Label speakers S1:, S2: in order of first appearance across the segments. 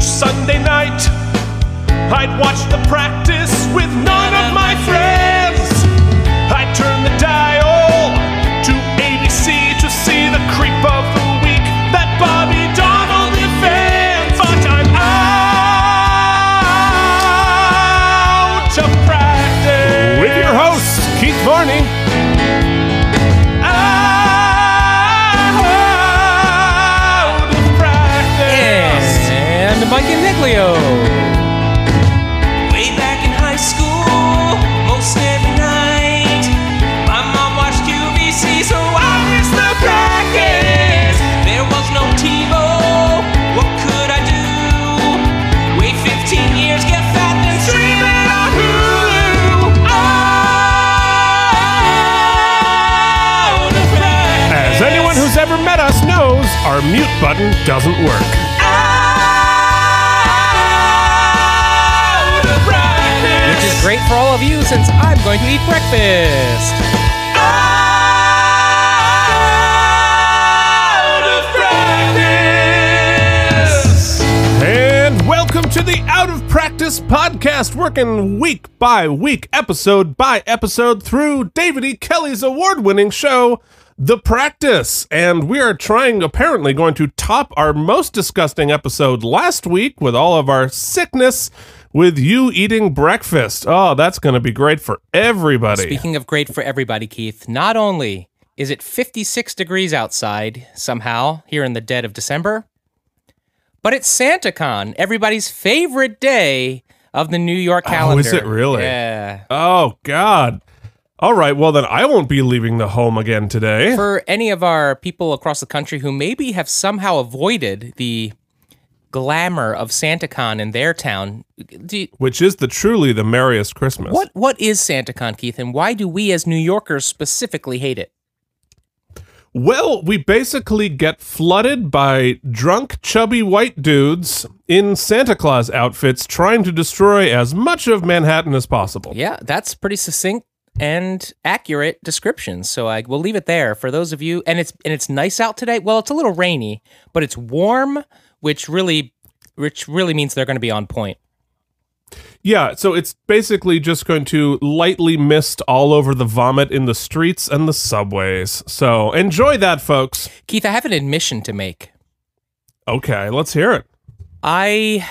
S1: Sunday night, I'd watch the practice with none of my friends. I'd turn the dial to ABC to see the creep of the week that Bobby Donald defends. But I'm out of practice.
S2: With your host, Keith Varney.
S1: Out of practice.
S3: And Mike Iniglio.
S4: Way back in high school, most every night, my mom watched QVC, so I missed the practice. There was no TiVo. What could I do? Wait 15 years, get fat, then stream it on Hulu. Out of practice.
S2: As anyone who's ever met us knows, our mute button doesn't work.
S4: out of practice.
S3: Which is great for all of you since I'm going to eat breakfast.
S4: Out of practice.
S2: And welcome to the Out of Practice podcast, working week by week, episode by episode, through David E. Kelly's award winning show, The Practice. And we are trying, apparently, going to top our most disgusting episode last week with all of our sickness with you eating breakfast. Oh, that's going to be great for everybody.
S3: Speaking of great for everybody, Keith, not only is it 56 degrees outside somehow here in the dead of December, but it's SantaCon, everybody's favorite day of the New York calendar.
S2: Oh, is it really?
S3: Yeah.
S2: Oh God! All right, well then I won't be leaving the home again today.
S3: For any of our people across the country who maybe have somehow avoided the glamour of SantaCon in their town, do,
S2: which is the truly the merriest Christmas.
S3: what what is SantaCon, Keith, and why do we as New Yorkers specifically hate it?
S2: Well, we basically get flooded by drunk, chubby white dudes in Santa Claus outfits trying to destroy as much of Manhattan as possible.
S3: Yeah, that's pretty succinct and accurate description. So I will leave it there for those of you. And it's and it's nice out today. Well, it's a little rainy, but it's warm, which really, which really means they're going to be on point.
S2: Yeah, so it's basically just going to lightly mist all over the vomit in the streets and the subways. So enjoy that, folks.
S3: Keith, I have an admission to make.
S2: Okay, let's hear it.
S3: I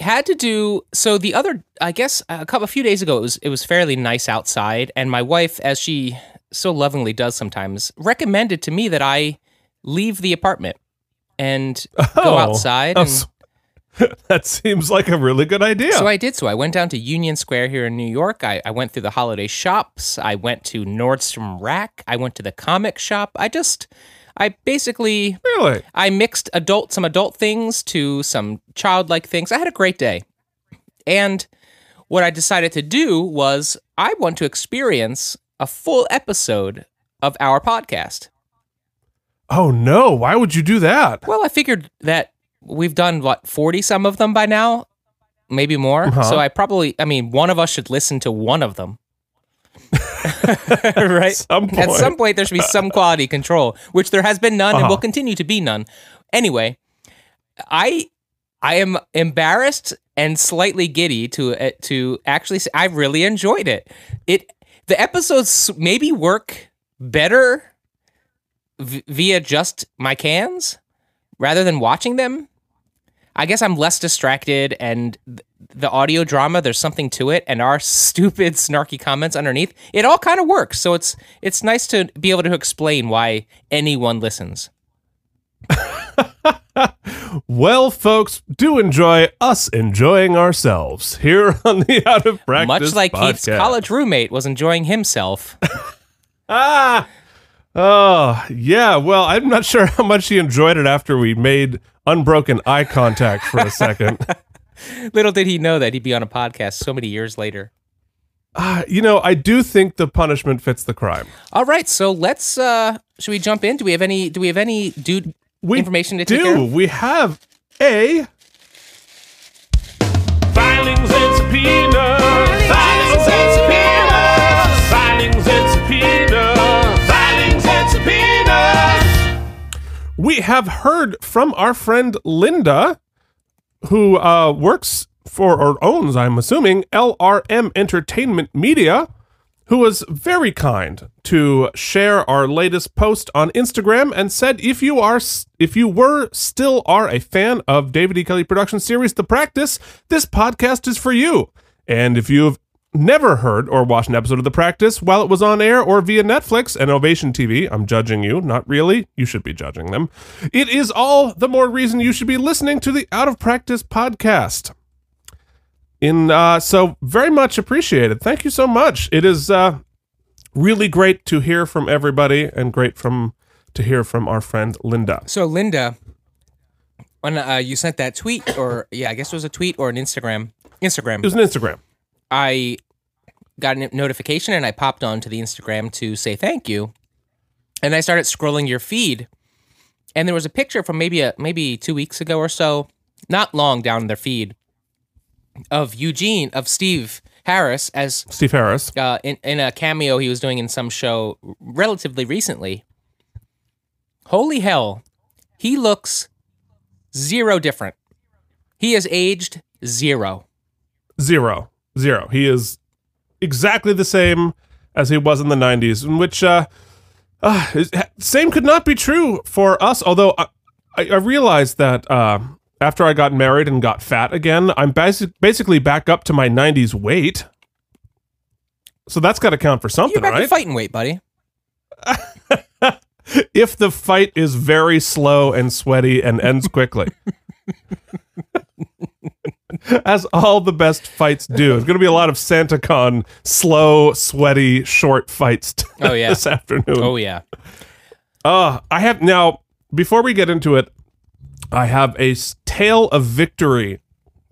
S3: had to do so the other I guess a couple a few days ago it was it was fairly nice outside and my wife as she so lovingly does sometimes recommended to me that I leave the apartment and go
S2: Oh.
S3: outside
S2: Oh,
S3: and
S2: so- that seems like a really good idea.
S3: So I did so. I went down to Union Square here in New York. I, I went through the holiday shops. I went to Nordstrom Rack. I went to the comic shop. I just, I basically,
S2: really?
S3: I mixed adult, some adult things to some childlike things. I had a great day. And what I decided to do was I want to experience a full episode of our podcast.
S2: Oh no, why would you do that?
S3: Well, I figured that we've done what forty some of them by now, maybe more.
S2: Uh-huh.
S3: So I probably, I mean, one of us should listen to one of them, right?
S2: some
S3: At some
S2: point.
S3: point, there should be some quality control, which there has been none and will continue to be none. Anyway, I I am embarrassed and slightly giddy to uh, to actually say I really enjoyed it. It the episodes maybe work better v- via just my cans rather than watching them. I guess I'm less distracted and th- the audio drama there's something to it and our stupid snarky comments underneath it all kind of works so it's it's nice to be able to explain why anyone listens
S2: Well, folks, do enjoy us enjoying ourselves here on the Out of Practice.
S3: much like Keith's
S2: podcast.
S3: college roommate was enjoying himself
S2: Ah. Oh, yeah. Well, I'm not sure how much he enjoyed it after we made unbroken eye contact for a second.
S3: little did he know that he'd be on a podcast so many years later
S2: Ah, you know, I do think the punishment fits the crime.
S3: all right so let's uh should we jump in do we have any do we have any dude
S2: We
S3: information to take care
S2: do.
S3: of?
S2: We have a
S1: Filings and subpoenas. Filings and subpoenas. Filings and subpoenas. Filings and subpoenas.
S2: we have heard from our friend Linda who uh, works for or owns, I'm assuming, LRM Entertainment Media, who was very kind to share our latest post on Instagram and said if you are s- if you were still are a fan of David E. Kelly production series The Practice, this podcast is for you. And if you've never heard or watched an episode of The Practice while it was on air or via Netflix and Ovation TV, I'm judging you, not really. You should be judging them. It is all the more reason you should be listening to the Out of Practice podcast in uh, so very much appreciated thank you so much it is uh, really great to hear from everybody and great from to hear from our friend linda
S3: So Linda, when uh, you sent that tweet, or yeah, I guess it was a tweet or an Instagram,
S2: it
S3: Instagram,
S2: was an instagram
S3: I got a notification and I popped onto the Instagram to say thank you, and I started scrolling your feed, and there was a picture from maybe a maybe two weeks ago or so, not long down their feed, of Eugene of Steve Harris as
S2: steve harris
S3: uh, in, in a cameo he was doing in some show relatively recently. Holy hell, he looks zero different. He has aged zero.
S2: zero zero he is exactly the same as he was in the 90s in which uh, uh is- same could not be true for us although i, I I realized that uh after i got married and got fat again i'm basi- basically back up to my 90s weight so that's got to count for
S3: You're
S2: something
S3: back to
S2: right
S3: fighting weight, buddy.
S2: if the fight is very slow and sweaty and ends quickly. As all the best fights do. It's going to be a lot of SantaCon slow, sweaty, short fights
S3: Oh, yeah.
S2: this afternoon.
S3: Oh yeah.
S2: Uh, I have now. Before we get into it, I have a s- tale of victory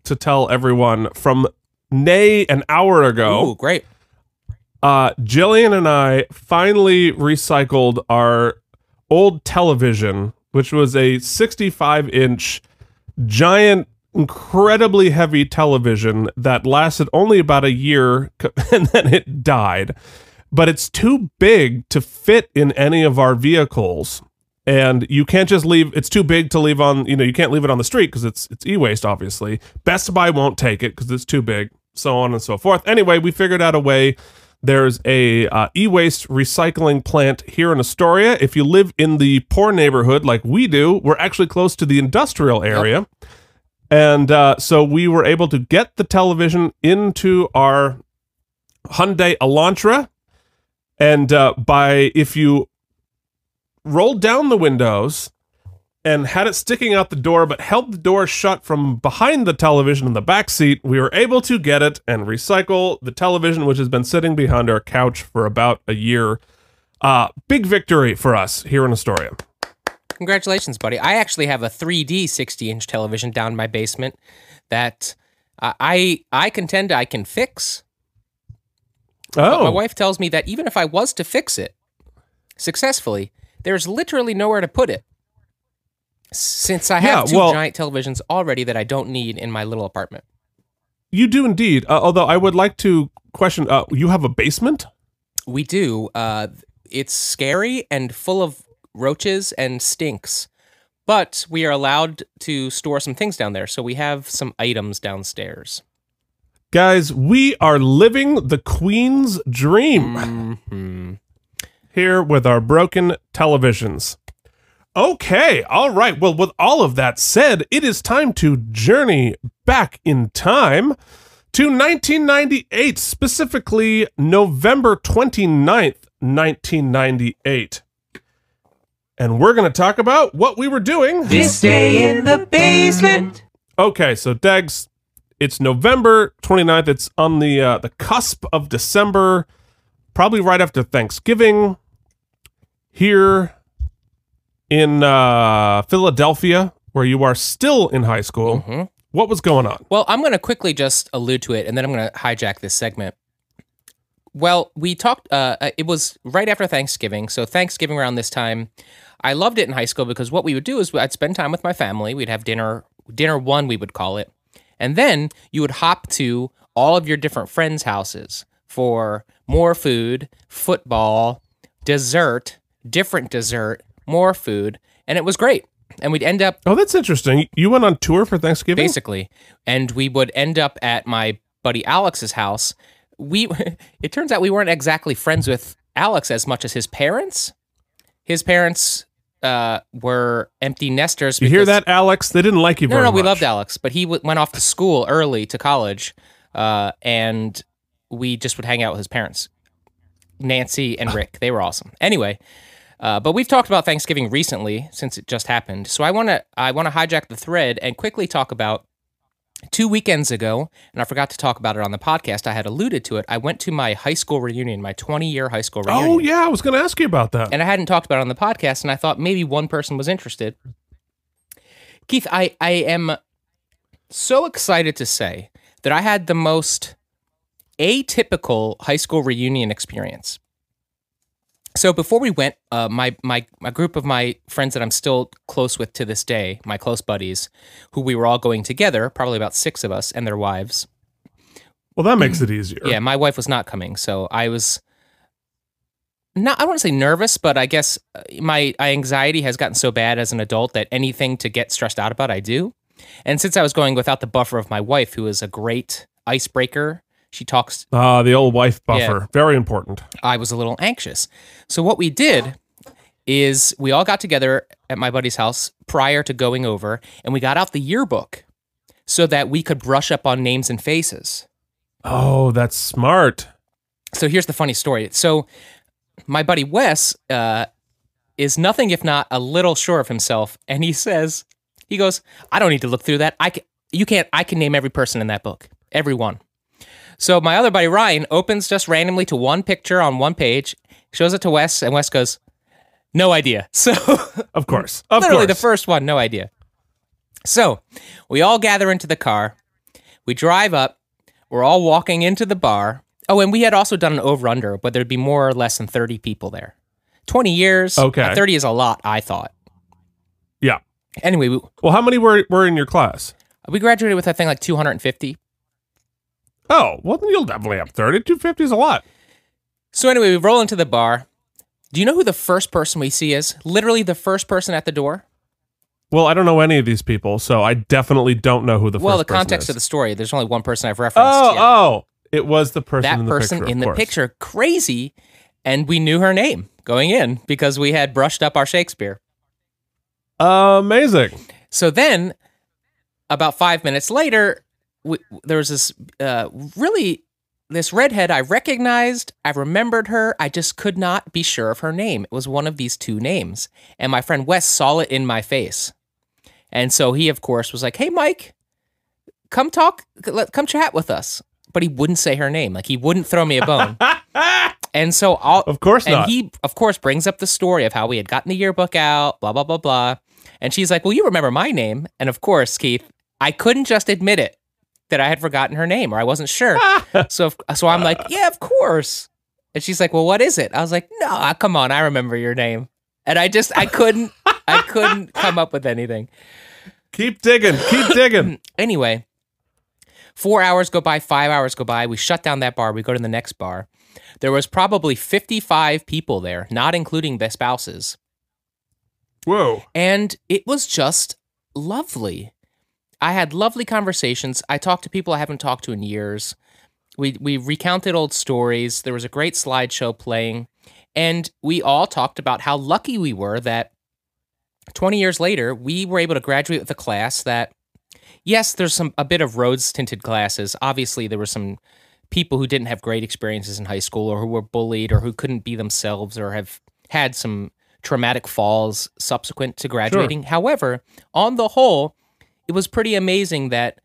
S2: to tell everyone from nay an hour ago.
S3: Oh, great.
S2: Uh, Jillian and I finally recycled our old television, which was a 65 inch giant, incredibly heavy television that lasted only about a year and then it died. But it's too big to fit in any of our vehicles. And you can't just leave. It's too big to leave on. You know, you can't leave it on the street because it's it's e-waste. Obviously, Best Buy won't take it because it's too big. So on and so forth. Anyway, we figured out a way there's a uh, e-waste recycling plant here in Astoria. If you live in the poor neighborhood like we do, we're actually close to the industrial area, and uh, so we were able to get the television into our Hyundai Elantra, and uh, by if you rolled down the windows and had it sticking out the door but held the door shut from behind the television in the back seat we were able to get it and recycle the television which has been sitting behind our couch for about a year uh big victory for us here in astoria
S3: Congratulations, buddy. I actually have a 3D 60 inch television down in my basement that uh, I I contend I can fix. But my
S2: oh
S3: wife tells me that even if I was to fix it successfully, there's literally nowhere to put it. Since I have
S2: Yeah,
S3: two
S2: well-
S3: giant televisions already that I don't need in my little apartment.
S2: you do indeed uh, although i would like to question uh you have a basement
S3: We do. Uh, it's scary and full of roaches and stinks, but we are allowed to store some things down there. So we have some items downstairs.
S2: guys we are living the queen's dream
S3: Mhm.
S2: here with our broken televisions. Okay, all right. Well, with all of that said, it is time to journey back in time to 1998, specifically November 29th, 1998. And we're going to talk about what we were doing.
S4: This day in the basement.
S2: Okay, so Degs, it's November 29th. It's on the uh, the cusp of December, probably right after Thanksgiving here in uh, Philadelphia, where you are still in high school.
S3: Mhm.
S2: What was going on?
S3: Well, I'm going to quickly just allude to it, and then I'm going to hijack this segment. Well, we talked. Uh, uh, it was right after Thanksgiving, so Thanksgiving around this time. I loved it in high school because what we would do is I'd spend time with my family. We'd have dinner, dinner one, we would call it, and then you would hop to all of your different friends' houses for more food, football, dessert, different dessert, more food, and it was great. and we'd end up
S2: Oh, that's interesting. You went on tour for Thanksgiving?
S3: basically, and we would end up at my buddy Alex's house. We it turns out we weren't exactly friends with Alex as much as his parents. His parents uh, were empty nesters.
S2: you hear
S3: because-
S2: that, Alex? They didn't like you
S3: No,
S2: very
S3: no, we
S2: much.
S3: loved Alex, but he w- went off to school early to college, uh, and we just would hang out with his parents, Nancy and Rick. They were awesome. Anyway, uh, but we've talked about Thanksgiving recently since it just happened, so I want to I want to hijack the thread and quickly talk about two weekends ago, and I forgot to talk about it on the podcast. I had alluded to it. I went to my high school reunion, my 20 year high school reunion
S2: Oh, yeah. I was going to ask you about that.
S3: and I hadn't talked about it on the podcast, and I thought maybe one person was interested. Keith, I, I am so excited to say that I had the most atypical high school reunion experience. So before we went, uh, my my my group of my friends that I'm still close with to this day, my close buddies, who we were all going together, probably about six of us and their wives.
S2: well, that makes it easier.
S3: Yeah, my wife was not coming, so I was not. I wouldn't say nervous, but I guess uh, my anxiety has gotten so bad as an adult that anything to get stressed out about, I do. And since I was going without the buffer of my wife, who is a great icebreaker, she talks.
S2: Ah, the old wife buffer. Very important.
S3: I was a little anxious, so what we did is we all got together at my buddy's house prior to going over, and we got out the yearbook so that we could brush up on names and faces.
S2: Oh, that's smart.
S3: so here's the funny story. So my buddy Wes uh, is nothing if not a little sure of himself, and he says, he goes, I don't need to look through that. I can, you can't. I can name every person in that book, everyone. So my other buddy Ryan opens just randomly to one picture on one page, shows it to Wes, and Wes goes, "No idea." So
S2: Of course. Of
S3: literally
S2: course.
S3: the first one, no idea. So we all gather into the car. We drive up. We're all walking into the bar. Oh, and we had also done an over under, but there'd be more or less than 30 people there. 20 years.
S2: Okay.
S3: uh, 30 is a lot, I thought.
S2: yeah.
S3: Anyway, we,
S2: Well, how many were, were in your class?
S3: we graduated with, I think, like 250.
S2: Oh, well, then you'll definitely have 30. 250 is a lot.
S3: So anyway, we roll into the bar. Do you know who the first person we see is? Literally the first person at the door?
S2: Well, I don't know any of these people, so I definitely don't know who the
S3: well, the
S2: first person
S3: context
S2: is.
S3: of the story, there's only one person I've referenced.
S2: Oh,
S3: yeah.
S2: oh. It was the person
S3: that
S2: in the
S3: person
S2: picture. of
S3: in the
S2: course.
S3: picture crazy and we knew her name going in because we had brushed up our shakespeare
S2: Amazing.
S3: so then about five minutes later we, there was this uh, really this redhead i recognized i remembered her i just could not be sure of her name it was one of these two names and my friend wes saw it in my face and so he of course was like hey mike come talk let- come chat with us but he wouldn't say her name like he wouldn't throw me a bone and so all
S2: Of course
S3: and
S2: not.
S3: he, of course, brings up the story of how we had gotten the yearbook out, blah, blah, blah, blah. And she's like, Well, you remember my name. And of course, Keith, I couldn't just admit it that I had forgotten her name or I wasn't sure. so, if, so I'm like, Yeah, of course. And she's like, Well, what is it? I was like, No, ah, come on. I remember your name. And I just, I couldn't, I couldn't come up with anything.
S2: Keep digging. Keep digging.
S3: Anyway, four hours go by, five hours go by. We shut down that bar. We go to the next bar. There was probably 55 people there, not including the spouses.
S2: Whoa.
S3: And it was just lovely. I had lovely conversations. I talked to people I haven't talked to in years. We we recounted old stories. There was a great slideshow playing, and we all talked about how lucky we were that 20 years later we were able to graduate with a class that yes, there's some a bit of rose tinted glasses. Obviously, there were some people who didn't have great experiences in high school or who were bullied or who couldn't be themselves or have had some traumatic falls subsequent to graduating. However, on the whole, it was pretty amazing that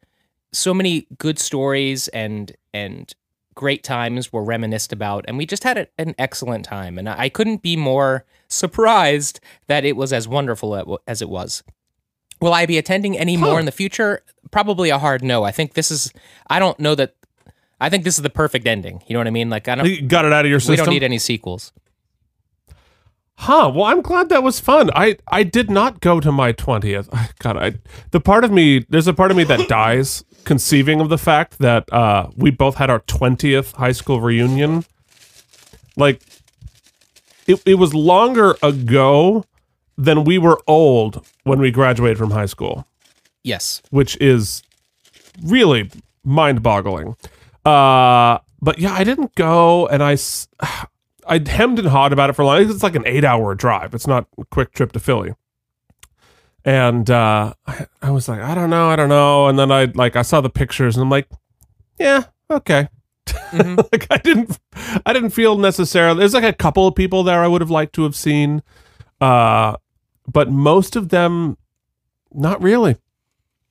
S3: so many good stories and and great times were reminisced about and we just had a, an excellent time and I I couldn't be more surprised that it was as wonderful at- as it was. Will I be attending any more in the future? Probably a hard no. I think this is I don't know that I think this is the perfect ending. You know what I mean? Like I don't
S2: You got it out of your system.
S3: we don't need any sequels.
S2: Huh. Well, I'm glad that was fun. I I did not go to my 20th. God, I the part of me there's a part of me that dies conceiving of the fact that uh we both had our 20th high school reunion. Like it it was longer ago then we were old when we graduated from high school,
S3: Yes.
S2: which is really mind boggling. Uh, but yeah, I didn't go and I, s- I hemmed and hawed about it for a long It's like an eight hour drive. It's not a quick trip to Philly. And uh, I, I was like, I don't know, I don't know. And then I like I saw the pictures and I'm like, yeah, okay.
S3: Mhm.
S2: like I didn't I didn't feel necessarily there's like a couple of people there I would have liked to have seen. Uh but most of them not really.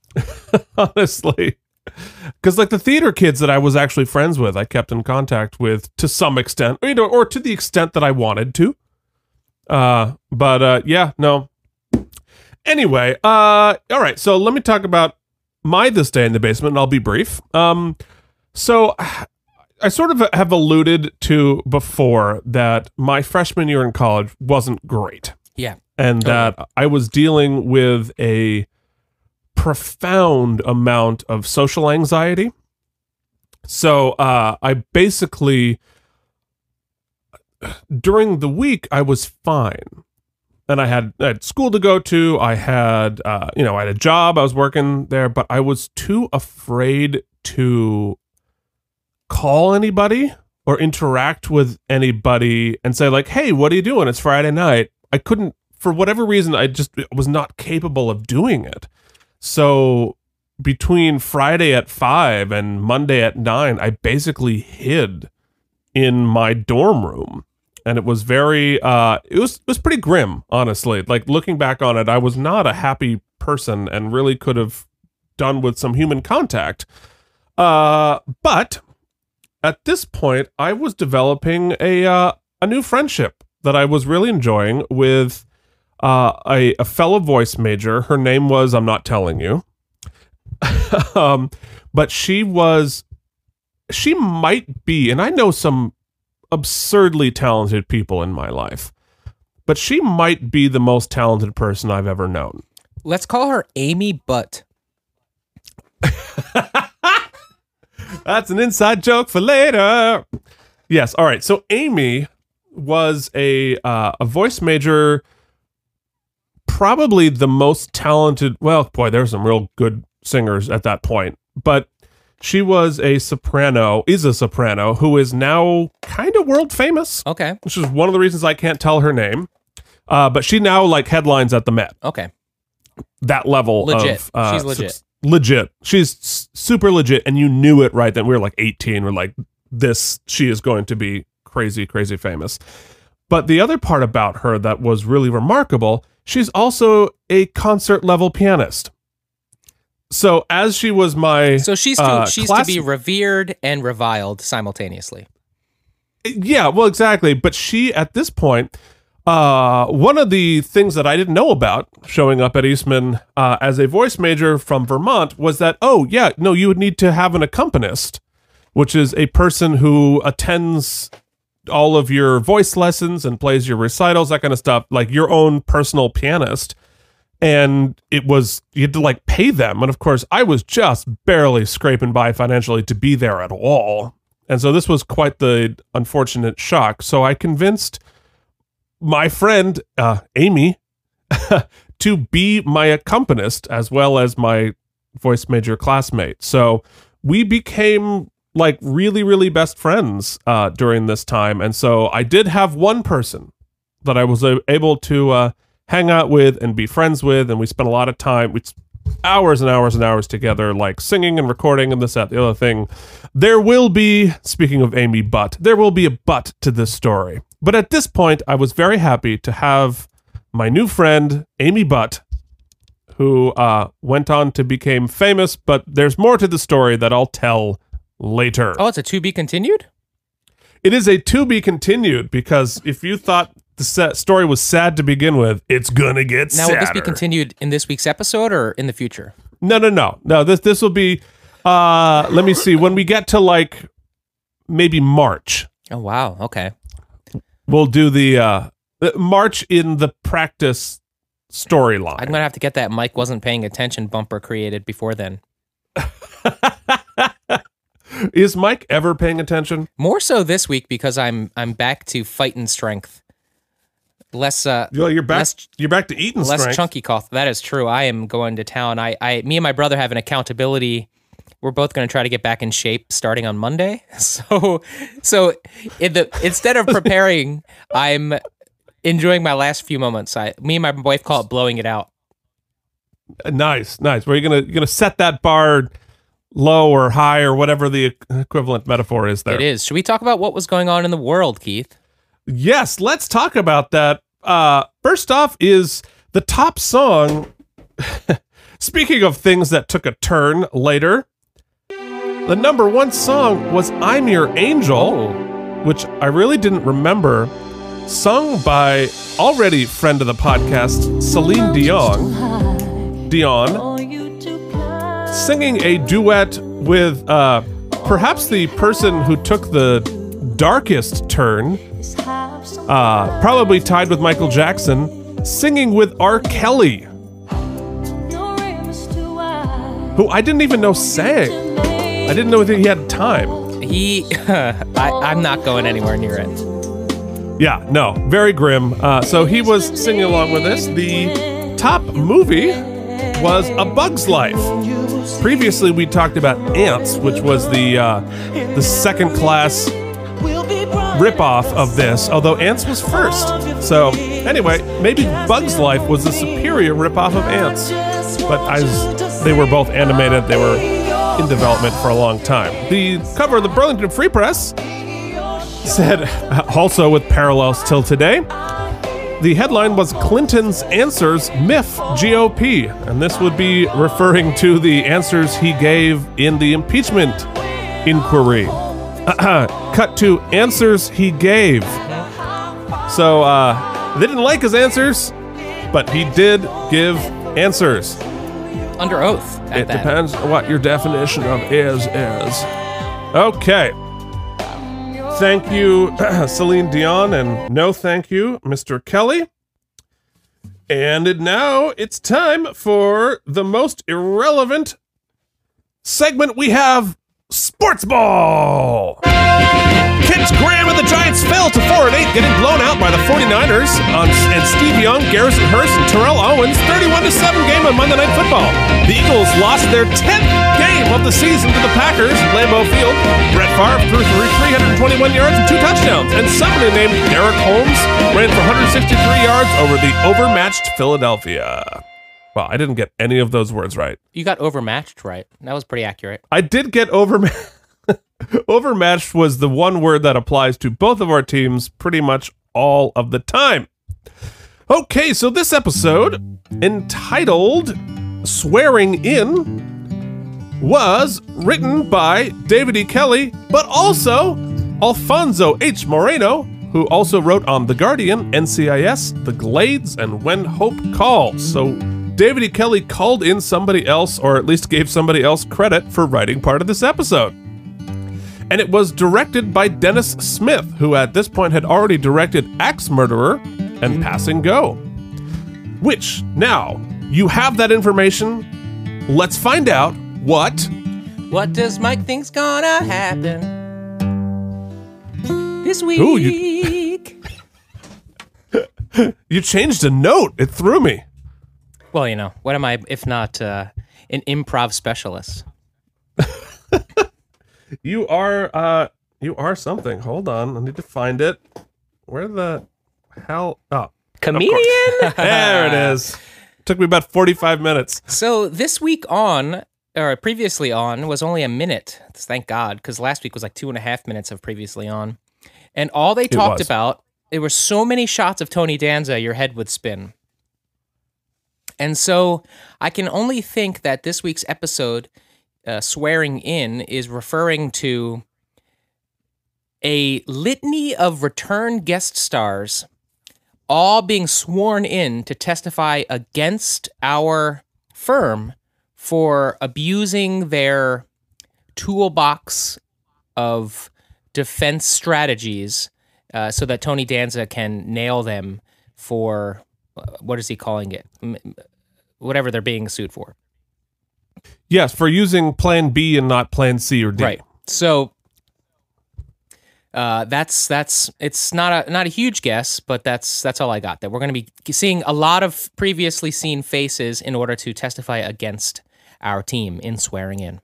S2: Honestly. Cause like the theater kids that I was actually friends with, I kept in contact with to some extent, or, you know, or to the extent that I wanted to. Uh but uh yeah, no. Anyway, uh all right, so let me talk about my this day in the basement and I'll be brief. Um so I sort of have alluded to before that my freshman year in college wasn't great.
S3: Yeah.
S2: And
S3: Totally.
S2: that I was dealing with a profound amount of social anxiety. So uh, I basically, during the week, I was fine. And I had, I had school to go to. I had, uh, you know, I had a job. I was working there, but I was too afraid to call anybody or interact with anybody and say like hey what are you doing it's friday night i couldn't for whatever reason i just was not capable of doing it so between friday at 5 and monday at 9 i basically hid in my dorm room and it was very uh it was it was pretty grim honestly like looking back on it i was not a happy person and really could have done with some human contact uh but at this point, I was developing a uh, a new friendship that I was really enjoying with uh, a a fellow voice major. Her name was I'm not telling you, um, but she was she might be, and I know some absurdly talented people in my life, but she might be the most talented person I've ever known.
S3: Let's call her Amy Butt.
S2: That's an inside joke for later. Yes. All right. So Amy was a uh, a voice major, probably the most talented. Well, boy, there were some real good singers at that point, but she was a soprano. Is a soprano who is now kind of world famous,
S3: Okay.
S2: which is one of the reasons I can't tell her name. Uh, but she now like headlines at the Met
S3: Okay.
S2: that level
S3: Legit.
S2: of uh,
S3: She's legit.
S2: suc- legit she's s- super legit and you knew it right then we were like 18 we're like this she is going to be crazy crazy famous but the other part about her that was really remarkable she's also a concert level pianist so as she was my
S3: So she's to,
S2: Uh,
S3: she's
S2: class-
S3: to be revered and reviled simultaneously.
S2: Yeah, well, exactly. But she, at this point, uh, one of the things that I didn't know about showing up at Eastman uh, as a voice major from Vermont was that, oh, yeah, no, you would need to have an accompanist, which is a person who attends all of your voice lessons and plays your recitals, that kind of stuff, like your own personal pianist. And it was, you had to like pay them. And of course, I was just barely scraping by financially to be there at all. And so this was quite the unfortunate shock. So I convinced my friend, uh, Amy, to be my accompanist as well as my voice major classmate. So we became like really, really best friends uh, during this time. And so I did have one person that I was uh, able to uh, hang out with and be friends with. And we spent a lot of time, we s- hours and hours and hours together, like singing and recording and this, that, the other thing. There will be, speaking of Amy Butt, there will be a butt to this story. But at this point, I was very happy to have my new friend, Amy Butt, who uh, went on to become famous. But there's more to the story that I'll tell later.
S3: Oh, it's a to be continued?
S2: It is a to be continued because if you thought the sa- story was sad to begin with, it's gonna get
S3: Now,
S2: sadder.
S3: will this be continued in this week's episode or in the future?
S2: No, no, no, no. This this will be. Uh, let me see. When we get to like maybe March,
S3: Oh, wow. Okay.
S2: we'll do the uh, uh, March in the practice
S3: I'm
S2: storyline.
S3: going to have to get that Mike wasn't paying attention bumper created before then.
S2: Is Mike ever paying attention?
S3: More so this week because I'm I'm back to fight and strength. less uh
S2: Well, you're back.
S3: Less-
S2: you're back to eating
S3: less
S2: strength.
S3: chunky cough. That is true. I am going to town. I, I, me and my brother have an accountability. We're both going to try to get back in shape starting on Monday. So, so in the, instead of preparing, I'm enjoying my last few moments. I, me and my wife call it blowing it out.
S2: Uh, Nice, nice. Where you gonna you're gonna set that bar low or high or whatever the equivalent metaphor is there.
S3: It is. Should we talk about what was going on in the world, Keith?
S2: Yes, let's talk about that. Uh, first off, is the top song. Speaking of things that took a turn later, the number one song was I'm Your Angel, which I really didn't remember, sung by already friend of the podcast, Celine Dion. Dion. Singing a duet with uh, perhaps the person who took the darkest turn uh, probably tied with Michael Jackson, singing with R. Kelly, who I didn't even know sang. I didn't know that he had time.
S3: He, I, I'm not going anywhere near it.
S2: Yeah, no, very grim. Uh, so he was singing along with this. The top movie was A Bug's Life. Previously, we talked about Ants, which was the uh, the second class ripoff of this, although Ants was first. So anyway, maybe Bug's Life was the superior ripoff of Ants. But I was, they were both animated. They were in development for a long time. The cover of the Burlington Free Press said, uh, also with parallels till today, the headline was Clinton's Answers Myth GOP. And this would be referring to the answers he gave in the impeachment inquiry. Cut to answers he gave. So uh, they didn't like his answers, but he did give answers.
S3: Under oath. At
S2: It
S3: that.
S2: depends what your definition of is is. Okay. Thank you, Celine Dion, and no thank you, Mr. Kelly. And it- now it's time for the most irrelevant segment we have Sports Ball! Kent Graham and the Giants fell to 4 and 8, getting blown out by the 49ers. On, and Steve Young, Garrison Hurst, and Terrell Owens, 31 7 game on Monday Night Football. The Eagles lost their 10th game of the season to the Packers, Lambeau Field. Brett Favre threw for 321 yards and two touchdowns, and somebody named Derek Holmes ran for 163 yards over the overmatched Philadelphia. Wow, I didn't get any of those words right.
S3: You got overmatched, right? That was pretty accurate.
S2: I did get overmatched. overmatched was the one word that applies to both of our teams pretty much all of the time. Okay, so this episode, entitled Swearing In, was written by David E. Kelly, but also Alfonso H. Moreno, who also wrote on The Guardian, NCIS, The Glades, and When Hope Calls. So David E. Kelly called in somebody else, or at least gave somebody else credit for writing part of this episode and it was directed by Dennis Smith, who at this point had already directed Axe Murderer and Pass and Go. Which, now, you have that information. Let's find out what
S3: What does Mike think's gonna happen this week?
S2: Ooh, you- you changed a note. It threw me.
S3: well, you know, what am I if not uh, an improv specialist?
S2: You are uh you are something. Hold on. I need to find it. Where the hell oh.
S3: Comedian.
S2: There it is. Took me about 45 minutes.
S3: Uh, so this week on, or previously on, was only a minute. Thank God, because last week was like two and a half minutes of previously on, and all they talked
S2: was.
S3: about there were so many shots of Tony Danza, your head would spin. And so I can only think that this week's episode, uh, Swearing In, is referring to a litany of return guest stars all being sworn in to testify against our firm for abusing their toolbox of defense strategies uh, so that Tony Danza can nail them for uh, what is he calling it? M- m- Whatever they're being sued for.
S2: Yes, for using plan B and not plan C or D.
S3: Right. So Uh, that's that's it's not a not a huge guess, but that's that's all I got. That we're going to be seeing a lot of previously seen faces in order to testify against our team in swearing in.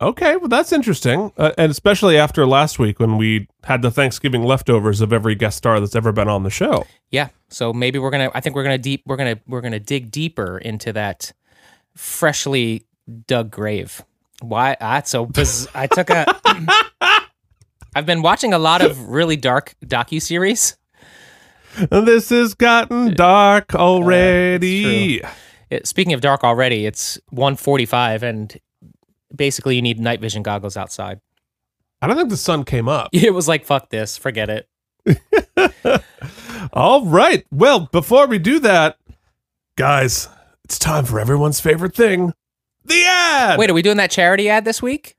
S2: Okay, well that's interesting, uh, and especially after last week when we had the Thanksgiving leftovers of every guest star that's ever been on the show.
S3: Yeah, so maybe we're gonna. I think we're gonna deep. We're gonna we're gonna dig deeper into that freshly dug grave. Why? That's so. Biz- I took a. I've been watching a lot of really dark docu series.
S2: This has gotten dark already.
S3: Speaking of dark already, it's 1:45, and basically you need night vision goggles outside.
S2: I don't think the sun came up.
S3: It was like fuck this, forget it.
S2: All right. Well, before we do that, guys, it's time for everyone's favorite thing the ad.
S3: Wait, are we doing that charity ad this week?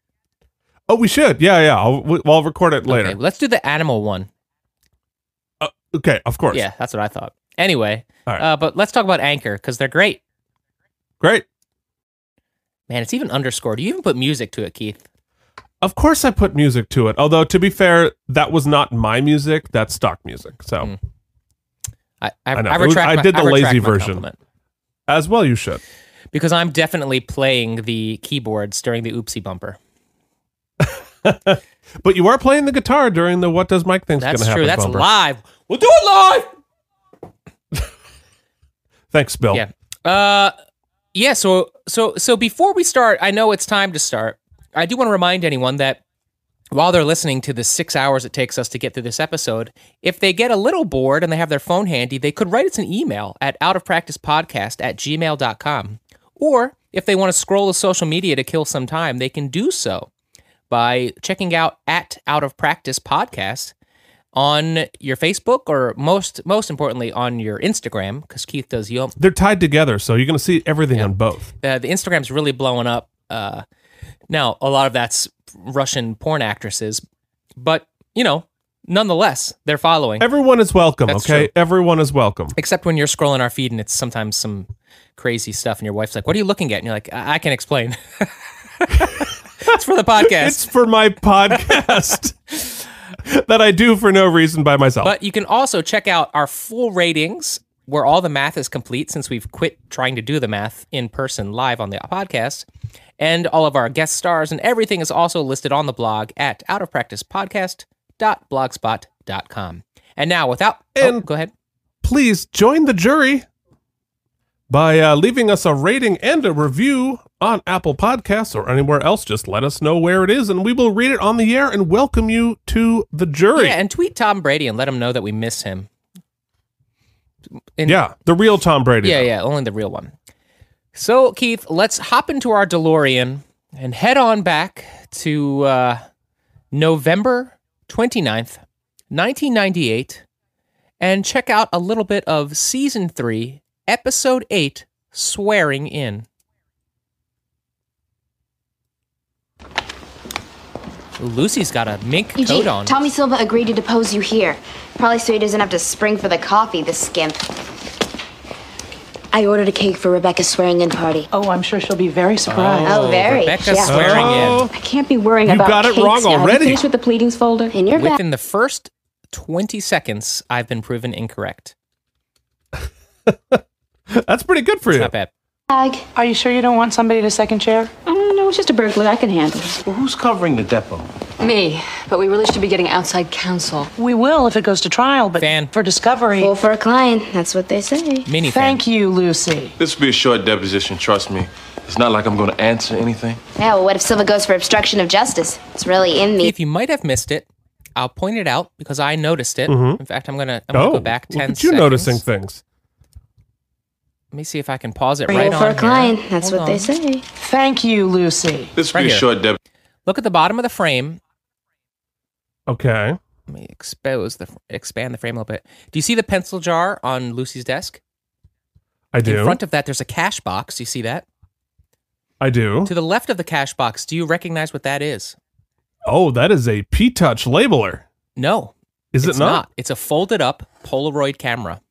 S2: Oh, we should. Yeah, yeah. I'll, we- I'll record it later.
S3: Okay, let's do the animal one.
S2: Uh, okay, of course.
S3: Yeah, that's what I thought. Anyway,
S2: All right.
S3: uh, but let's talk about Anchor because they're great.
S2: Great.
S3: Man, it's even underscored. You even put music to it, Keith.
S2: Of course, I put music to it. Although, to be fair, that was not my music. That's stock music. So,
S3: Mm. I I,
S2: I know.
S3: I
S2: It was-
S3: retract.
S2: I
S3: my-
S2: did the
S3: retract
S2: lazy
S3: my
S2: version.
S3: compliment.
S2: as well, you should.
S3: because I'm definitely playing the keyboards during the oopsie bumper.
S2: But you are playing the guitar during the What Does Mike Think's Gonna
S3: That's
S2: Happen
S3: true. That's
S2: bumper.
S3: live. We'll do it live.
S2: Thanks, Bill.
S3: Yeah. Uh, yeah. So so so before we start, I know it's time to start. I do want to remind anyone that while they're listening to the six hours it takes us to get through this episode, if they get a little bored and they have their phone handy, they could write us an email at outofpracticepodcast at gmail.com. Or if they want to scroll to social media to kill some time, they can do so by checking out at Out of Practice Podcast on your Facebook or most most importantly on your Instagram, because Keith does yo-
S2: They're tied together, so you're going to see everything on both.
S3: uh, the, the Instagram's really blowing up. Uh, now, a lot of that's Russian porn actresses, but you know, nonetheless, they're following.
S2: Everyone is welcome,
S3: That's
S2: okay?
S3: true.
S2: Everyone is welcome.
S3: Except when you're scrolling our feed and it's sometimes some crazy stuff, and your wife's like, "What are you looking at?" And you're like, "I, I can explain." it's for the podcast.
S2: It's for my podcast that I do for no reason by myself.
S3: But you can also check out our full ratings where all the math is complete since we've quit trying to do the math in person live on the podcast. And all of our guest stars and everything is also listed on the blog at outofpracticepodcast.blogspot.com. And now, without. oh,
S2: And-
S3: go ahead.
S2: please join the jury by uh, leaving us a rating and a review on Apple Podcasts or anywhere else. Just let us know where it is, and we will read it on the air and welcome you to the jury.
S3: Yeah, and tweet Tom Brady and let him know that we miss him. And-
S2: Yeah, the real Tom Brady.
S3: Yeah, yeah, only the real one. So, Keith, let's hop into our DeLorean and head on back to uh, November 29th, 1998, and check out a little bit of Season 3, Episode 8, Swearing In. Lucy's got a mink
S5: EG,
S3: coat on.
S5: Tommy Silva agreed to depose you here. Probably so he doesn't have to spring for the coffee, the skimp. I ordered a cake for Rebecca's swearing in party.
S6: Oh, I'm sure she'll be very surprised.
S5: Oh, very,
S3: Rebecca
S5: yeah.
S3: swearing in.
S2: Oh,
S6: I can't be worrying
S2: you got it wrong already.
S6: with the pleadings folder.
S5: And you're back.
S3: Within the first 20 seconds, I've been proven incorrect.
S2: That's pretty good for you.
S3: Not bad.
S6: Are you sure you don't want somebody to second chair?
S5: Uh,
S7: Oh, no, it's just a burglar. I can handle
S8: Well, who's covering the depot?
S7: it. Me, but we really should be getting outside counsel.
S6: We will if it goes to trial, but
S3: Fan.
S6: for discovery.
S5: Full for a client, that's what they say.
S3: Mini fan.
S6: Thank you, Lucy.
S9: This will be a short deposition, trust me. It's not like I'm gonna answer anything.
S5: Yeah, well, what if Silva goes for obstruction of justice? It's really in me.
S3: If you might have missed it, I'll point it out because I noticed it. In fact, I'm gonna, I'm gonna
S2: Mm-hmm. Oh,
S3: go back
S2: look
S3: ten.
S2: at you
S3: seconds.
S2: noticing things.
S3: Let me see if I can pause it
S5: Full
S3: right
S5: for
S3: on.
S5: a
S3: here.
S5: client, that's
S3: Hold
S5: what they
S3: on.
S5: say.
S6: Thank you, Lucy.
S9: This will
S3: Right
S9: be
S3: here.
S9: a short deposition.
S3: Look at the bottom of the frame.
S2: Okay.
S3: Let me expose the expand the frame a little bit. Do you see the pencil jar on Lucy's desk?
S2: I do.
S3: In front of that, there's a cash box. You see that?
S2: I do.
S3: To the left of the cash box, do you recognize what that is?
S2: Oh, that is a P Touch labeler.
S3: No,
S2: Is
S3: it's
S2: it not?
S3: It's a folded up Polaroid camera.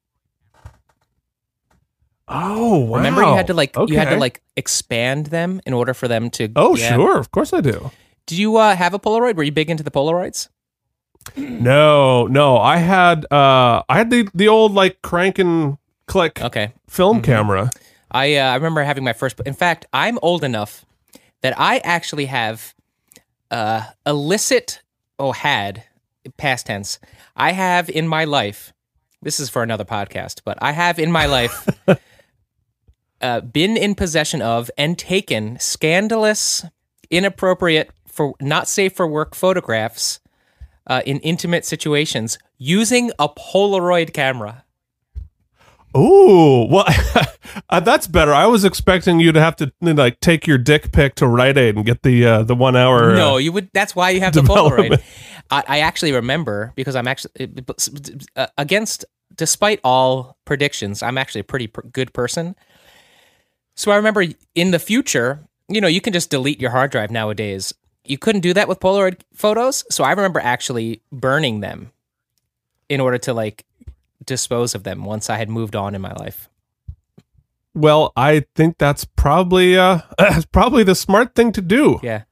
S2: Oh, wow.
S3: Remember, you had to like you had to
S2: Okay.
S3: like expand them in order for them to.
S2: Oh,
S3: yeah.
S2: sure. Of course I do.
S3: Did you uh, have a Polaroid? Were you big into the Polaroids?
S2: No, no. I had uh I had the the old like crank and click
S3: Okay. Mm-hmm.
S2: film camera.
S3: I uh, I remember having my first. In fact, I'm old enough that I actually have uh, illicit. Oh, had past tense. I have in my life. This is for another podcast, but I have in my life uh, been in possession of and taken scandalous, inappropriate for not safe for work photographs uh, in intimate situations using a Polaroid camera.
S2: Ooh, well, uh, that's better. I was expecting you to have to like take your dick pic to Rite Aid and get the uh, the one hour.
S3: No,
S2: uh,
S3: you would. That's why you have the Polaroid.
S2: development.
S3: I, I actually remember because I'm actually uh, against, despite all predictions, I'm actually a pretty pr- good person. So I remember in the future, you know, you can just delete your hard drive nowadays. You couldn't do that with Polaroid photos, so I remember actually burning them in order to like dispose of them once I had moved on in my life.
S2: well, I think that's probably uh probably the smart thing to do.
S3: Yeah.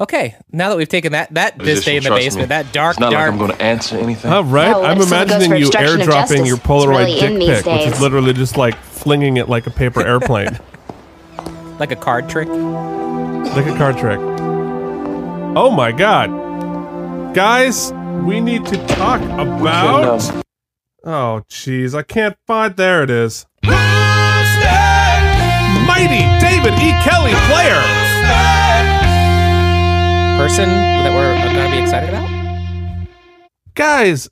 S3: Okay, now that we've taken that that this day in the
S9: Trust me,
S3: basement, that dark,
S9: It's not
S3: dark
S9: like I'm going to answer anything.
S2: All right,
S5: No,
S2: I'm
S5: if someone goes
S2: imagining
S5: for
S2: you
S5: obstruction of
S2: airdropping
S5: justice,
S2: your
S5: it's
S2: Polaroid
S5: really in
S2: dick
S5: these
S2: pic, which is
S5: days.
S2: literally just like flinging it like a paper airplane,
S3: like a card trick.
S2: like a card trick. Oh my god, guys, we need to talk about.
S9: um,
S2: Oh jeez, I can't find. There it is.
S1: Who's that?
S2: Mighty David E. Kelly player.
S1: Who's that?
S3: person that we're gonna be excited about?
S2: guys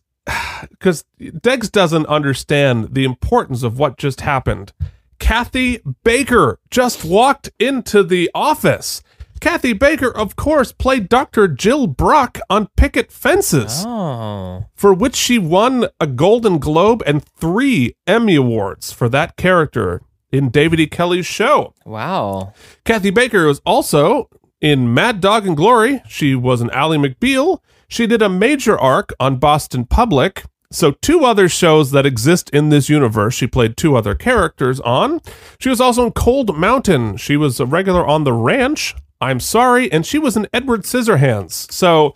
S2: because dex doesn't understand the importance of what just happened kathy baker just walked into the office kathy baker of course played dr jill brock on picket fences
S3: Oh.
S2: for which she won a golden globe and three emmy awards for that character in david e kelly's show
S3: Wow.
S2: Kathy Baker was also in Mad Dog and Glory. She was an Ally McBeal. She did a major arc on Boston Public. So, two other shows that exist in this universe. She played two other characters on. She was also in Cold Mountain. She was a regular on The Ranch. I'm sorry. And she was in Edward Scissorhands. So,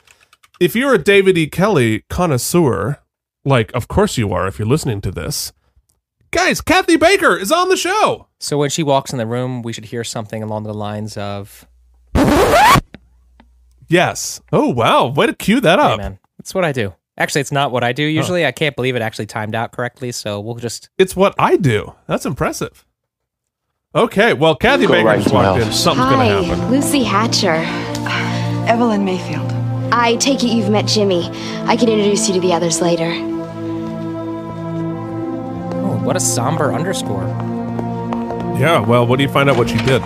S2: if you're a David E. Kelly connoisseur, like, of course you are if you're listening to this, guys, Kathy Baker is on the show.
S3: So when she walks in the room, we should hear something along the lines of
S2: Yes. Oh wow! Way to cue that
S3: Hey
S2: up.
S3: man, that's what I do. Actually it's not what I do usually. I can't believe it actually timed out correctly, so we'll just
S2: It's what I do. That's impressive. Okay. Well, Kathy
S9: Go
S2: Baker
S9: right
S2: just
S9: into my
S2: walked in.
S9: office.
S2: Something's
S5: Hi,
S2: gonna happen.
S5: Lucy Hatcher.
S8: Evelyn Mayfield.
S5: I take it you've met Jimmy. I can introduce you to the others later.
S3: oh, what a somber underscore.
S2: Yeah. Well, what do you find out? What she did?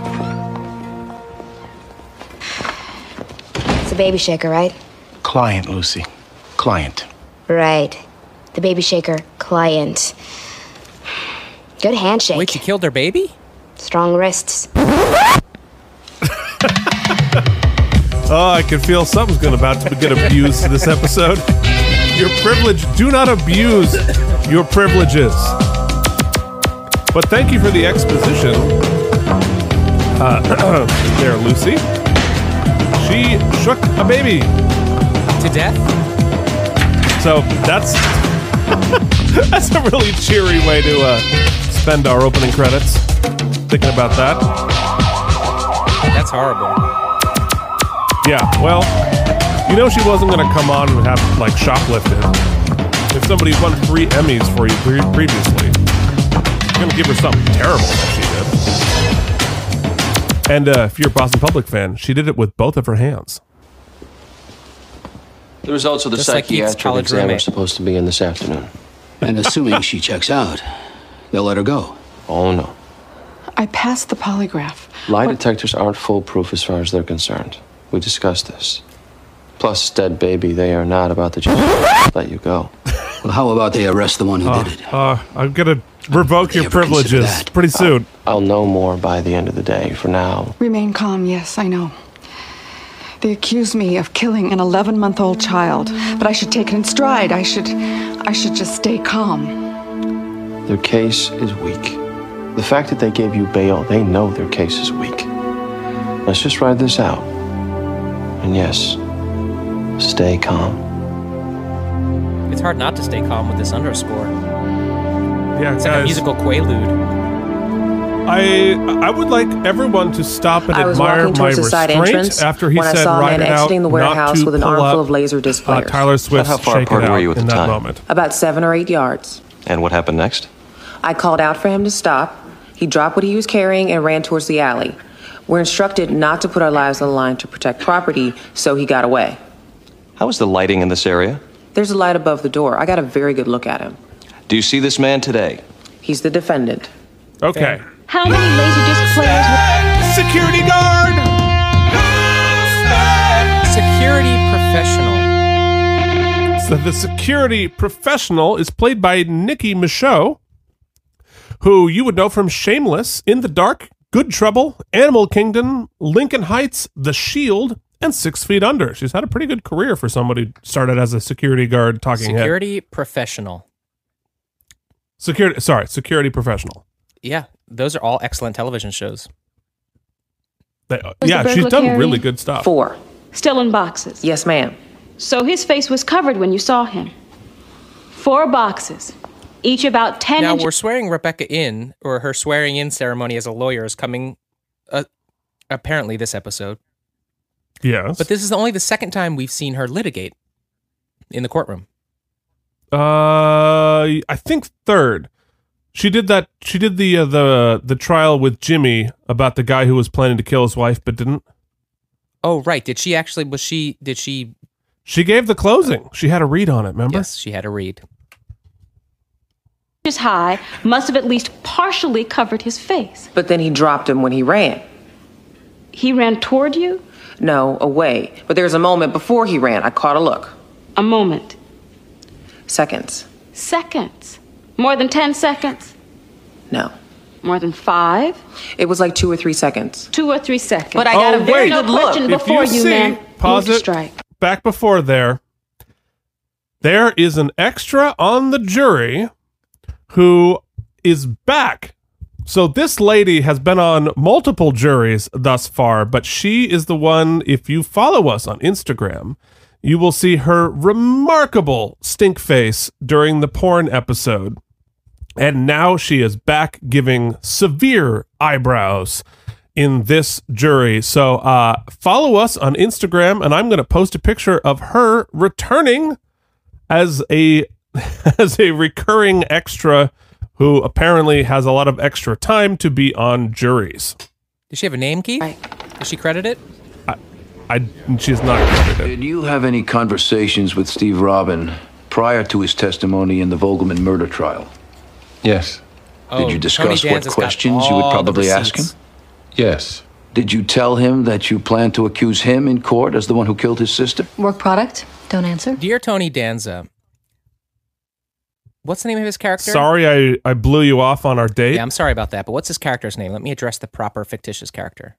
S5: It's a baby shaker, right?
S10: Client, Lucy. Client.
S5: Right. The baby shaker client. Good handshake.
S3: Wait, she killed her baby?
S5: Strong wrists.
S2: Oh, I can feel something's gonna about to get abused this episode. Your privilege. Do not abuse your privileges. But thank you for the exposition. Uh, there, Lucy. She shook a baby.
S3: To death?
S2: So that's that's a really cheery way to uh, spend our opening credits. Thinking about that,
S3: That's horrible.
S2: yeah. Well, you know she wasn't going to come on and have like shoplifted. If somebody won three Emmys for you pre- previously, you're going to give her something terrible that she did. And uh, if you're a Boston Public fan, she did it with both of her hands.
S9: The results of the
S3: Just like Keith's
S9: psychiatric
S3: college
S9: exam are
S3: roommate.
S9: supposed to be in this afternoon.
S10: And assuming she checks out, they'll let her go.
S9: Oh, no.
S8: I passed the polygraph.
S9: Lie detectors aren't foolproof as far as they're concerned. We discussed this. Plus, dead baby, they are not about to just let you go.
S10: Well, how about they arrest the one who did it?
S2: Uh, I'm going to revoke
S10: They
S2: your
S10: ever consider
S2: privileges
S10: that?
S2: pretty soon.
S9: I'll know more by the end of the day. For now,
S8: Remain calm, yes, I know. They accuse me of killing an 11 month old child, but I should take it in stride. I should. I should just stay calm.
S9: their case is weak. The fact that they gave you bail, they know their case is weak. Let's just ride this out. And yes, stay calm.
S3: hard not to stay calm with this underscore.
S2: Yeah,
S3: it's like a musical quaalude.
S2: I I would like everyone to stop and
S11: I was
S2: admire
S11: walking
S2: my
S11: towards the side
S2: restraint
S11: entrance
S2: after he
S11: when
S2: said
S11: I saw a
S2: "Ride
S11: man
S2: it out,
S11: exiting the
S2: not
S11: warehouse
S2: to
S11: with an
S2: pull
S11: armful
S2: up,
S11: of laser disc
S2: uh,
S11: players.
S2: Tyler Swift's
S9: how far
S2: Shake It
S9: apart were
S2: Out
S9: you at
S2: in
S9: the
S2: that
S9: time?
S2: moment.
S11: About seven or eight yards.
S9: And what happened next?
S11: I called out for him to stop. He dropped what he was carrying and ran towards the alley. We're instructed not to put our lives on the line to protect property, so he got away.
S9: How is the lighting in this area?
S11: There's a light above the door. I got a very good look at him.
S9: Do you see this man today?
S11: He's the defendant.
S2: Okay.
S11: How many laser disc players?
S2: Security guard!
S3: Security professional.
S2: So the security professional is played by Nikki Michaud, who you would know from Shameless, In the Dark, Good Trouble, Animal Kingdom, Lincoln Heights, The Shield, and Six Feet Under. She's had a pretty good career for somebody who started as a security guard talking head.
S3: Security professional.
S2: Security, sorry, security professional.
S3: Yeah, those are all excellent television shows.
S2: They- uh, yeah, she's done really good stuff.
S11: Four.
S7: Still in boxes.
S11: Yes, ma'am.
S7: So his face was covered when you saw him. Four boxes, each about 10
S3: now
S7: inches.
S3: we're swearing Rebecca in, or her swearing in ceremony as a lawyer is coming, uh, apparently this episode.
S2: Yes.
S3: But this is only the second time we've seen her litigate in the courtroom.
S2: Uh, I think third. She did that. She did the uh, the the trial with Jimmy about the guy who was planning to kill his wife but didn't.
S3: Oh, right. Did she actually? Was she? Did she?
S2: She gave the closing. She had a read on it. Remember?
S3: Yes, she had a read.
S7: inches high must have at least partially covered his face.
S11: But then he dropped him when he ran.
S7: He ran toward you?
S11: No, away. But there's a moment before he ran. I caught a look.
S7: A moment.
S11: Seconds.
S7: Seconds. More than 10 seconds.
S11: No.
S7: More than five.
S11: It was like two or three seconds. Oh,
S7: Two or three seconds.
S11: But I got a very good look.
S7: question
S11: If
S7: before
S11: you
S7: you,
S11: see-
S7: man.
S2: Pause
S7: Move to
S2: it.
S7: strike.
S2: Back before there. There is an extra on the jury who is back. So this lady has been on multiple juries thus far, but she is the one if you follow us on Instagram, you will see her remarkable stink face during the porn episode. And now she is back giving severe eyebrows in this jury. So uh, follow us on Instagram, and I'm going to post a picture of her returning as a as a recurring extra who apparently has a lot of extra time to be on juries.
S3: Does she have a name, Keith? Does she credit it?
S2: I she's not.
S10: Did you have any conversations with Steve Robin prior to his testimony in the Vogelman murder trial?
S9: Yes.
S10: Did you discuss what questions you would probably ask him?
S9: Yes.
S10: Did you tell him that you plan to accuse him in court as the one who killed his sister?
S12: Work product? Don't answer.
S3: Dear Tony Danza, what's the name of his character?
S2: Sorry, I I blew you off on our date.
S3: Yeah, I'm sorry about that, but what's his character's name? Let me address the proper fictitious character.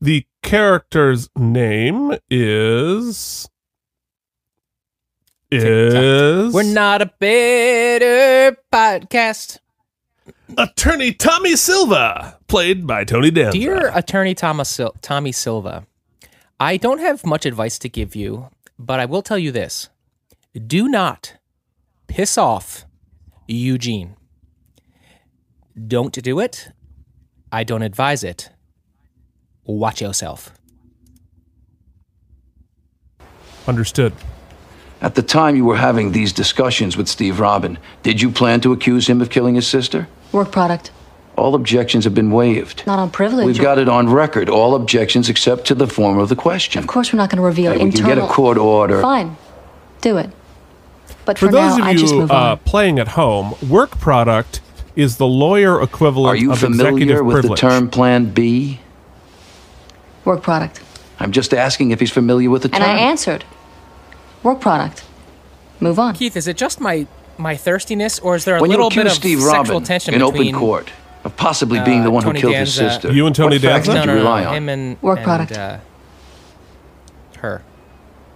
S2: The character's name is is
S3: We're not a bitter podcast.
S2: Attorney Tommy Silva, played by Tony Danza.
S3: Dear Attorney Thomas Sil- Tommy Silva, I don't have much advice to give you, but I will tell you this. Do not piss off Eugene. Don't do it. I don't advise it. Watch yourself.
S2: Understood.
S10: At the time you were having these discussions with Steve Robin, did you plan to accuse him of killing his sister?
S12: Work product.
S10: All objections have been waived.
S12: Not on privilege.
S10: We've got it on record, all objections except to the form of the question.
S12: Of course, we're not going to reveal
S10: Hey, we can
S12: internal.
S10: get a court order.
S12: Fine, do it. But for,
S2: For those
S12: now,
S2: of
S12: I just
S2: you
S12: move
S2: uh,
S12: on.
S2: playing at home, work product is the lawyer
S10: Are
S2: equivalent
S10: you
S2: of
S10: familiar
S2: executive
S10: with
S2: privilege.
S10: the term Plan B?
S12: Work product.
S10: I'm just asking if he's familiar with the term.
S12: And I answered. Work product. Move on.
S3: Keith, is it just my my thirstiness, or is there a
S10: when you
S3: little bit
S10: accuse
S3: of
S10: Steve
S3: sexual
S10: Robin
S3: tension
S10: in
S3: between
S10: open court of possibly being
S3: uh,
S10: the one
S3: Tony
S10: who killed his
S3: Danza-
S10: sister,
S2: You and Tony
S10: what facts
S2: Danza?
S10: did you
S2: No, no, no,
S10: rely on?
S3: him and
S12: Work
S3: and,
S12: product.
S3: uh, her,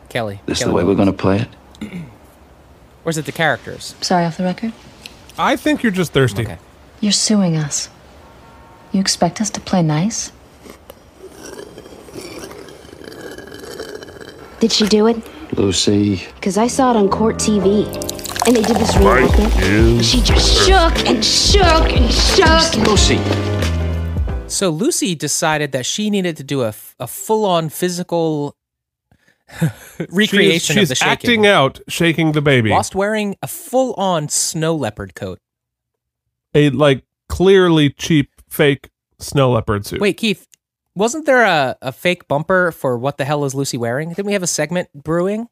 S3: Kelly?
S10: This is the
S3: Kelly
S10: way we're going to play it.
S3: Or is it the characters?
S12: Sorry, off the record.
S2: I think you're just thirsty.
S12: You're suing us. You expect us to play nice?
S5: Did she do it?
S9: Lucy.
S5: Because I saw it on court TV. And they did this reenactment. She just shook and shook and shook.
S9: Lucy.
S3: So Lucy decided that she needed to do a, f- a full on physical recreation
S2: she's,
S3: of the shaking.
S2: acting out shaking the baby.
S3: Whilst wearing a full on snow leopard coat.
S2: A like clearly cheap fake snow leopard suit.
S3: Wait, Keith, wasn't there a, a fake bumper for what the hell is Lucy wearing? Didn't we have a segment brewing?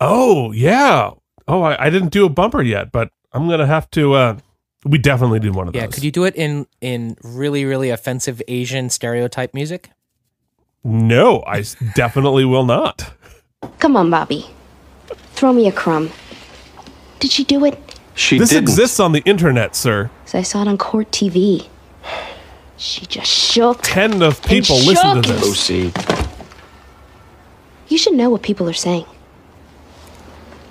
S2: Oh yeah. Oh, I, I didn't do a bumper yet, but I'm gonna have to. uh We definitely do one of
S3: Yeah,
S2: those.
S3: could you do it in in really really offensive Asian stereotype music?
S2: No, I s- definitely will not.
S5: Come on, Bobby. Throw me a crumb. Did she do it?
S9: She
S2: this
S9: didn't.
S2: exists on the internet, sir.
S5: Because I saw it on court TV. She just shook.
S2: Ten of people
S5: And
S2: listen to
S5: shook.
S2: this.
S9: Lucy.
S5: You should know what people are saying.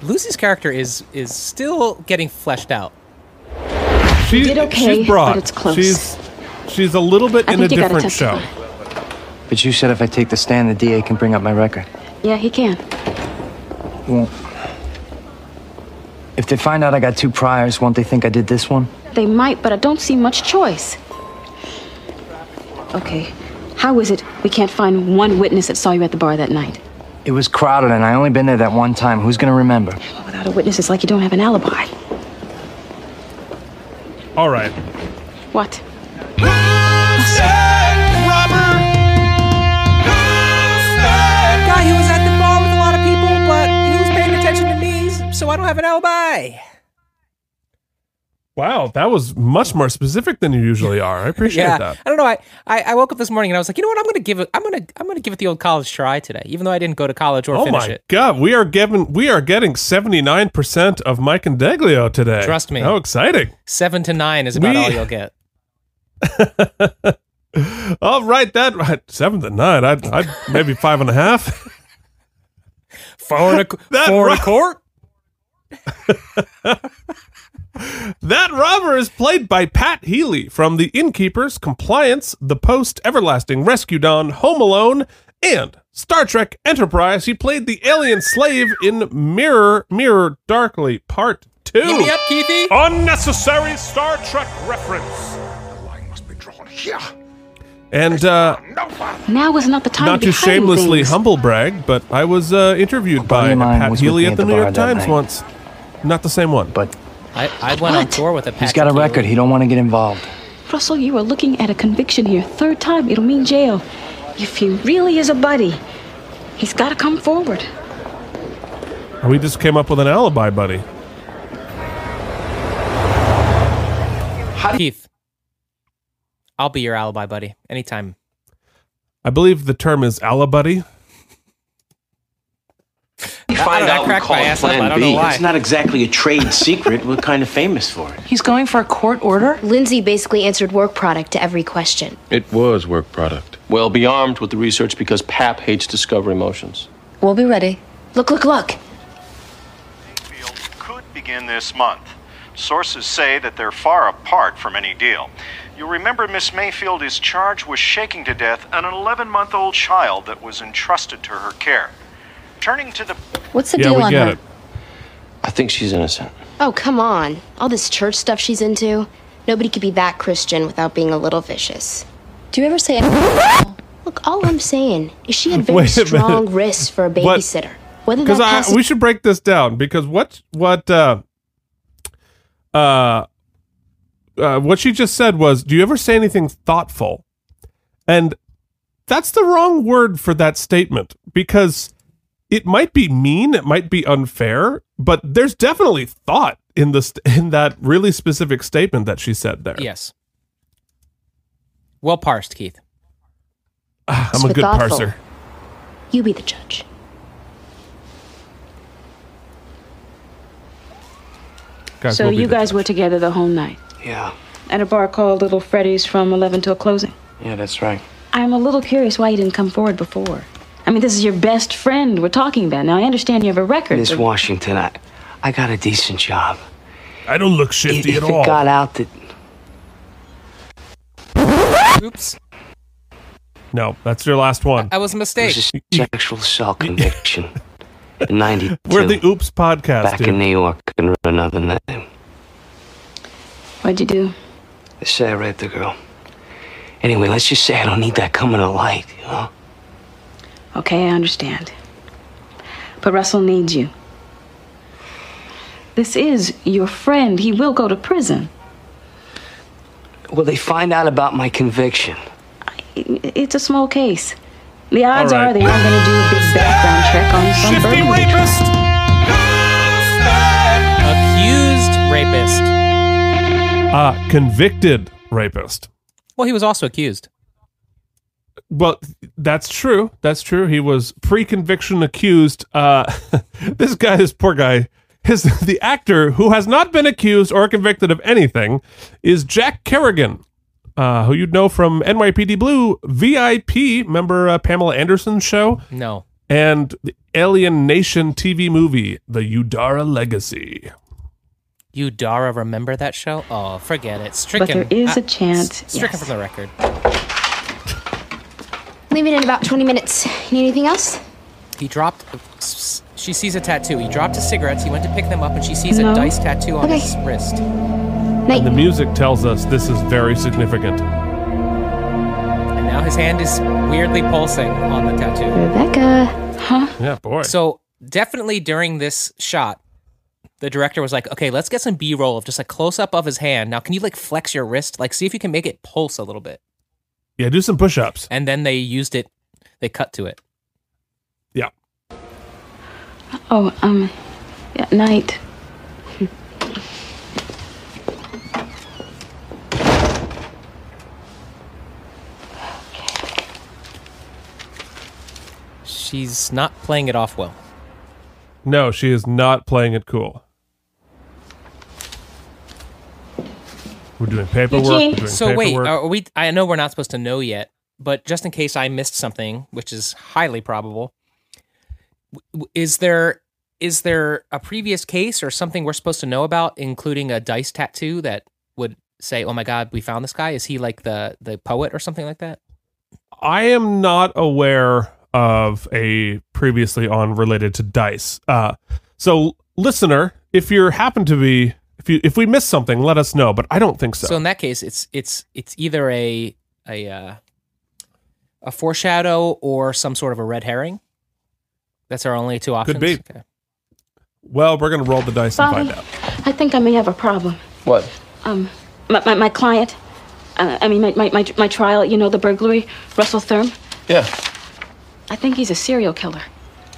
S3: Lucy's character is is still getting fleshed out.
S2: She
S5: did okay,
S2: she's broad.
S5: but it's close.
S2: She's she's a little bit
S5: I
S2: in a
S5: think you gotta
S2: different show.
S5: testify.
S13: But you said if I take the stand, the DA can bring up my record.
S5: Yeah, he can.
S13: Well, if they find out I got two priors, won't they think I did this one?
S7: They might, but I don't see much choice. Okay, how is it we can't find one witness that saw you at the bar that night?
S13: It was crowded, and I only been there that one time. Who's gonna remember?
S7: Without a witness, it's like you don't have an alibi.
S2: All right.
S7: What?
S3: Guy who was at the bar with a lot of people, but he was paying attention to me, so I don't have an alibi.
S2: Wow, that was much more specific than you usually are. I appreciate
S3: yeah,
S2: that.
S3: I don't know. I, I I woke up this morning and I was like, you know what? I'm gonna give it. I'm gonna I'm gonna give it the old college try today, even though I didn't go to college or
S2: Oh
S3: finish
S2: my
S3: it.
S2: god, we are given we are getting seventy nine percent of Mike and Deglio today. Oh,
S3: Trust me.
S2: How exciting!
S3: Seven to nine is about
S2: We-
S3: all you'll get.
S2: All Oh, right, that right seven to nine. I'd, I'd maybe five and a half.
S3: Four and a, four and a court.
S2: That robber is played by Pat Healy from The Innkeepers, Compliance, The Post, Everlasting Rescue Don, Home Alone, and Star Trek Enterprise. He played the alien slave in Mirror, Mirror Darkly Part 2.
S1: Keep me up,
S3: Keithy.
S1: Unnecessary Star Trek reference.
S2: And uh,
S7: Now is not the time
S2: not
S7: to be
S2: to
S7: hiding
S2: shamelessly
S7: things.
S2: humble brag, but I was uh, interviewed by
S13: of mine
S2: Pat
S13: was with
S2: Healy
S13: me
S2: at
S13: at
S2: the
S13: the
S2: New
S13: bar
S2: York
S13: that
S2: Times
S13: night.
S2: once. Not the same one.
S13: But
S3: I, I went on tour with a.
S13: he's got a record. He don't want to get involved.
S7: Russell, you are looking at a conviction here. Third time, it'll mean jail. If he really is a buddy, he's got to come forward.
S2: We just came up with an alibi, buddy.
S3: Keith, I'll be your alibi buddy anytime.
S2: I believe the term is alibuddy.
S3: I don't know, I cracked my ass up. I don't know why.
S14: It's not exactly a trade secret. We're kind of famous for it.
S5: He's going for a court order? Lindsay basically answered work product to every question.
S9: It was work product. Well, be armed with the research because Pap hates discovery motions.
S12: We'll be ready.
S5: Look, look, look.
S15: begin this month. Sources say that they're far apart from any deal. You'll remember Miss Mayfield is charged with shaking to death an 11 month old child that was entrusted to her care. Turning to the.
S5: What's the deal on her?
S9: I think she's innocent.
S5: Oh, come on. All this church stuff she's into. Nobody could be that Christian without being a little vicious.
S12: Do you ever say anything?
S5: Look, all I'm saying is she had very
S2: Wait a minute.
S5: strong wrists for a
S2: What?
S5: babysitter. Whether that
S2: because I
S5: passage-
S2: we should break this down because what what uh uh uh what she just said was do you ever say anything thoughtful and that's the wrong word for that statement because it might be mean it might be unfair but there's definitely thought in this in that really specific statement that she said there
S3: Yes. Well parsed, Keith.
S2: i'm a
S5: for
S2: good
S5: thoughtful.
S2: parser
S5: You be the judge.
S7: so you guys were together the whole night
S13: Yeah.
S7: at a bar called Little Freddy's from 11 till closing.
S13: Yeah, that's right.
S7: I'm a little curious why you didn't come forward before. I mean, this is your best friend we're talking about. Now, I understand you have a record.
S13: Miss
S7: but-
S13: Washington, I, I got a decent job.
S2: I don't look shifty
S13: if, if
S2: at all.
S13: it got out that
S3: Oops.
S2: no that's your last one
S1: Uh,
S3: I was a mistake.
S13: sexual assault conviction,
S9: in 92.
S2: We're the Oops podcast.
S9: Back
S2: dude.
S9: in New York under another name.
S7: What'd you do?
S9: They say I raped the girl. Anyway, let's just say I don't need that coming to light, you know?
S7: Okay, I understand. But Russell needs you. This is your friend. He will go to prison.
S9: Will they find out about my conviction?
S7: I- It's a small case. The odds
S9: All right.
S7: are they are going to do a big background check on some burglary.
S3: Accused rapist.
S2: Uh, convicted rapist.
S3: Well, he was also accused.
S2: Well, that's true. That's true. He was pre-conviction accused. Uh, this guy, this poor guy, his the actor who has not been accused or convicted of anything is Jack Kerrigan, uh, who you'd know from NYPD Blue, VIP, member uh, Pamela Anderson's show,
S3: No.
S2: and the Alien Nation TV movie, The Udara Legacy.
S3: You Dara, remember that show? Oh, forget it. Stricken.
S7: But there is a
S3: Ah,
S7: chance.
S3: Stricken from the record.
S5: Leaving in about 20 minutes. You need anything else?
S3: He dropped. uh, She sees a tattoo. He dropped his cigarettes. He went to pick them up, and she sees
S5: No.
S3: a dice tattoo on
S5: Okay.
S3: his wrist.
S2: And the music tells us this is very significant.
S3: And now his hand is weirdly pulsing on the tattoo.
S5: Rebecca. Huh?
S2: Yeah, boy.
S3: So definitely during this shot, the director was like, "Okay, let's get some B-roll of just a close-up of his hand. Now, can you like flex your wrist? Like, see if you can make it pulse a little bit."
S2: Yeah, do some push-ups.
S3: And then they used it. They cut to it.
S7: Oh, um, at night.
S3: She's not playing it off well.
S2: No, she is not playing it cool. We're doing paperwork. We're doing
S3: So wait,
S2: paperwork.
S3: are we? I know we're not supposed to know yet, but just in case I missed something, which is highly probable, w- w- is there is there a previous case or something we're supposed to know about, including a dice tattoo that would say, "Oh my God, we found this guy"? Is he like the the poet or something like that? uh,
S2: I am not aware of a previously on related to dice. Uh, so, listener, if you happen to be, if you if we miss something, let us know. But I don't think so.
S3: So in that case, it's it's it's either a a uh, a foreshadow or some sort of a red herring. That's our only two options.
S2: Could be. Well, we're gonna roll the dice and
S7: Bobby,
S2: find out.
S7: I think I may have a problem.
S2: What?
S7: Um, my, my, my client, uh, I mean, my, my, my, my trial, you know, the burglary, Russell Thurm,
S9: Yeah.
S7: I think he's a serial killer.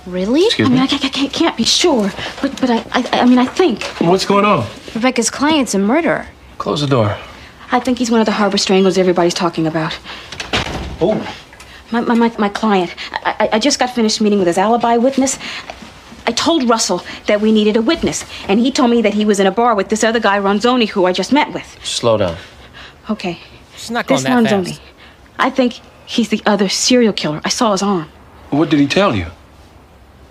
S7: Really?
S9: Excuse
S7: I mean,
S9: me?
S7: I, ca- ca- can't, can't be sure, but, but I, I, I mean, I think.
S9: What's going on?
S7: Rebecca's client's a murderer.
S9: Close the door.
S7: I think he's one of the harbor stranglers everybody's talking about.
S9: Oh.
S7: My, my, my, my client. I, I, I just got finished meeting with his alibi witness. I told Russell that we needed a witness, and he told me that he was in a bar with this other guy, Ronzoni, who I just met with.
S9: Slow down.
S7: Okay.
S3: She's not
S7: this
S9: going that
S7: Ronzoni.
S9: fast.
S7: I think he's the other serial killer. I saw his arm.
S10: What did he tell you?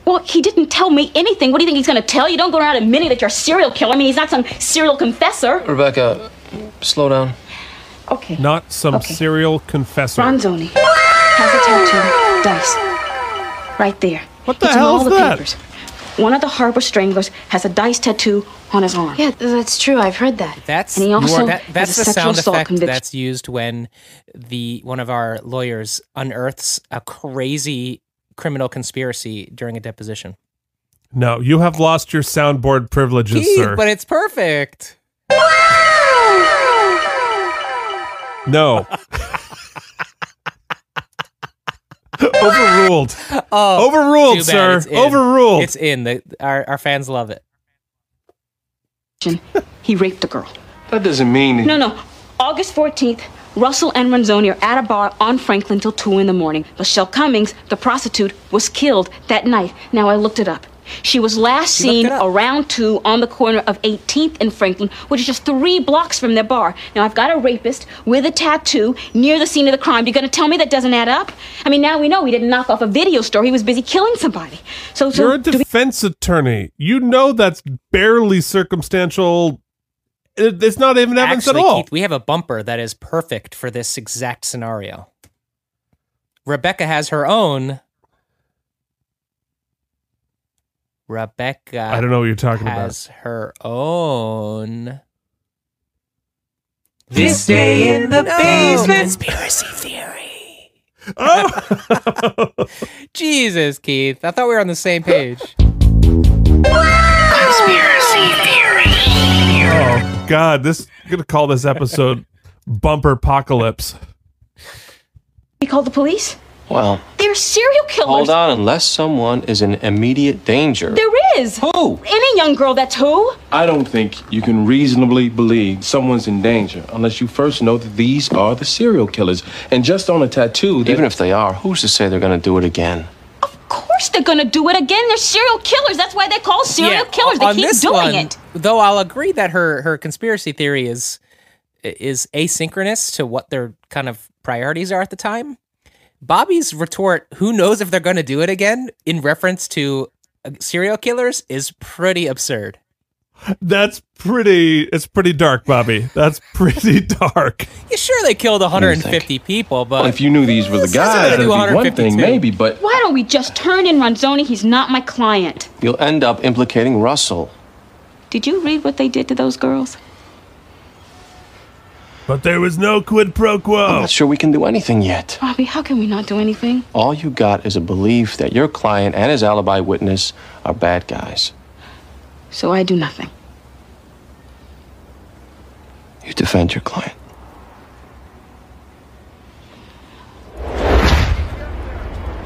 S7: Well, he didn't tell me anything. What do you think he's going to tell you? Don't go around admitting that you're a serial killer. I mean, he's not some serial confessor.
S9: Rebecca, slow down.
S7: Okay.
S2: Not some serial confessor.
S7: Ronzoni has a tattoo. Dice. Right there. What
S2: the
S7: it's
S2: hell
S7: in all
S2: is
S7: the
S2: that?
S7: papers. One of the harbor stranglers has a dice tattoo on his arm.
S5: Yeah, th- that's true. I've heard that.
S3: That's
S7: And he also
S3: you are- that,
S7: has
S3: that's the
S7: a sexual
S3: sound
S7: assault
S3: effect
S7: conviction.
S3: that's used when the one of our lawyers unearths a crazy criminal conspiracy during a deposition.
S2: No, you have lost your soundboard privileges,
S3: Keith,
S2: sir.
S3: but it's perfect.
S2: no. Overruled.
S3: Oh,
S2: Overruled,
S3: too bad.
S2: sir.
S3: It's in.
S2: Overruled.
S3: It's in. The, our, our fans love it.
S7: He raped a girl.
S9: That doesn't mean.
S7: No, no. August 14th, Russell and Ronzoni are at a bar on Franklin till 2 in the morning. Michelle Cummings, the prostitute, was killed that night. Now, I looked it up. She was last seen around 2 on the corner of 18th and Franklin, which is just three blocks from their bar. Now, I've got a rapist with a tattoo near the scene of the crime. You're going to tell me that doesn't add up? I mean, now we know he didn't knock off a video store. He was busy killing somebody. So, so
S2: You're a defense attorney. You know that's barely circumstantial. It- It's not even evidence
S3: Actually,
S2: at all.
S3: Keith, we have a bumper that is perfect for this exact scenario. Rebecca has her own. Rebecca.
S2: I don't know what you're talking about.
S3: Has her own.
S16: This day in the
S3: No.
S16: basement.
S3: Conspiracy theory.
S2: Oh.
S3: Jesus, Keith. I thought we were on the same page.
S16: Conspiracy theory.
S2: Oh God, this I'm gonna call this episode Bumper Apocalypse.
S7: We call the police?
S9: Well,
S7: They're serial killers.
S9: hold on unless someone is in immediate danger.
S7: There is.
S9: Who?
S7: Any young girl, that's who.
S17: I don't think you can reasonably believe someone's in danger unless you first know that these are the serial killers. And just on a tattoo,
S9: even if they are, who's to say they're going to do it again?
S7: Of course they're gonna do it again. They're serial killers. That's why they call serial killers. They
S3: on
S7: keep
S3: this
S7: doing
S3: one,
S7: it.
S3: Though I'll agree that her her conspiracy theory is is asynchronous to what their kind of priorities are at the time. Bobby's retort, "Who knows if they're going to do it again?" in reference to uh, serial killers is pretty absurd.
S2: That's pretty. It's pretty dark, Bobby. That's pretty dark.
S3: Yeah, sure they killed 150 people, but
S17: Well, if you knew these were the
S3: This isn't gonna
S17: guys,
S3: do
S17: that'd be one
S3: 152.
S17: thing, maybe. But
S7: Why don't we just turn in Ronzoni? He's not my client.
S9: You'll end up implicating Russell.
S7: Did you read what they did to those girls?
S2: But there was no quid pro quo.
S9: I'm not sure we can do anything yet.
S7: Robbie, how can we not do anything?
S9: All you got is a belief that your client and his alibi witness are bad guys.
S7: So I do nothing.
S9: You defend your client.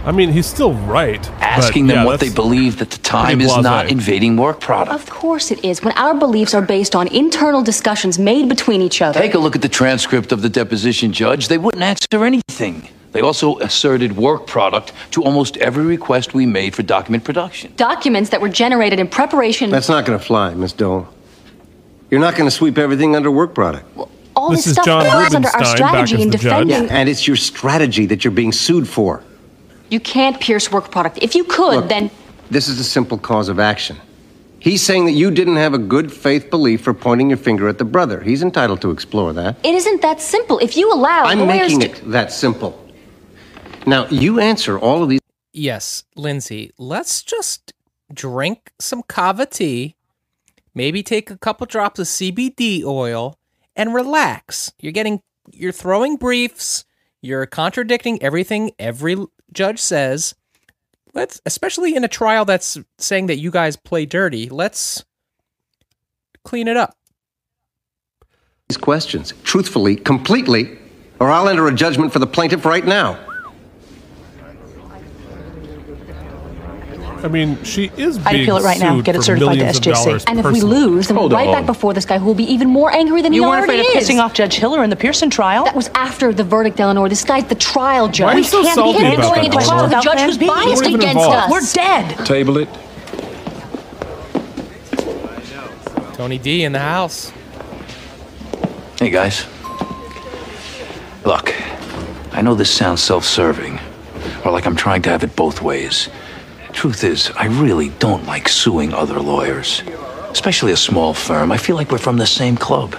S2: I mean, he's still right. but
S10: Asking them
S2: yeah,
S10: what they
S2: that's
S10: believed at the time
S2: pretty
S10: is not
S2: blasé.
S10: invading work product.
S12: Of course it is, when our beliefs are based on internal discussions made between each other.
S10: Take a look at the transcript of the deposition, Judge. They wouldn't answer anything. They also asserted work product to almost every request we made for document production.
S12: Documents that were generated in preparation.
S18: That's not going to fly, Miss Dole. You're not going to sweep everything under work product.
S12: all this, stuff falls under our strategy in defending.
S18: Yeah, and it's your strategy that you're being sued for.
S12: You can't pierce work product. If you could,
S18: Look,
S12: then
S18: This is a simple cause of action. He's saying that you didn't have a good faith belief for pointing your finger at the brother. He's entitled to explore that.
S12: it isn't that simple. If you allow
S18: I'm
S12: lawyers
S18: making
S12: to
S18: it that simple. Now, you answer all of these
S3: Yes, Lindsay, let's just drink some kava tea, maybe take a couple drops of CBD oil and relax. You're getting you're throwing briefs, you're contradicting everything every l- judge says. Let's especially in a trial that's saying that you guys play dirty, let's clean it up.
S18: these questions truthfully, completely, or I'll enter a judgment for the plaintiff right now.
S2: I mean, she is.
S12: I'd
S2: being
S12: appeal it right now.
S2: sued
S12: Get it
S2: for
S12: certified to
S2: millions of dollars
S12: And if we
S2: personally.
S12: lose, then we're right back before this guy who will be even more angry than
S19: You
S12: he
S19: weren't
S12: already
S19: afraid of
S12: is.
S19: pissing off Judge Hiller in the Pearson trial?
S12: That was after the verdict, Eleanor. This guy's the trial judge.
S19: Why are you
S12: we
S19: so
S12: can't
S19: salty
S12: be him
S19: about
S12: going
S19: that,
S12: into trial with a
S19: Eleanor?
S12: judge who's
S19: Plan B.
S12: biased
S19: We're even
S12: against
S19: involved.
S12: us.
S19: We're dead.
S17: table it.
S3: Tony D in the house.
S10: Hey, guys. Look, I know this sounds self serving, or like I'm trying to have it both ways. Truth is, I really don't like suing other lawyers, especially a small firm. I feel like we're from the same club.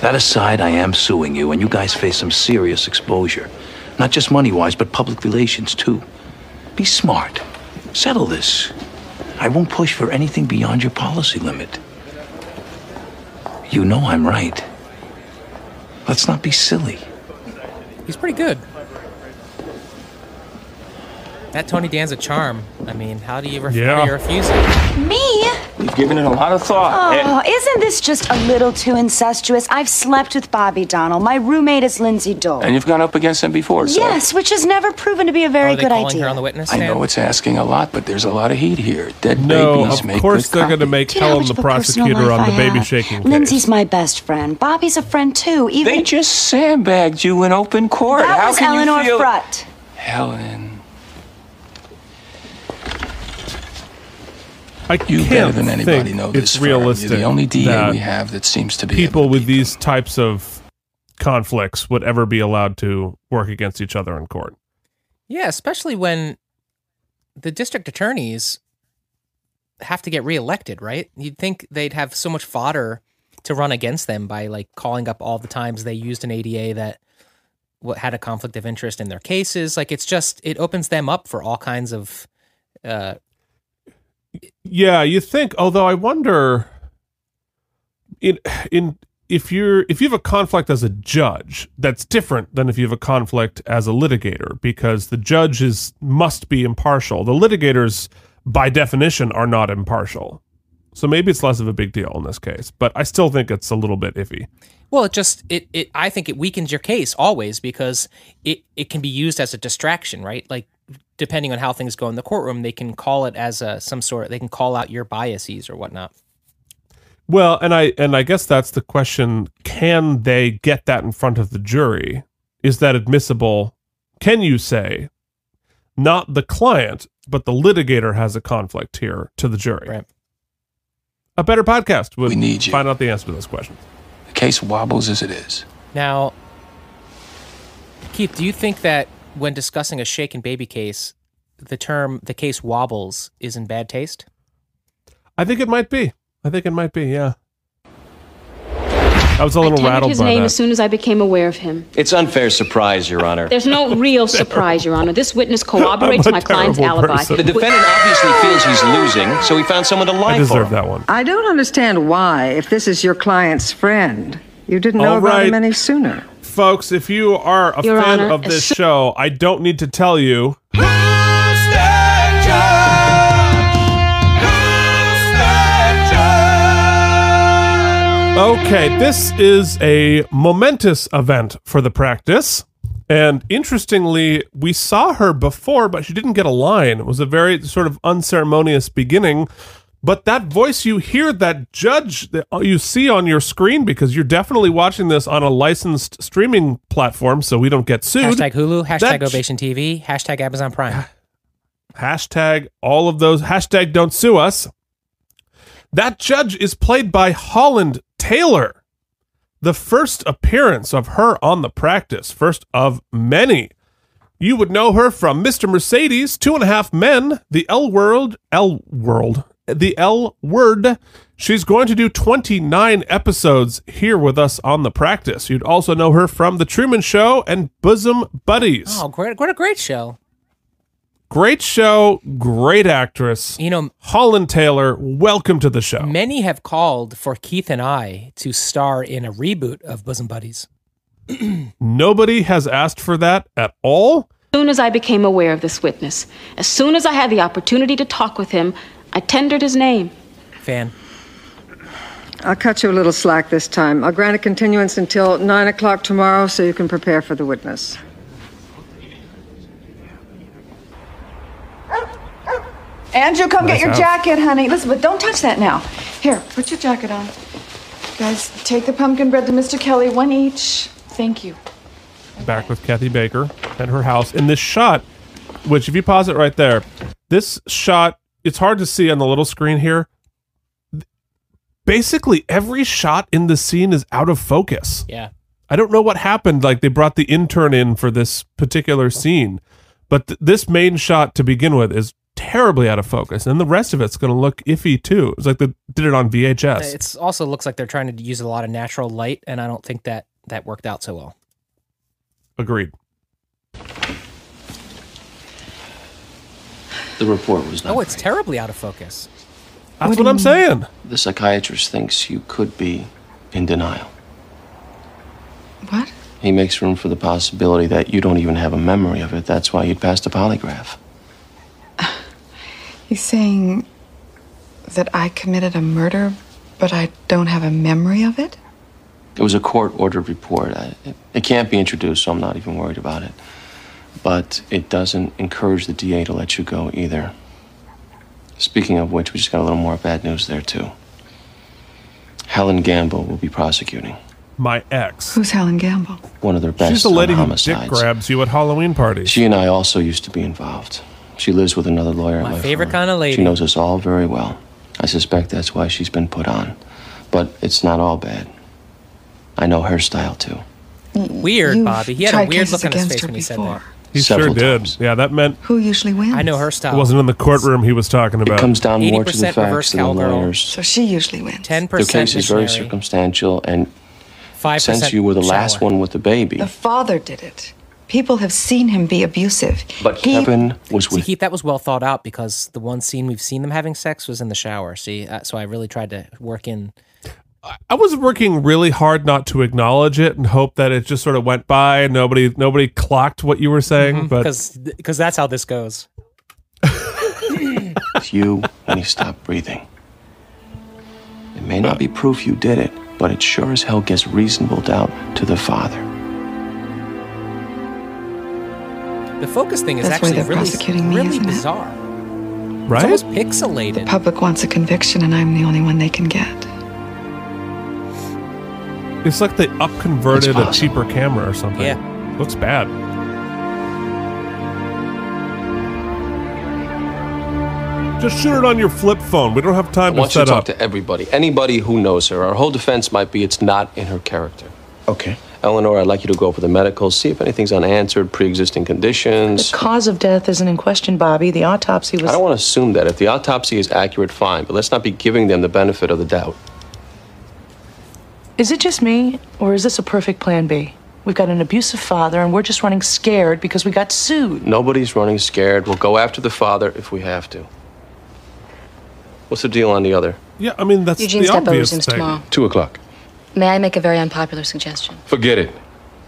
S10: That aside, I am suing you, and you guys face some serious exposure. Not just money wise, but public relations, too. Be smart. Settle this. I won't push for anything beyond your policy limit. You know I'm right. Let's not be silly.
S3: He's pretty good. That Tony Dan's a charm. I mean, how do you, ref- how do you refuse it?
S20: Me?
S1: You've given it a lot of thought. and-
S20: Oh, isn't this just a little too incestuous? I've slept with Bobby Donald. My roommate is Lindsay Dole.
S1: And you've gone up against him before, so.
S20: Yes, which has never proven to be a very good idea.
S1: I know it's asking a lot, but there's a lot of heat here. Dead
S2: No,
S1: babies
S2: of
S1: make
S2: course
S1: good
S2: they're going to
S1: copy.
S2: make
S20: Do you know how
S2: Helen
S20: much
S2: the
S20: of a personal
S2: prosecutor
S20: life
S2: on the
S20: I
S2: baby
S20: have?
S2: shaking. case.
S20: Lindsay's my best friend. Bobby's a friend too. Even
S1: They just sandbagged you in open court.
S20: That
S1: How
S20: was
S1: can you
S20: Eleanor
S1: feel-
S20: Frutt.
S1: Helen.
S2: I
S1: You
S2: can't
S1: better than anybody
S2: think
S1: know
S2: it's
S1: this firm. You're the
S2: realistic.
S1: only DA
S2: that
S1: we have that seems to be
S2: people with these types of conflicts would ever be allowed to work against each other in court.
S3: Yeah, especially when the district attorneys have to get reelected, right? You'd think they'd have so much fodder to run against them by like calling up all the times they used an ADA that what had a conflict of interest in their cases. Like it's just it opens them up for all kinds of Uh,
S2: yeah, you think. Although I wonder, in in if you're if you have a conflict as a judge, that's different than if you have a conflict as a litigator, because the judge is must be impartial. The litigators, by definition, are not impartial. So maybe it's less of a big deal in this case, but I still think it's a little bit iffy.
S3: Well, it just it, it I think it weakens your case always because it it can be used as a distraction, right? Like depending on how things go in the courtroom, they can call it as a some sort. They can call out your biases or whatnot.
S2: Well, and I and I guess that's the question: Can they get that in front of the jury? Is that admissible? Can you say, not the client, but the litigator has a conflict here to the jury?
S3: Right.
S2: A better podcast would
S14: We need you.
S2: find out the answer to this question.
S14: The case wobbles as it is.
S3: Now, Keith, do you think that when discussing a shake and baby case, the term "the case wobbles" is in bad taste?
S2: I think it might be. I think it might be. Yeah. I was a
S7: I
S2: little
S7: tagged
S2: rattled
S7: his
S2: by
S7: name
S2: that.
S7: as soon as I became aware of him.
S9: It's unfair surprise, Your Honor.
S7: There's no real surprise, Your Honor. This witness corroborates my client's alibi.
S9: The defendant obviously feels he's losing, so he found someone to lie for. I
S2: deserve that one.
S21: I don't understand why, if this is your client's friend, you didn't know
S2: All
S21: about
S2: right.
S21: him any sooner.
S2: Folks, if you are a
S21: Your
S2: fan
S21: Honor,
S2: of this
S21: as soo-
S2: show, I don't need to tell you. Okay, this is a momentous event for the practice. And interestingly, we saw her before, but she didn't get a line. It was a very sort of unceremonious beginning. But that voice you hear, that judge that you see on your screen, because you're definitely watching this on a licensed streaming platform, so we don't get sued.
S3: hashtag Hulu. Hashtag
S2: That-
S3: Ovation TV. Hashtag Amazon Prime.
S2: hashtag all of those hashtag don't sue us that judge is played by holland taylor the first appearance of her on the practice first of many you would know her from mr mercedes two and a half men the l world l world the l word she's going to do 29 episodes here with us on the practice you'd also know her from the truman show and bosom buddies
S3: Oh, great! What a great show.
S2: Great show, great actress.
S3: You know,
S2: Holland Taylor, welcome to the show.
S3: Many have called for Keith and I to star in a reboot of Bosom Buddies.
S2: Nobody has asked for that at all.
S7: As soon as I became aware of this witness, as soon as I had the opportunity to talk with him, I tendered his name.
S3: Fan.
S21: I'll cut you a little slack this time. I'll grant a continuance until 9 o'clock tomorrow so you can prepare for the witness.
S8: Andrew, come
S21: Nice
S8: get your
S21: house.
S8: jacket, honey. Elizabeth, don't touch that now. Here, put your jacket on. Guys, take the pumpkin bread to Mr. Kelly, one each. Thank you.
S2: Back with Kathy Baker at her house in this shot, which, if you pause it right there, this shot, it's hard to see on the little screen here. Basically, every shot in the scene is out of focus.
S3: Yeah.
S2: I don't know what happened. Like they brought the intern in for this particular scene, but th- this main shot to begin with is terribly out of focus, and the rest of it's going to look iffy too. It's like they did it on VHS.
S3: It's also looks like they're trying to use a lot of natural light, and I don't think that that worked out so well.
S2: Agreed.
S9: The report was not.
S3: Oh, it's terribly out of focus.
S2: That's what I'm saying.
S9: The psychiatrist thinks you could be in denial.
S8: What?
S9: He makes room for the possibility that you don't even have a memory of it. That's why you'd passed a polygraph.
S8: He's saying that I committed a murder, but I don't have a memory of it?
S9: It was a court ordered report. I, it, it can't be introduced, so I'm not even worried about it. But it doesn't encourage the DA to let you go either. Speaking of which, we just got a little more bad news there, too. Helen Gamble will be prosecuting
S2: My ex.
S8: Who's Helen Gamble?
S9: one of their best
S2: She's the
S9: on
S2: lady who dick
S9: homicides.
S2: grabs you at Halloween parties.
S9: She and I also used to be involved. She lives with another lawyer.
S3: My
S9: at
S3: favorite
S9: firm.
S3: kind of
S9: She
S3: lady.
S9: knows us all very well. I suspect that's why she's been put on. But it's not all bad. I know her style too.
S3: Weird,
S8: You've
S3: Bobby. He had a
S8: tried
S3: weird look
S8: cases
S3: on his
S8: against
S3: face
S8: her
S3: when he said that.
S2: He sure
S9: Several
S2: did. Yeah, that meant
S8: Who usually wins? I know her
S2: it wasn't in the courtroom he was talking about.
S9: It comes down more to the
S3: 80% Oh.
S9: facts
S3: reverse
S9: than the
S3: cowgirl.
S9: lawyers.
S8: So she usually wins.
S3: Ten
S9: Their
S3: percent
S9: case is very
S3: missionary.
S9: circumstantial, and
S3: Five
S9: since
S3: percent
S9: you were the last one with the baby,
S8: The father did it. People have seen him be abusive.
S9: But Kevin was
S3: See,
S9: with
S3: Keith, that was well thought out because the one scene we've seen them having sex was in the shower. See, uh, so I really tried to work in.
S2: I was working really hard not to acknowledge it and hope that it just sort of went by and nobody nobody clocked what you were saying.
S3: Mm-hmm.
S2: But
S3: because because that's how this goes.
S9: It's you when he stopped breathing. It may not be proof you did it, but it sure as hell gives reasonable doubt to the father.
S3: The focus thing is
S8: That's why
S3: actually
S8: they're
S3: really
S8: prosecuting me,
S3: really
S8: isn't it?
S3: bizarre.
S2: Right?
S3: It's almost pixelated.
S8: The public wants a conviction, and I'm the only one they can get.
S2: it's like they upconverted
S8: It's
S2: a
S8: possible.
S2: cheaper camera or something.
S3: Yeah.
S2: looks bad. Just shoot it on your flip phone. We don't have time
S9: I want
S2: to
S9: you to
S2: set
S9: talk
S2: up.
S9: to everybody, anybody who knows her. Our whole defense might be it's not in her character. Okay. Eleanor, I'd like you to go over the medicals, see if anything's unanswered, pre-existing conditions.
S22: Cause of death isn't in question, Bobby. The autopsy was.
S9: I don't want to assume that. If the autopsy is accurate, fine, but let's not be giving them the benefit of the doubt.
S22: Is it just me, or is this a perfect plan B? We've got an abusive father, and we're just running scared because we got sued.
S9: Nobody's running scared. We'll go after the father if we have to. What's the deal on the other?
S2: Yeah, I mean that's
S12: Eugene's
S2: the
S12: got
S2: obvious
S12: Bose
S2: thing.
S12: tomorrow.
S9: Two o'clock.
S12: May I make a very unpopular suggestion?
S9: Forget it.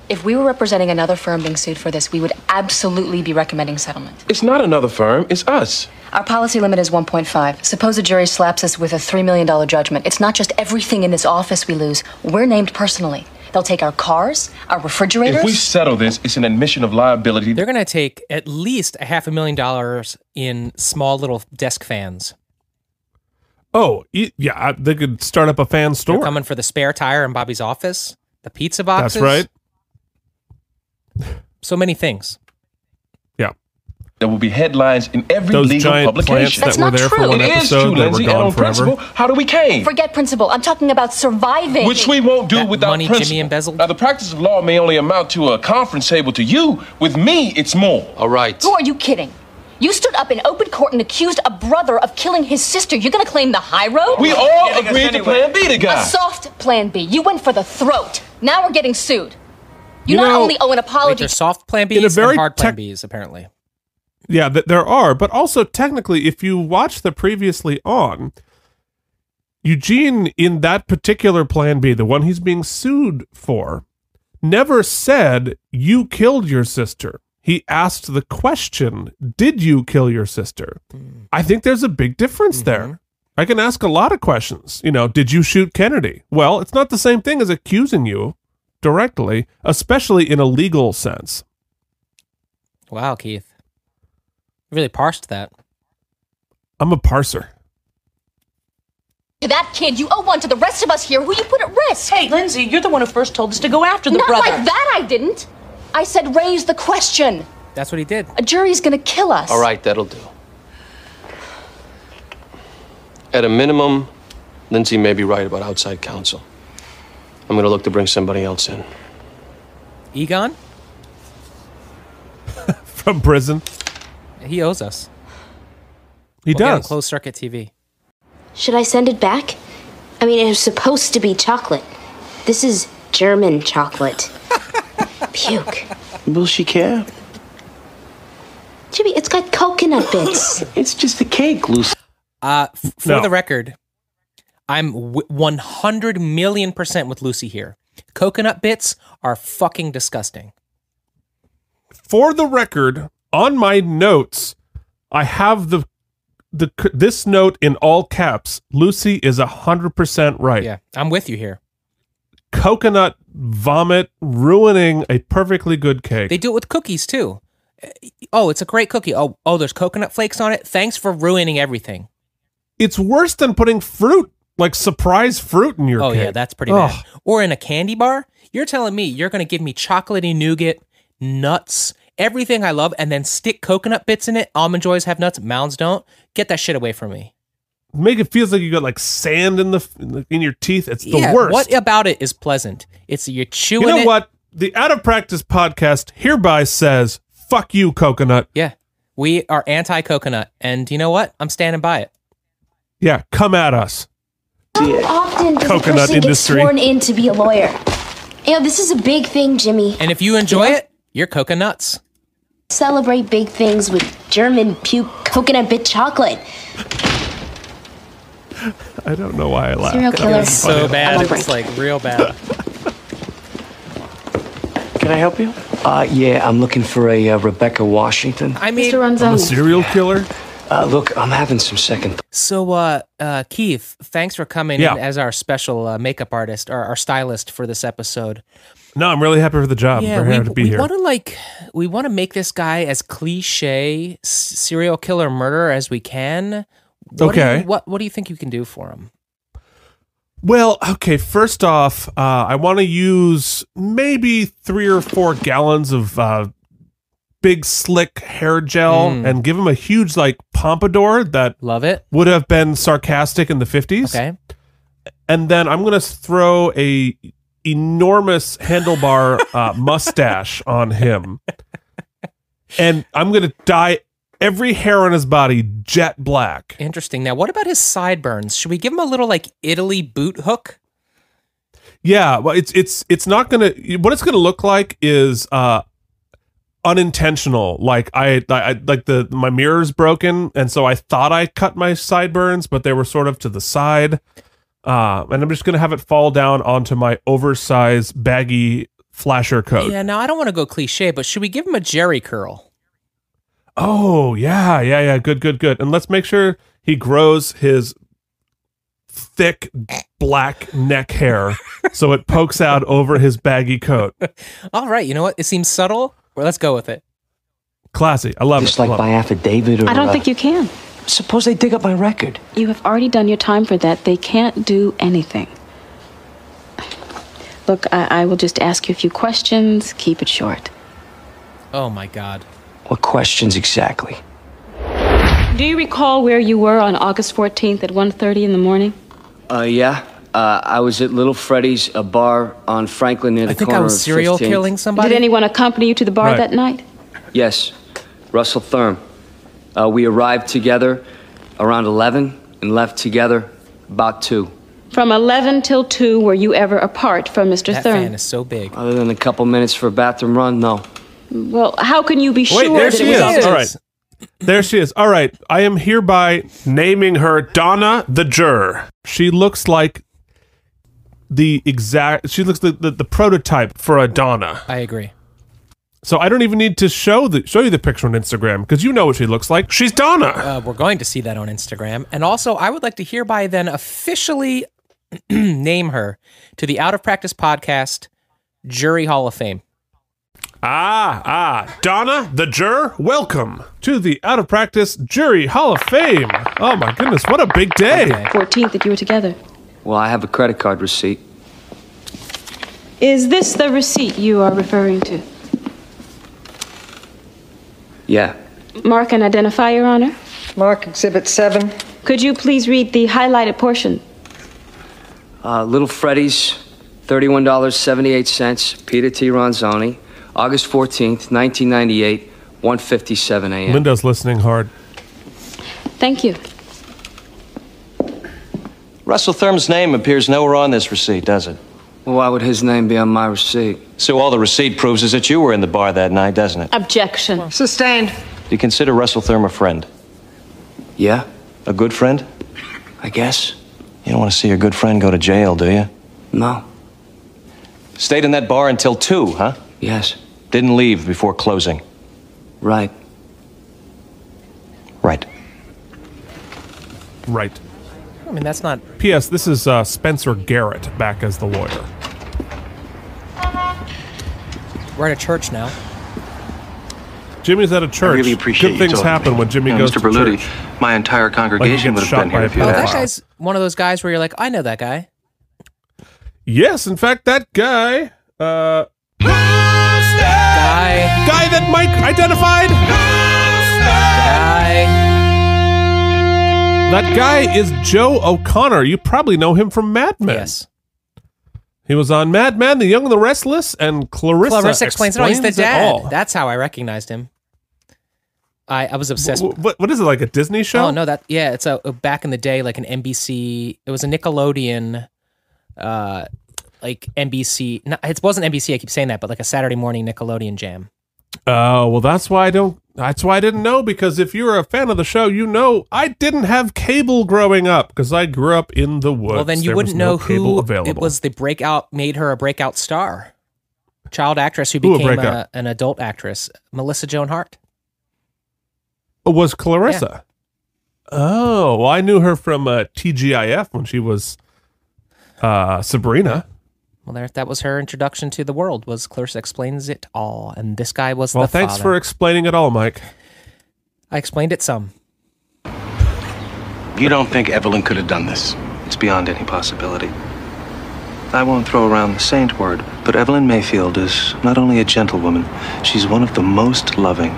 S12: If we were representing another firm being sued for this, we would absolutely be recommending settlement.
S17: It's not another firm, it's us.
S12: Our policy limit is 1.5. Suppose a jury slaps us with a $3 million judgment. It's not just everything in this office we lose, we're named personally. They'll take our cars, our refrigerators.
S17: If we settle this, it's an admission of liability.
S3: They're going to take at least a half a million dollars in small little desk fans.
S2: Oh, y- yeah, I- they could start up a fan
S3: They're
S2: store.
S3: coming for the spare tire in Bobby's office, the pizza boxes.
S2: right.
S3: So many things.
S2: Yeah.
S17: There will be headlines in every
S2: Those
S17: legal
S2: giant plants
S17: publication.
S2: that That's were not there for true. one
S17: It is
S2: episode
S17: true,
S2: that were
S17: Lindsay,
S2: gone
S17: and on
S2: forever.
S17: principle, how do we came?
S12: Forget principle. I'm talking about surviving.
S17: Which we won't do without
S12: money Jimmy
S17: principle. Now, the practice of law may only amount to a conference table to you. With me, it's more.
S9: All right.
S12: Who are you kidding? You stood up in open court and accused a brother of killing his sister. You're going to claim the high road?
S17: We all Getting us agreed to anyway. plan B together.
S12: A soft plan B. You went for the throat. Now we're getting sued. You,
S2: You
S12: not
S2: know-
S12: only owe an
S3: Wait,
S12: apology.
S3: there's soft plan
S2: In a
S3: Bs
S2: very
S3: and hard plan
S2: tech-
S3: Bs, apparently.
S2: Yeah, th- there are, but also technically, if you watch the previously on, Eugene in that particular Plan B, the one he's being sued for, never said you killed your sister. He asked the question, "Did you kill your sister?" I think there's a big difference there. I can ask a lot of questions. You know, did you shoot Kennedy? Well, it's not the same thing as accusing you directly, especially in a legal sense.
S3: Wow, Keith. You Really parsed that.
S2: I'm a parser.
S12: To that kid, you owe one to the rest of us here who you put at risk.
S22: Hey, Lindsay, you're the one who first told us to go after the
S12: Not
S22: brother.
S12: like that, I didn't. I said raise the question.
S3: That's what he did.
S12: A jury's going to kill us.
S9: All right, that'll do. At a minimum, Lindsay may be right about outside counsel. I'm going to look to bring somebody else in.
S3: Egon,
S2: From prison.
S3: he owes us.
S2: He
S3: We'll get him
S2: does.
S3: Closed circuit TV.
S5: Should I send it back? I mean, it was supposed to be chocolate. This is German chocolate. Puke.
S10: Will she care?
S5: Jimmy, it's got coconut bits.
S10: It's just a cake, Lucy.
S3: Uh, f- for
S10: No.
S3: the record, I'm w- 100 million percent with Lucy here. Coconut bits are fucking disgusting.
S2: for the record, on my notes, I have the the c- this note in all caps. Lucy is hundred percent right.
S3: Yeah, I'm with you here.
S2: Coconut vomit ruining a perfectly good cake.
S3: They do it with cookies too. Uh, Oh, it's a great cookie. Oh, oh, there's coconut flakes on it. Thanks for ruining everything.
S2: it's worse than putting fruit, like surprise fruit, in your
S3: Oh
S2: cake.
S3: yeah, that's pretty
S2: Ugh.
S3: bad. Or in a candy bar, you're telling me you're going to give me chocolatey nougat, nuts, everything I love, and then stick coconut bits in it. Almond joys have nuts, mounds don't. Get that shit away from me.
S2: Make it feels like you got like sand in the f- in the- in your teeth. It's the
S3: Yeah,
S2: worst.
S3: What about it is pleasant? It's you're chewing.
S2: you know
S3: it.
S2: what? The out of practice podcast hereby says, "Fuck you, coconut."
S3: Yeah, we are anti coconut, and you know what? I'm standing by it.
S2: Yeah, come at us.
S5: Often does
S2: Coconut
S5: a person
S2: industry.
S5: get sworn in to be a lawyer. You know, this is a big thing, Jimmy.
S3: And if you enjoy it, You're coconuts.
S5: Celebrate big things with German puke coconut bit chocolate.
S2: I don't know why I laughed.
S5: Serial
S2: That
S5: killer.
S2: was
S5: So
S2: funny.
S3: bad. It was like real bad.
S13: Can I help you? Uh, yeah, I'm looking for a uh, Rebecca Washington.
S3: I mean, Mr. Ronzoni.
S13: I'm a
S2: serial killer.
S13: Uh, look, I'm having some second. Th-
S3: So, uh, uh, Keith, thanks for coming
S2: Yeah.
S3: in as our special uh, makeup artist or our stylist for this episode.
S2: No, I'm really happy um, for the job.
S3: yeah,
S2: Very
S3: we,
S2: happy to be
S3: we
S2: here.
S3: want to like we want to make this guy as cliche s- serial killer murderer as we can. What do you-
S2: Okay.
S3: what what do you think you can do for him?
S2: Well, okay. First off, uh, I want to use maybe three or four gallons of uh, big slick hair gel
S3: Mm.
S2: and give him a huge like pompadour that
S3: love it
S2: would have been sarcastic in the fifties.
S3: Okay,
S2: and then I'm gonna throw a enormous handlebar uh, mustache on him, and I'm gonna dye every hair on his body jet black.
S3: Interesting. Now, what about his sideburns? Should we give him a little like Italy boot hook?
S2: Yeah, well, it's it's it's not gonna. What it's gonna look like is uh, unintentional. Like I, I, I like the my mirror's broken, and so I thought I cut my sideburns, but they were sort of to the side. Uh, and I'm just gonna have it fall down onto my oversized, baggy flasher coat.
S3: Yeah. Now, I don't want to go cliche, but should we give him a Jerry curl?
S2: Oh yeah, yeah, yeah. Good, good, good. And let's make sure he grows his thick black neck hair so it pokes out over his baggy coat.
S3: All right. You know what? It seems subtle. Well, let's go with it.
S2: Classy. I love
S13: Just like by affidavit or.
S7: I don't
S13: uh,
S7: think you can.
S13: Suppose they dig up my record.
S7: You have already done your time for that. They can't do anything. Look, I, I will just ask you a few questions. Keep it short.
S3: Oh my God.
S13: What questions exactly?
S7: Do you recall where you were on August 14th at 1.30 in the morning?
S13: Uh, yeah. Uh, I was at Little Freddy's, a bar on Franklin near the
S7: I think I
S13: corner
S7: was
S13: of
S7: serial
S13: 15th.
S7: killing
S3: Somebody?
S7: Did anyone accompany you to the bar
S13: Right.
S7: that night?
S13: Yes, Russell Thurm. Uh, we arrived together around 11 and left together about 2.
S7: From 11 till 2, were you ever apart from Mr.
S13: That
S7: Thurm?
S13: fan
S3: is so big.
S13: Other than a couple minutes for a bathroom run, no.
S7: Well, how can you be
S2: Wait,
S7: sure
S2: there
S7: that
S2: she
S7: it was
S2: is.
S7: August?
S2: All right. There she is. All right. I am hereby naming her Donna the Juror. She looks like the exact she looks like the, the prototype for a Donna.
S3: I agree.
S2: So I don't even need to show the show you the picture on Instagram because you know what she looks like. She's Donna.
S3: Uh, we're going to see that on Instagram. And also, I would like to hereby then officially name her to the Out of Practice podcast Jury Hall of Fame.
S2: Ah, ah, Donna, the juror, welcome to the Out of Practice Jury Hall of Fame. Oh my goodness, what a big day.
S7: 14th that you were together.
S13: Well, I have a credit card receipt.
S7: Is this the receipt you are referring to?
S13: Yeah.
S7: Mark and identify, Your Honor.
S21: Mark Exhibit 7.
S7: Could you please read the highlighted portion?
S13: Uh, Little Freddy's, $31.78, Peter T. Ronzoni, August 14th, 1998, 1.57 a.m.
S2: Linda's listening hard.
S7: Thank you.
S9: Russell Thurm's name appears nowhere on this receipt, does it?
S13: Well, why would his name be on my receipt?
S9: So all the receipt proves is that you were in the bar that night, doesn't it?
S7: Objection.
S21: Sustained.
S9: Do you consider Russell Thurm a friend?
S13: Yeah.
S9: A good friend?
S13: I guess.
S9: You don't want to see your good friend go to jail, do you?
S13: No.
S9: Stayed in that bar until 2, huh?
S13: Yes.
S9: Didn't leave before closing.
S13: Right.
S9: Right.
S2: Right.
S3: I mean, that's not.
S2: P.S. This is uh, Spencer Garrett back as the lawyer.
S3: We're at a church now.
S2: Jimmy's at a church.
S10: I really appreciate
S2: Good
S10: you
S2: things
S10: talking
S2: happen
S10: to me.
S2: when Jimmy
S10: You know,
S2: goes
S10: Mr.
S2: to
S10: Berluti,
S2: church.
S10: My entire congregation would
S2: Like, you get
S10: have been here
S2: shot by
S10: if you
S2: a
S10: had
S3: Oh, that
S10: asked.
S3: guy's one of those guys where you're like, I know that guy.
S2: Yes, in fact, that guy. Uh,
S3: Guy.
S2: Guy that Mike identified.
S3: Guy.
S2: That guy is Joe O'Connor. You probably know him from Mad Men. Yes. He was on Mad Men, The Young and the Restless, and Clarissa,
S3: Clarissa explains, no, he's the
S2: It
S3: dad.
S2: All.
S3: That's how I recognized him. I, I was obsessed.
S2: Wh- What, what is it like a Disney show?
S3: Oh no, that yeah, it's a, a- back in the day like an NBC. It was a Nickelodeon, uh, like NBC. No, it wasn't NBC. I keep saying that, but like a Saturday morning Nickelodeon jam.
S2: Oh, well, that's why I don't. That's why I didn't know because if you're a fan of the show, you know I didn't have cable growing up because I grew up in the woods.
S3: Well, then you
S2: There was
S3: wouldn't
S2: no
S3: know
S2: cable
S3: who
S2: available.
S3: it was. The breakout made her a breakout star, child actress who
S2: Ooh, a
S3: became a,
S2: breakout.
S3: an adult actress, Melissa Joan Hart.
S2: Oh, was Clarissa. Oh, well, I knew her from uh, TGIF when she was uh, Sabrina.
S3: Well, there, that was her introduction to the world. Was Clarissa explains it all, and this guy was
S2: Well,
S3: the
S2: thanks
S3: father.
S2: for explaining it all, Mike.
S3: I explained it some.
S10: You don't think Evelyn could have done this? It's beyond any possibility. I won't throw around the saint word, but Evelyn Mayfield is not only a gentlewoman, she's one of the most loving.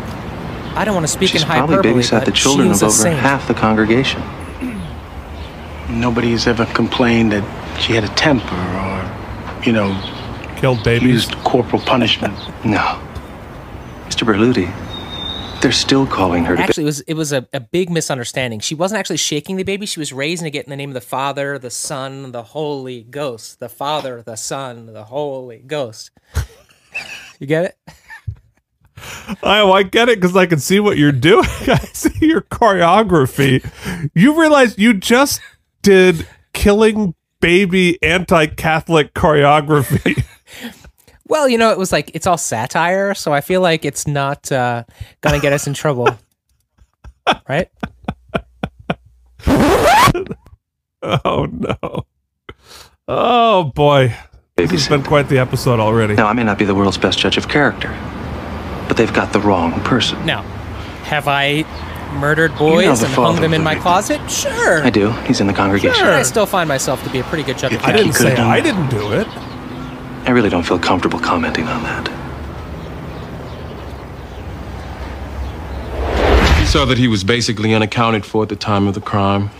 S3: I don't want to speak
S10: She's
S3: in
S10: probably
S3: hyperbole,
S10: babysat
S3: but
S10: the children of
S3: she's a
S10: over
S3: saint.
S10: half the congregation.
S11: Nobody's ever complained that she had a temper or, you know,
S2: killed babies.
S11: Used corporal punishment.
S10: No. Mr. Berluti, they're still calling her to
S3: Actually, it was it was a, a big misunderstanding. She wasn't actually shaking the baby; she was raising it in the name of the Father, the Son, the Holy Ghost. The Father, the Son, the Holy Ghost. you get it?
S2: Oh, I get it because I can see what you're doing. I see your choreography. You realize you just did killing baby anti Catholic choreography.
S3: Well, you know, it was like it's all satire, so I feel like it's not uh, gonna get us in trouble, right?
S2: oh, no. Oh, boy. This has been quite the episode already.
S10: Now, I may not be the world's best judge of character, but they've got the wrong person.
S3: Now, have I murdered boys
S10: You know the
S3: and hung
S10: father
S3: them in
S10: of
S3: my closet? Sure.
S10: I do. He's in the congregation.
S3: Sure. I still find myself to be a pretty good judge. of
S10: I didn't
S3: character.
S10: say I
S2: didn't do it.
S10: I really don't feel comfortable commenting on that.
S17: He saw that he was basically unaccounted for at the time of the crime.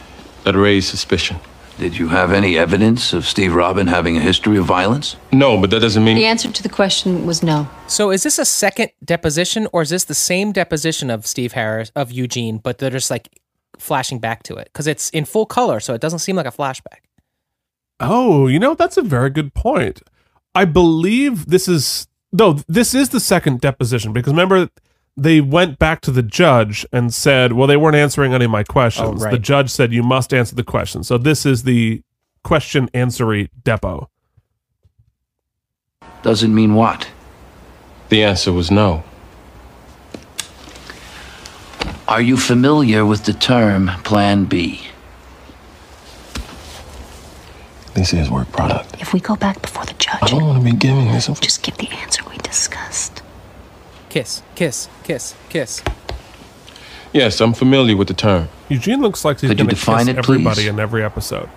S17: That raised suspicion.
S10: Did you have any evidence of Steve Robin having a history of violence?
S17: No, but that doesn't mean.
S23: The answer to the question was no.
S3: So is this a second deposition or is this the same deposition of Steve Harris of Eugene, but they're just like flashing back to it because it's in full color, so it doesn't seem like a flashback.
S2: Oh, you know, that's a very good point. I believe this is no, this is the second deposition because remember they went back to the judge and said, "Well, they weren't answering any of my questions."
S17: Oh,
S3: right.
S2: The judge said, "You must answer the question." So this is the question answery depot.
S10: Doesn't mean what?
S17: The answer was no.
S10: Are you familiar with the term Plan B?
S17: This is work product.
S23: If we go back before the judge,
S17: I don't want to be giving this.
S23: just give the answer we discussed.
S3: Kiss, kiss, kiss, kiss.
S17: Yes, I'm familiar with the term.
S2: Eugene looks like he's
S17: Could you
S2: going to
S17: define
S2: kiss
S17: it,
S2: everybody
S17: please?
S2: in every episode.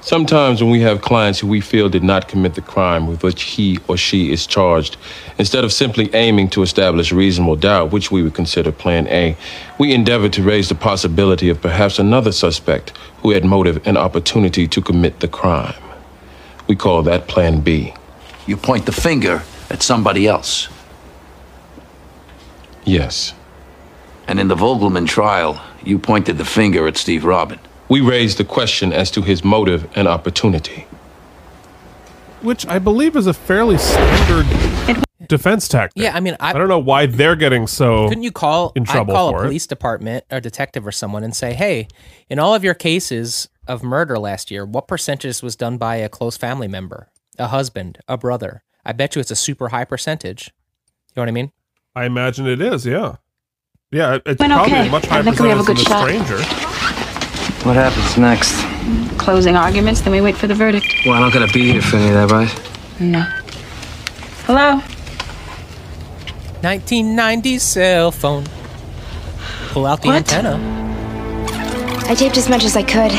S17: Sometimes when we have clients who we feel did not commit the crime with which he or she is charged, instead of simply aiming to establish reasonable doubt, which we would consider plan A, we endeavor to raise the possibility of perhaps another suspect who had motive and opportunity to commit the crime. We call that plan B.
S10: You point the finger at somebody else.
S17: Yes.
S10: And in the Vogelman trial, you pointed the finger at Steve Robin.
S17: We raise the question as to his motive and opportunity.
S2: Which I believe is a fairly standard defense tactic.
S3: Yeah, I mean, I,
S2: I don't know why they're getting so
S3: couldn't you call
S2: in trouble
S3: I'd call
S2: for
S3: a
S2: it.
S3: police department or detective or someone and say, "Hey, in all of your cases of murder last year, what percentage was done by a close family member, a husband, a brother?" I bet you it's a super high percentage. You know what I mean?
S2: I imagine it is, yeah. Yeah, it- it's
S7: Went
S2: probably
S7: okay.
S2: a much
S7: I
S2: higher
S7: think we have a
S2: percentage than the
S7: good shot.
S2: stranger.
S10: What happens next?
S7: Closing arguments, then we wait for the verdict.
S10: Well, I'm not gonna be here for any of that, right?
S7: No. Hello?
S3: 1990 cell phone. Pull out the antenna.
S5: I taped as much as I could.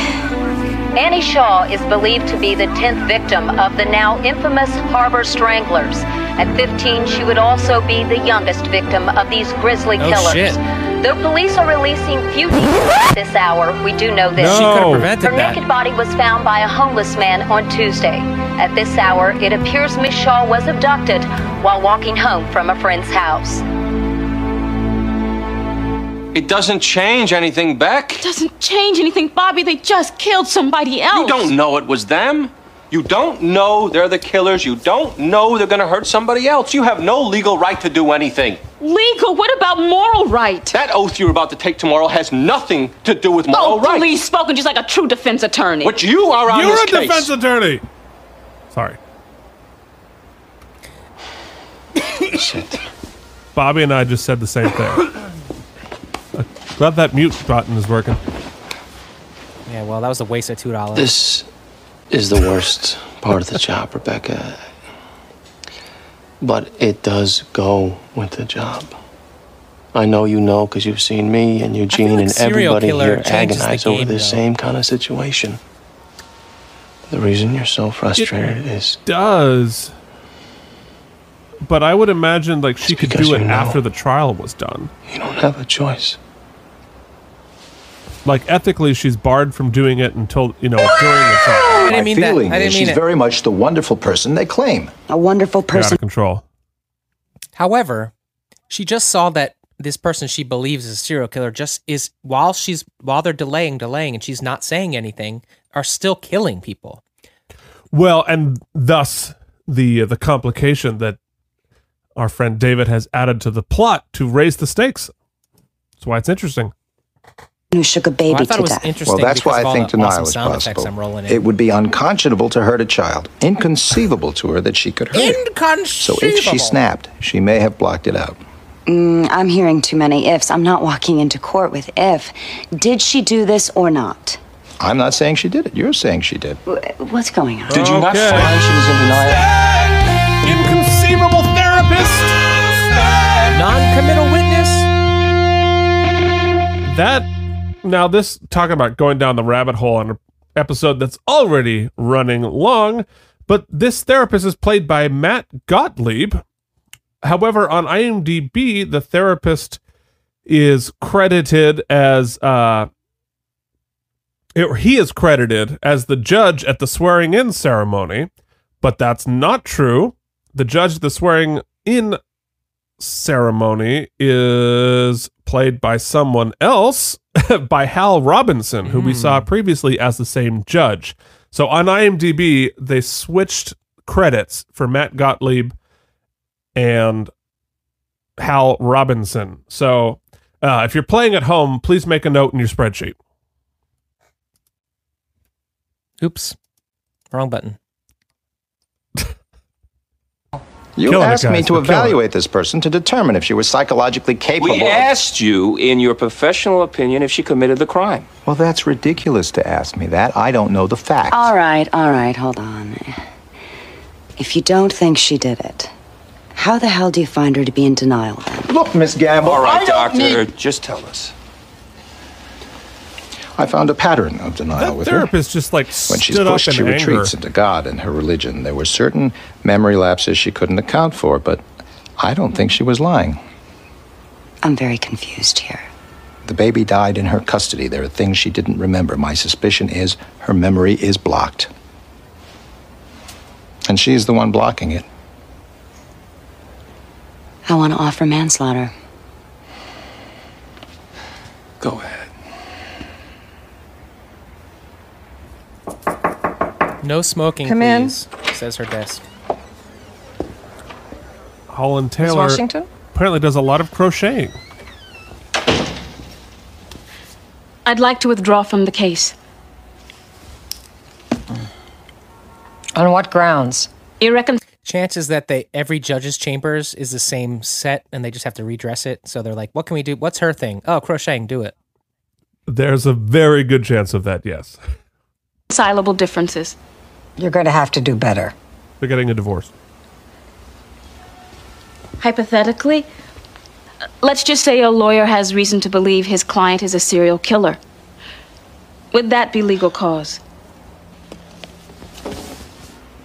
S19: Annie Shaw is believed to be the 10th victim of the now infamous Harbor Stranglers. At 15, she would also be the youngest victim of these grisly
S24: Oh,
S19: killers.
S24: shit.
S19: Though police are releasing few details at this hour, we do know this.
S24: No. She could've prevented
S19: Her
S24: that.
S19: naked body was found by a homeless man on Tuesday. At this hour, it appears Miss Shaw was abducted while walking home from a friend's house.
S9: It doesn't change anything, Beck.
S7: Doesn't change anything, Bobby. They just killed somebody else.
S9: You don't know it was them.
S1: You don't know they're the killers. You don't know they're going to hurt somebody else. You have no legal right to do anything.
S7: Legal? What about moral right?
S1: That oath you're about to take tomorrow has nothing to do with moral
S7: oh,
S1: rights.
S7: please, spoken just like a true defense attorney.
S1: But you are on
S2: You're
S1: this
S2: a
S1: case.
S2: defense attorney. Sorry. Shit. Bobby and I just said the same thing. Glad that mute button is working.
S3: Yeah, well, that was a waste of two dollars.
S9: This is the worst part of the job, Rebecca. But it does go with the job. I know you know because you've seen me and Eugene
S1: like
S9: and
S1: serial
S9: everybody
S1: killer
S9: here
S1: changes the
S9: agonize over
S1: game,
S9: this
S1: though.
S9: same kind of situation. The reason you're so frustrated is
S2: does. But I would imagine like she could
S9: because
S2: do it
S9: you know.
S2: after the trial was done.
S9: you don't have a choice.
S2: Like ethically, she's barred from doing it until you know during the trial.
S3: I didn't mean that. I didn't
S4: she's
S3: mean it.
S4: very much the wonderful person they claim.
S20: A wonderful
S2: They're out of control.
S3: However, she just saw that this person she believes is a serial killer just is while she's while they're delaying, delaying, and she's not saying anything, are still killing people.
S2: Well, and thus the the complication that our friend David has added to the plot to raise the stakes. That's why it's interesting.
S20: who shook a baby
S3: Well, I thought
S20: to
S3: it was
S20: death.
S3: interesting
S4: well, that's
S3: because
S4: why
S3: of
S4: I
S3: all
S4: think
S3: the
S4: denial
S3: awesome
S4: is
S3: sound effects
S4: possible.
S3: I'm rolling in.
S4: It would be unconscionable to hurt a child, inconceivable to her that she could hurt it. So if she snapped, she may have blocked it out.
S20: Mm, I'm hearing too many ifs. I'm not walking into court with if. Did she do this or not?
S4: I'm not saying she did it. You're saying she did.
S20: Wh- What's going on?
S4: Did you not
S2: Okay.
S4: find she was in denial?
S2: Inconceivable therapist.
S3: Non-committal witness.
S2: That now this talking about going down the rabbit hole on an episode that's already running long, but this therapist is played by Matt Gottlieb. However, on IMDb, the therapist is credited as uh it- he is credited as the judge at the swearing in ceremony, but that's not true. The judge at the swearing in ceremony is played by someone else, by Hal Robinson, who we saw previously as the same judge. So on IMDb, they switched credits for Matt Gottlieb and Hal Robinson. So uh, if you're playing at home, please make a note in your spreadsheet.
S3: Oops. Wrong button.
S4: You
S1: Killing it,
S4: asked me
S1: guys.
S4: to
S1: We're killing it.
S4: evaluate this person to determine if she was psychologically capable.
S1: We
S4: of-
S1: asked you, in your professional opinion, if she committed the crime.
S4: Well, that's ridiculous to ask me that. I don't know the facts.
S20: All right, all right, hold on. If you don't think she did it, how the hell do you find her to be in denial then?
S4: Look, Miss Gamble.
S1: All right,
S4: I don't
S1: doctor,
S4: need-
S1: just tell us.
S4: I found a pattern of denial with her.
S2: Therapist just like
S4: When she's
S2: stood
S4: pushed,
S2: up in
S4: she
S2: anger.
S4: retreats into God and her religion. There were certain memory lapses she couldn't account for, but I don't think she was lying.
S20: I'm very confused here.
S4: The baby died in her custody. There are things she didn't remember. My suspicion is her memory is blocked. And she's the one blocking it.
S20: I want to offer manslaughter.
S4: Go ahead.
S3: No smoking,
S21: Come in.
S3: please. Says her desk.
S2: Holland Taylor
S21: Washington?
S2: apparently does a lot of crocheting.
S7: I'd like to withdraw from the case.
S3: On what grounds?
S7: Irrecon-
S3: Chances that they every judge's chambers is the same set and they just have to redress it. So they're like, what can we do? What's her thing? Oh, crocheting, do it.
S2: There's a very good chance of that, yes.
S7: Reconcilable differences.
S15: You're going to have to do better.
S2: They're getting a divorce.
S7: Hypothetically, let's just say a lawyer has reason to believe his client is a serial killer. Would that be legal cause?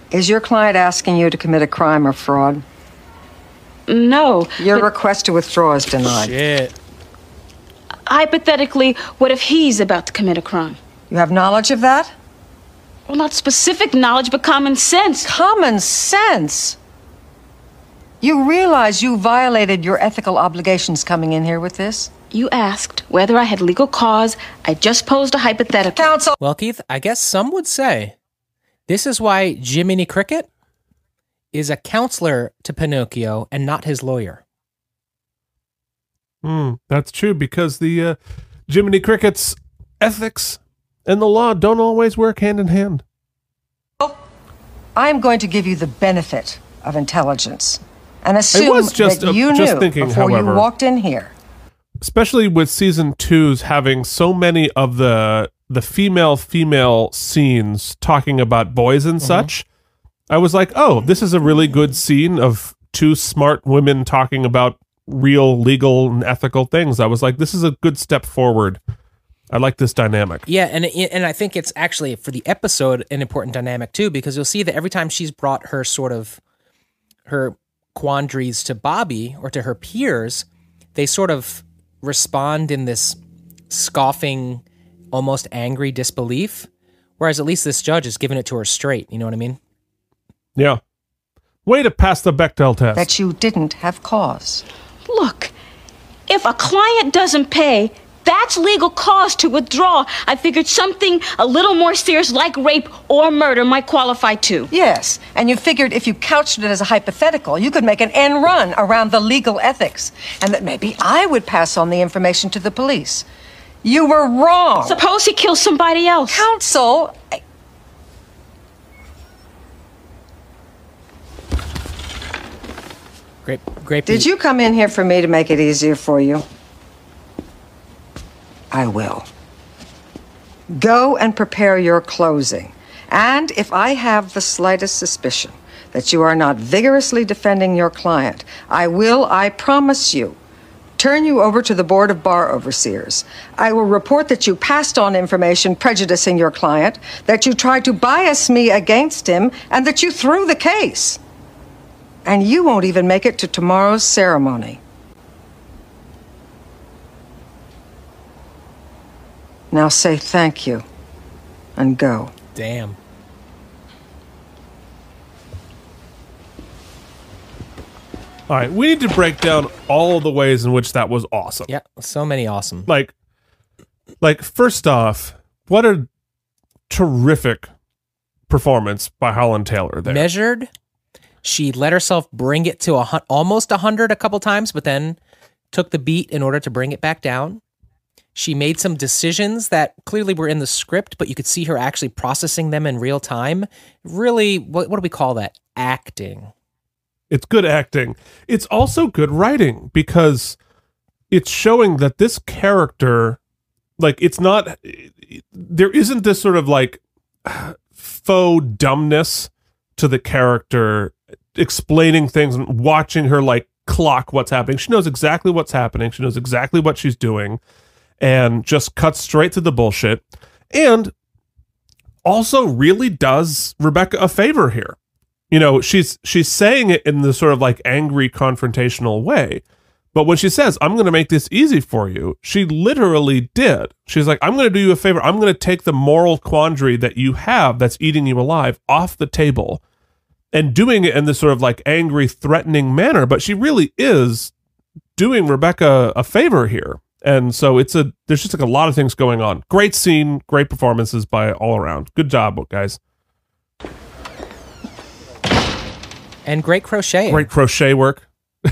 S21: Is your client asking you to commit a crime or fraud?
S7: No.
S21: Your request to withdraw is denied.
S3: Shit.
S7: Hypothetically, what if he's about to commit a crime?
S21: You have knowledge of that?
S7: Well, not specific knowledge, but common sense.
S21: Common sense? You realize you violated your ethical obligations coming in here with this?
S7: You asked whether I had legal cause. I just posed a hypothetical.
S21: Counsel!
S3: Well, Keith, I guess some would say This is why Jiminy Cricket is a counselor to Pinocchio and not his lawyer.
S2: Hmm, that's true because the uh, Jiminy Cricket's ethics and the law don't always work hand in hand.
S6: I'm going to give you the benefit of intelligence and assume
S2: was just,
S6: that
S2: uh,
S6: you
S2: just
S6: knew
S2: thinking,
S6: before
S2: however.
S6: you walked in here.
S2: especially with season two's having so many of the the female female scenes talking about boys and such i was like oh this is a really good scene of two smart women talking about real legal and ethical things i was like this is a good step forward i like this dynamic
S3: Yeah, and it- and I think it's actually for the episode an important dynamic too because you'll see that every time she's brought her sort of her quandaries to Bobby or to her peers, they sort of respond in this scoffing, almost angry disbelief. Whereas at least this judge is giving it to her straight. You know what I mean?
S2: yeah way to pass the bechtel test
S6: That you didn't have cause.
S7: Look, if a client doesn't pay, that's legal cause to withdraw. I figured something a little more serious like rape or murder might qualify too.
S6: Yes, and you figured if you couched it as a hypothetical, you could make an end run around the legal ethics, and that maybe I would pass on the information to the police. You were wrong.
S7: Suppose he kills somebody else.
S6: Counsel,
S3: Great, great.
S6: did you come in here for me to make it easier for you? I will. Go and prepare your closing. And if I have the slightest suspicion that you are not vigorously defending your client, I will, I promise you, turn you over to the Board of Bar Overseers. I will report that you passed on information prejudicing your client, that you tried to bias me against him, and that you threw the case. And you won't even make it to tomorrow's ceremony. Now say thank you and go.
S3: Damn.
S2: All right, we need to break down all the ways in which that was awesome.
S3: Yeah, so many awesome.
S2: Like, like first off, what a terrific performance by Holland Taylor there.
S3: Measured. She let herself bring it to a hun- almost a hundred a couple times, but then took the beat in order to bring it back down. She made some decisions that clearly were in the script, but you could see her actually processing them in real time. Really, what, what do we call that? Acting.
S2: It's good acting. It's also good writing because it's showing that this character, like, it's not, there isn't this sort of like faux dumbness to the character explaining things and watching her like clock what's happening. She knows exactly what's happening, she knows exactly what she's doing, and just cuts straight to the bullshit. And also really does Rebecca a favor here. You know, she's she's saying it in the sort of like angry confrontational way. But when she says, "I'm going to make this easy for you," she literally did. She's like, "I'm going to do you a favor. I'm going to take the moral quandary that you have that's eating you alive off the table." And doing it in this sort of like angry, threatening manner, but she really is doing Rebecca a favor here. And so it's a there's just like a lot of things going on. Great scene, great performances by all around. Good job, guys.
S3: And great crochet.
S2: Great crochet work.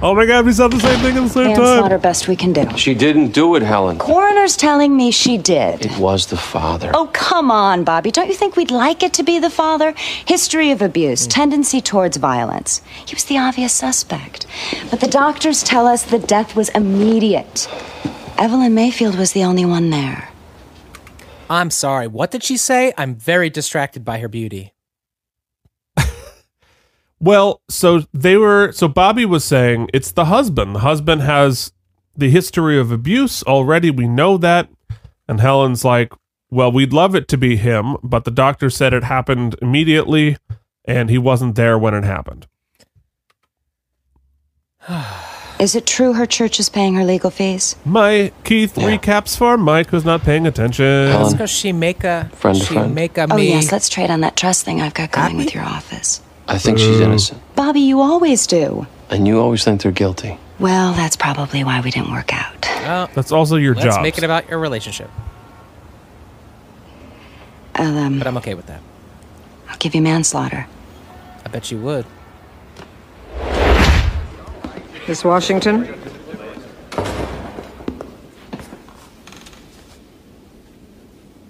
S2: oh my god, we saw the same thing at the same
S20: Manslaughter,
S2: time.
S20: best we can do.
S9: She didn't do it, Helen.
S20: Coroner's telling me she did.
S9: It was the father.
S20: Oh, come on, Bobby. Don't you think we'd like it to be the father? History of abuse, tendency towards violence. He was the obvious suspect. But the doctors tell us the death was immediate. Evelyn Mayfield was the only one there.
S3: I'm sorry. What did she say? I'm very distracted by her beauty.
S2: Well, so they were so Bobby was saying it's the husband. The husband has the history of abuse already. We know that. And Helen's like, "Well, we'd love it to be him, but the doctor said it happened immediately and he wasn't there when it happened."
S20: Is it true her church is paying her legal fees?
S2: My Keith recaps for Mike who's not paying attention.
S20: Helen.
S3: Because she make a
S2: Friend to
S20: she
S2: friend.
S20: make
S3: a
S20: oh,
S3: me-
S20: yes, let's trade on that trust thing I've got going with your office.
S9: I think she's innocent.
S20: Bobby, you always do.
S9: And you always think they're guilty.
S20: Well, that's probably why we didn't work out.
S3: Oh,
S2: That's also your
S3: let's
S2: job.
S3: make it about your relationship.
S20: I'll, um,
S3: But I'm okay with that.
S20: I'll give you manslaughter.
S3: I bet you would.
S21: Miss Washington?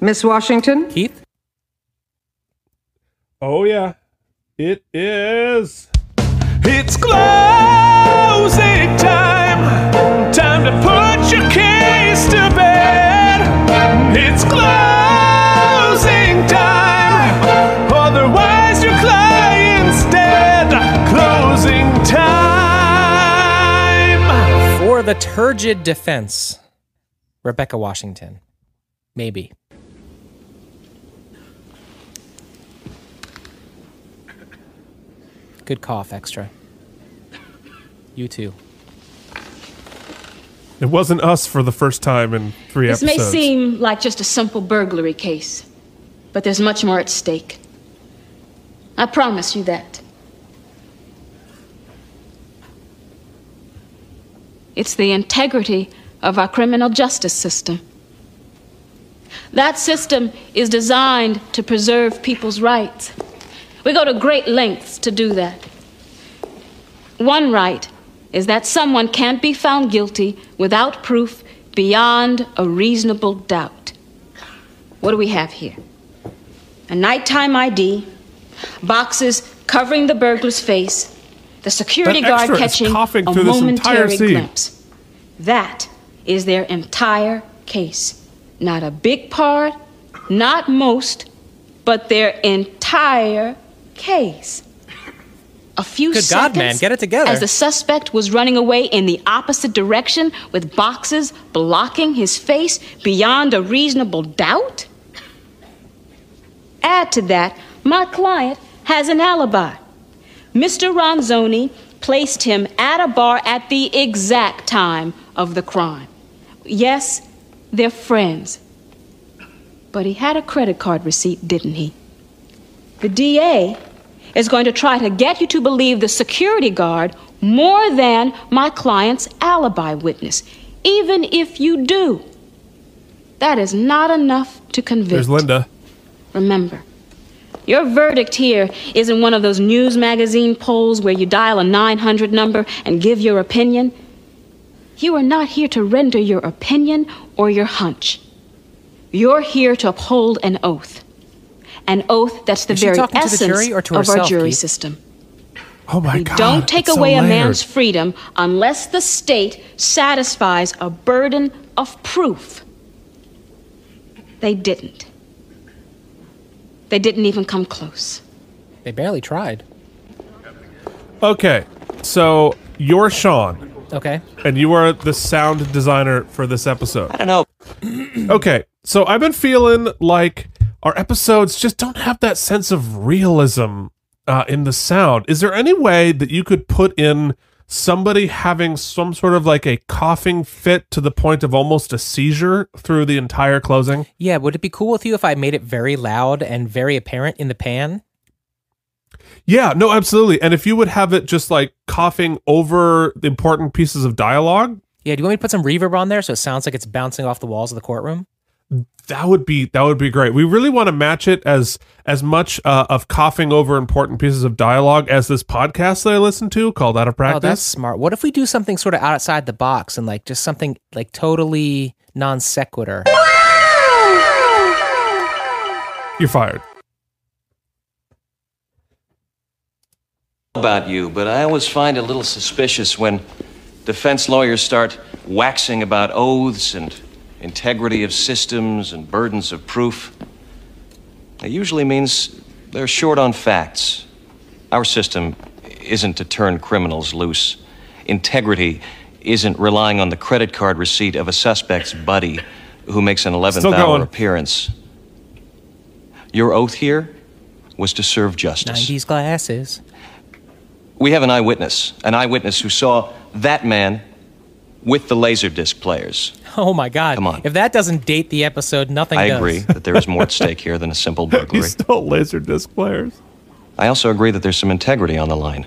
S21: Miss Washington?
S3: Keith?
S2: Oh yeah, it is. It's closing time. Time to put your case to bed. It's closing time. Otherwise, your client's dead. Closing time.
S3: For the turgid defense, Rebecca Washington. Maybe. Good cough, extra. You too.
S2: It wasn't us for the first time in three
S7: This may
S2: episodes.
S7: seem like just a simple burglary case, but there's much more at stake. I promise you that. It's the integrity of our criminal justice system. That system is designed to preserve people's rights. We go to great lengths to do that. One right is that someone can't be found guilty without proof beyond a reasonable doubt. What do we have here? A nighttime ID, boxes covering the burglar's face, the security
S2: That
S7: guard
S2: extra is
S7: catching
S2: coughing
S7: a
S2: through this entire
S7: momentary
S2: scene.
S7: glimpse. That is their entire case. Not a big part, not most, but their entire case. A few
S3: Good God,
S7: seconds
S3: man, get it together.
S7: as the suspect was running away in the opposite direction with boxes blocking his face beyond a reasonable doubt. Add to that, my client has an alibi. Mr. Ronzoni placed him at a bar at the exact time of the crime. Yes, they're friends. But he had a credit card receipt, didn't he? The DA is going to try to get you to believe the security guard more than my client's alibi witness, even if you do. That is not enough to convict.
S2: There's Linda.
S7: Remember, your verdict here isn't one of those news magazine polls where you dial a 900 number and give your opinion. You are not here to render your opinion or your hunch. You're here to uphold an oath. An oath that's the
S3: Is she
S7: very
S3: talking to the
S7: essence
S3: jury or to
S7: of our
S3: herself,
S7: jury
S3: Keith?
S7: system.
S2: Oh my God!
S7: Don't take
S2: it's so
S7: away a
S2: layered.
S7: man's freedom unless the state satisfies a burden of proof. They didn't. They didn't even come close.
S3: They barely tried.
S2: Okay, so you're Sean,
S3: Okay.
S2: and you are the sound designer for this episode. I don't know. okay, so I've been feeling like our episodes just don't have that sense of realism uh, in the sound. Is there any way that you could put in somebody having some sort of like a coughing fit to the point of almost a seizure through the entire closing?
S3: Yeah, would it be cool with you if I made it very loud and very apparent in the pan?
S2: Yeah, no, absolutely. And if you would have it just like coughing over the important pieces of dialogue,
S3: Yeah, do you want me to put some reverb on there so it sounds like it's bouncing off the walls of the courtroom?
S2: that would be that would be great. We really want to match it as as much uh, of coughing over important pieces of dialogue as this podcast that I listen to called Out of
S3: Oh, that's
S2: Practice.
S3: smart. What if we do something sort of outside the box and like just something like totally non sequitur?
S2: You're fired.
S9: about you, but I always find it a little suspicious when defense lawyers start waxing about oaths and integrity of systems and burdens of proof. It usually means they're short on facts. Our system isn't to turn criminals loose. Integrity isn't relying on the credit card receipt of a suspect's buddy who makes an 11th
S2: Still going.
S9: hour appearance. Your oath here was to serve justice.
S3: 90s glasses.
S9: We have an eyewitness, an eyewitness who saw that man with the Laserdisc players.
S3: Oh my God. Come on. If that doesn't date the episode, nothing
S9: I
S3: does.
S9: agree that there is more at stake here than a simple burglary.
S2: He's still Laserdisc players.
S9: I also agree that there's some integrity on the line.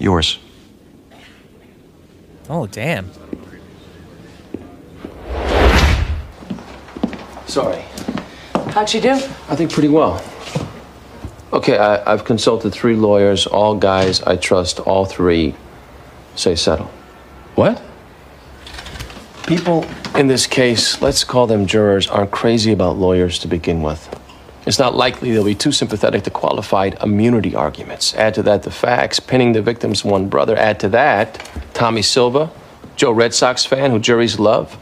S9: Yours.
S3: Oh, damn.
S9: Sorry.
S22: How'd she do?
S9: I think pretty well. Okay, I, I've consulted three lawyers, all guys I trust, all three say settle. What? People in this case, let's call them jurors, are crazy about lawyers to begin with. It's not likely they'll be too sympathetic to qualified immunity arguments. Add to that the facts, pinning the victim's one brother. Add to that Tommy Silva, Joe Red Sox fan who juries love.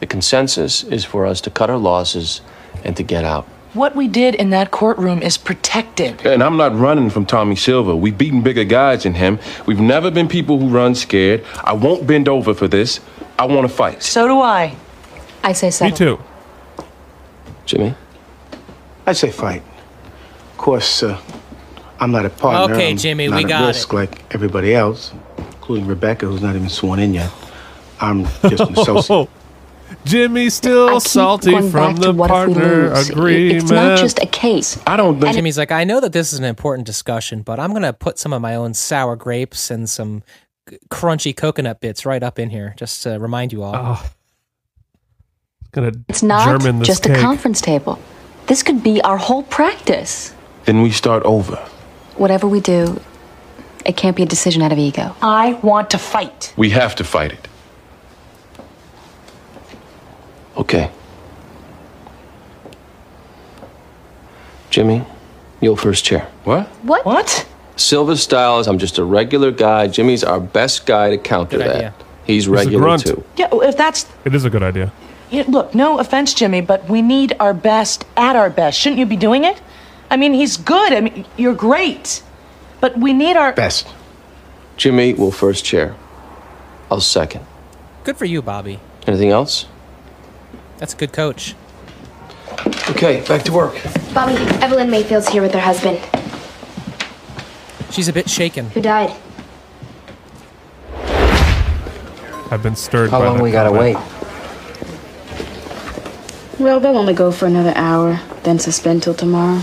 S9: The consensus is for us to cut our losses and to get out.
S22: What we did in that courtroom is protected.
S17: And I'm not running from Tommy Silver. We've beaten bigger guys than him. We've never been people who run scared. I won't bend over for this. I want to fight.
S22: So do I.
S12: I say settle.
S17: too. Jimmy?
S11: I'd say fight. Of course, uh, I'm not a partner.
S3: Okay,
S11: I'm
S3: Jimmy,
S11: not
S3: we
S11: at
S3: got
S11: risk like everybody else, including Rebecca, who's not even sworn in yet. I'm just an associate.
S2: Jimmy still salty
S12: going
S2: from
S12: back to
S2: the
S12: what if we
S2: partner
S12: lose? It-
S2: agreement.
S12: It's not just a case.
S17: I don't
S12: think-
S3: Jimmy's like, I know that this is an important discussion, but I'm gonna put some of my own sour grapes and some c- crunchy coconut bits right up in here, just to remind you all.
S2: Gonna
S12: It's not
S17: German this
S12: just
S17: cake.
S12: a conference table. This could be our whole practice.
S17: Then we start over.
S12: Whatever we do, it can't be a decision out of ego.
S22: I want to fight.
S17: We have to fight it.
S9: Okay. Jimmy, you'll first chair.
S17: What?
S12: What?
S22: What?
S9: Silva Styles, I'm just a regular guy. Jimmy's our best guy to counter that. He's regular
S2: grunt.
S9: too.
S22: Yeah, well, if that's.
S2: It is a good idea.
S22: yeah, Look, no offense, Jimmy, but we need our best at our best. Shouldn't you be doing it? I mean, he's good. I mean, you're great. But we need our.
S9: Best. Jimmy will first chair. I'll second.
S3: Good for you, Bobby.
S9: Anything else?
S3: That's a good coach.
S9: Okay, back to work.
S5: Bobby, Evelyn Mayfield's here with her husband,
S3: She's a bit shaken.
S5: who died.
S2: I've been stirred.
S4: How
S2: by
S4: long
S2: that
S4: we gotta
S2: comment.
S14: Well, they'll only go for another hour, then suspend till tomorrow.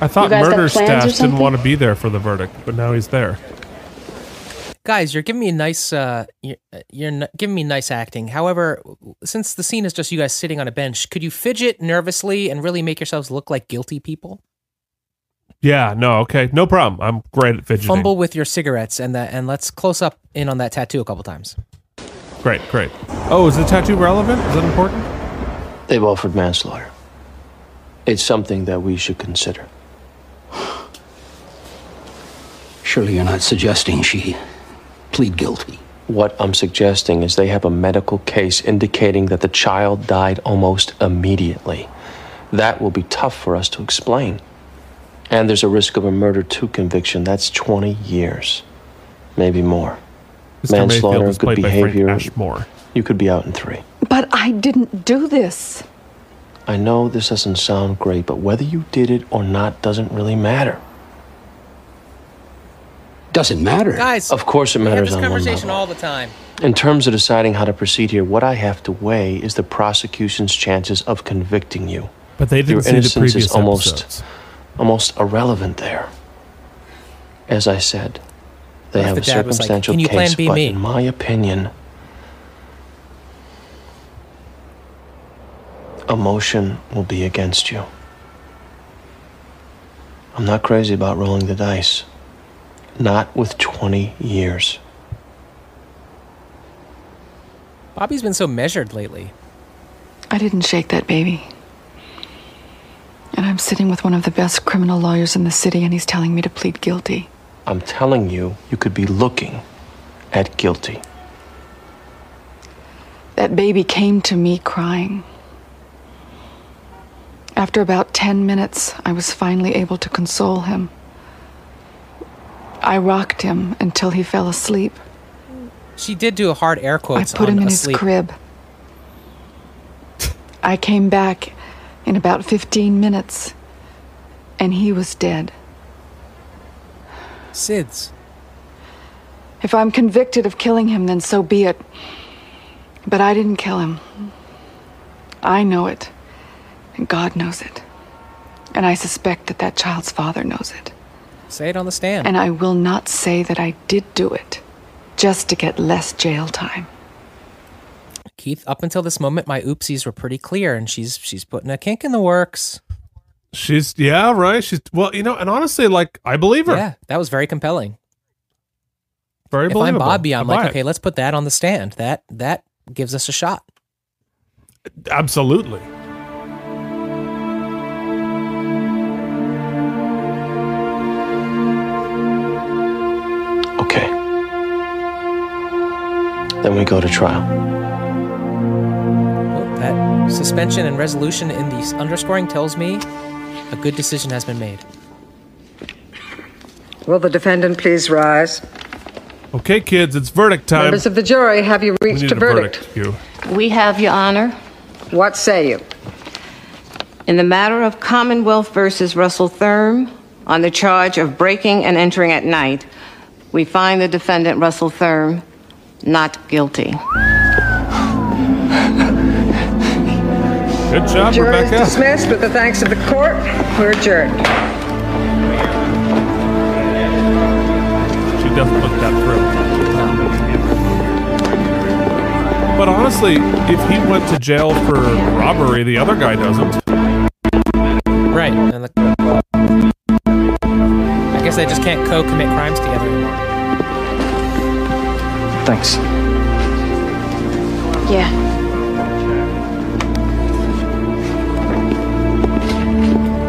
S2: I thought
S14: You guys got plans or
S2: murder staff didn't
S14: something?
S2: want to be there for the verdict, but now he's there.
S3: Guys, you're giving me a nice, uh, you're, you're n- giving me nice acting. However, since the scene is just you guys sitting on a bench, could you fidget nervously and really make yourselves look like guilty people?
S2: Yeah, no, okay, no problem. I'm great at fidgeting.
S3: Fumble with your cigarettes and that, and let's close up in on that tattoo a couple times.
S2: Great, great. Oh, is the tattoo relevant? Is that important?
S9: They've offered manslaughter. It's something that we should consider.
S10: Surely you're not suggesting she plead guilty.
S9: What I'm suggesting is they have a medical case indicating that the child died almost immediately. That will be tough for us to explain. And there's a risk of a murder two conviction. That's 20 years, maybe more.
S2: Mr. Mayfield is played by Frank Ashmore.
S9: You could be out in three.
S8: But I didn't do this.
S9: I know this doesn't sound great, but whether you did it or not doesn't really matter.
S10: Doesn't matter.
S3: Guys,
S9: of course it
S3: we have
S9: matters
S3: this
S9: on one
S3: conversation
S9: level.
S3: all the time.
S9: In terms of deciding how to proceed here, what I have to weigh is the prosecution's chances of convicting you.
S2: But they didn't
S9: Your
S2: see the
S9: innocence is
S2: previous
S9: almost,
S2: episodes.
S9: almost irrelevant there. As I said, they
S3: What if
S9: have
S3: the
S9: a
S3: dad was like,
S9: circumstantial
S3: "Can you plan
S9: case,
S3: B
S9: but
S3: me?"
S9: in my opinion, emotion will be against you. I'm not crazy about rolling the dice. Not with 20 years.
S3: Bobby's been so measured lately.
S8: I didn't shake that baby. And I'm sitting with one of the best criminal lawyers in the city, and he's telling me to plead guilty.
S9: I'm telling you, you could be looking at guilty.
S8: That baby came to me crying. After about 10 minutes, I was finally able to console him. I rocked him until he fell asleep.
S3: She did do a hard air quotes.
S8: I put
S3: on
S8: him in
S3: asleep.
S8: his crib. I came back in about 15 minutes, and he was dead.
S3: Sids.
S8: If I'm convicted of killing him, then so be it. But I didn't kill him. I know it, and God knows it. And I suspect that that child's father knows it.
S3: Say it on the stand.
S8: And I will not say that I did do it just to get less jail time.
S3: Keith, up until this moment, my oopsies were pretty clear, and she's she's putting a kink in the works.
S2: She's yeah, right. She's well, you know, and honestly, like I believe her.
S3: Yeah, that was very compelling.
S2: Very
S3: if I'm
S2: believable.
S3: Bobby, I'm
S2: I buy
S3: like,
S2: it.
S3: okay, let's put that on the stand. That that gives us a shot.
S2: Absolutely.
S9: Then we go to trial.
S3: That suspension and resolution in the underscoring tells me a good decision has been made.
S21: Will the defendant please rise?
S2: Okay, kids, it's verdict time.
S21: Members of the jury, have you
S2: We
S21: reached
S2: need
S21: a verdict?
S2: You.
S13: We have, Your Honor.
S21: What say you?
S13: In the matter of Commonwealth versus Russell Thurm, on the charge of breaking and entering at night, we find the defendant, Russell Thurm, not guilty.
S2: Good job,
S21: Jury is
S2: Rebecca.
S21: dismissed with the thanks of the court. We're adjourned.
S2: She doesn't look that thrilled. But honestly, if he went to jail for robbery, the other guy doesn't.
S3: Right. And the, I guess they just can't co-commit crimes together anymore.
S10: Thanks.
S13: Yeah.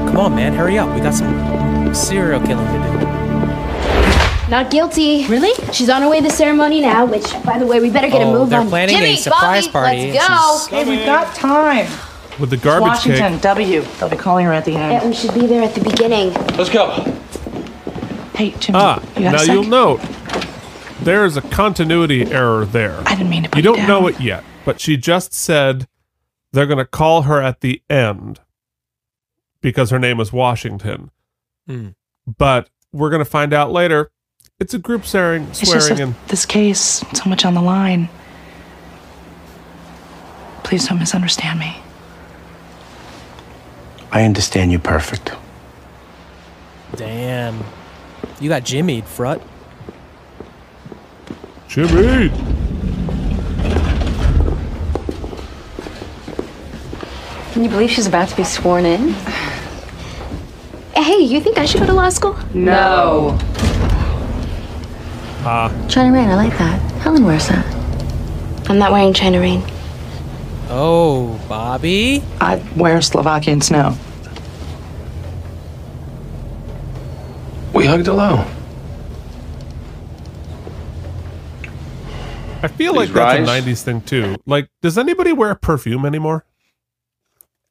S3: Come on, man, hurry up. We got some serial killing to do.
S18: Not guilty. Really? She's on her way to the ceremony now, which, by the way, we better get
S3: Oh,
S18: a move
S3: they're
S18: on.
S3: planning a
S18: Jimmy,
S3: surprise
S18: Bobby,
S3: party.
S18: Let's go.
S3: She's- Hey, we've
S18: got time.
S2: With the
S22: It's
S2: garbage
S22: Washington,
S2: cake.
S22: W. They'll be calling her at the end.
S18: Yeah, we should be there at the beginning.
S1: Let's go.
S22: Hey, Jimmy.
S2: Ah,
S22: you got a
S2: now
S22: sec?
S2: you'll note there is a continuity error there. I didn't mean to.
S22: put
S2: you
S22: it
S2: don't
S22: down.
S2: know it yet, but she just said they're going to call her at the end because her name is Washington. But we're going to find out later. It's a group swearing,
S22: It's just
S2: swearing,
S22: that
S2: and
S22: this case, so much on the line. Please don't misunderstand me.
S11: I understand you perfect.
S3: Damn. You got jimmied, frut.
S2: Jimmy.
S23: Can you believe she's about to be sworn in?
S18: Hey, you think I should go to law school?
S23: No.
S3: Uh,
S2: Ah.
S23: China Rain, I like that. Helen wears that.
S18: I'm not wearing China Rain.
S3: Oh, Bobby.
S22: I wear Slovakian snow.
S9: We hugged alone.
S2: I feel
S9: Please
S2: like that's
S9: rise.
S2: a 90s thing too. Like, does anybody wear perfume anymore?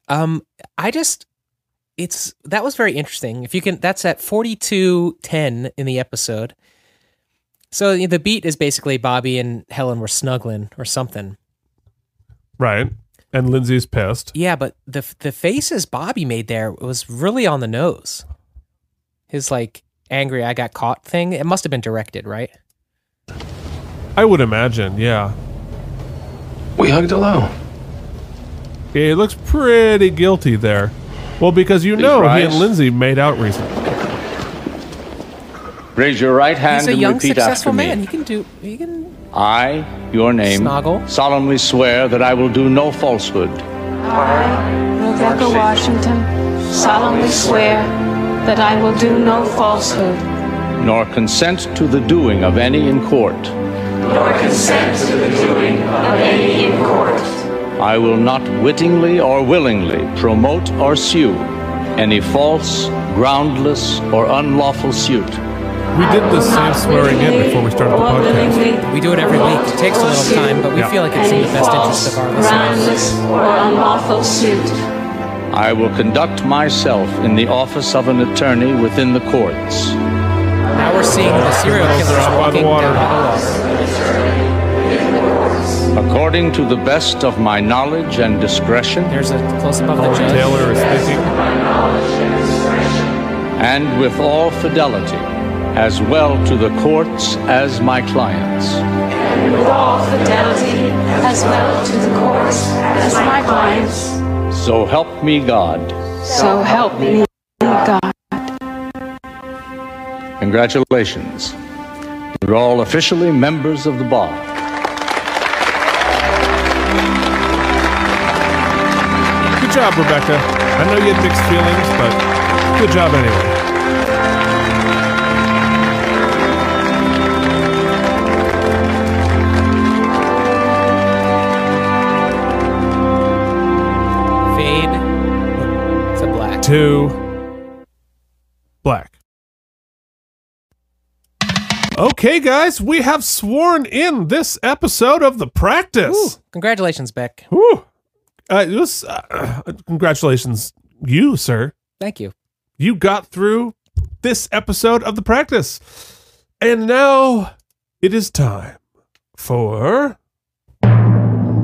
S3: Um, I just it's that was very interesting. If you can that's at 4210 in the episode. So you know, the beat is basically Bobby and Helen were snuggling or something.
S2: Right. And Lindsay's pissed.
S3: Yeah, but the the faces Bobby made there was really on the nose. His like angry I got caught thing. It must have been directed, right?
S2: I would imagine, yeah.
S9: We hugged alone.
S2: He looks pretty guilty there. Well, because you know he
S25: rise.
S2: and Lindsay made out recently.
S25: Raise your right hand
S3: He's a
S25: and
S3: young
S25: repeat
S3: successful
S25: after
S3: man.
S25: me.
S3: He can do he can
S25: I, your name, solemnly swear that I will do no falsehood,
S7: Rebecca Washington, solemnly swear that I will do no falsehood.
S25: nor consent to the doing of any in court.
S24: nor consent to the doing of any in court,
S25: I will not wittingly or willingly promote or sue any false, groundless, or unlawful suit.
S2: We did the same swearing in before we started the podcast.
S3: We do it every week. It takes a little time, but we
S25: Yeah.
S3: feel like it's in the best interest of our
S7: Groundless
S3: listeners.
S7: or unlawful suit.
S25: I will conduct myself in the office of an attorney within the courts.
S3: Now we're seeing the serial killers walking down by the water.
S25: According to the best of my knowledge and discretion.
S3: There's a close above
S25: the
S3: judge.
S2: Taylor is thinking.
S25: And with all fidelity, as well to the courts as my clients.
S7: With all fidelity, as well to the courts as my clients.
S25: So help me God.
S7: So help me God.
S25: Congratulations. You're all officially members of the bar.
S2: Good job, Rebecca. I know you had mixed feelings, but good job anyway.
S3: Fade to black.
S2: To black. Okay, guys, we have sworn in this episode of the practice.
S3: Congratulations, Beck.
S2: Woo. Uh, it was, uh, congratulations, you, sir.
S3: Thank you.
S2: You got through this episode of the practice. And now it is time for.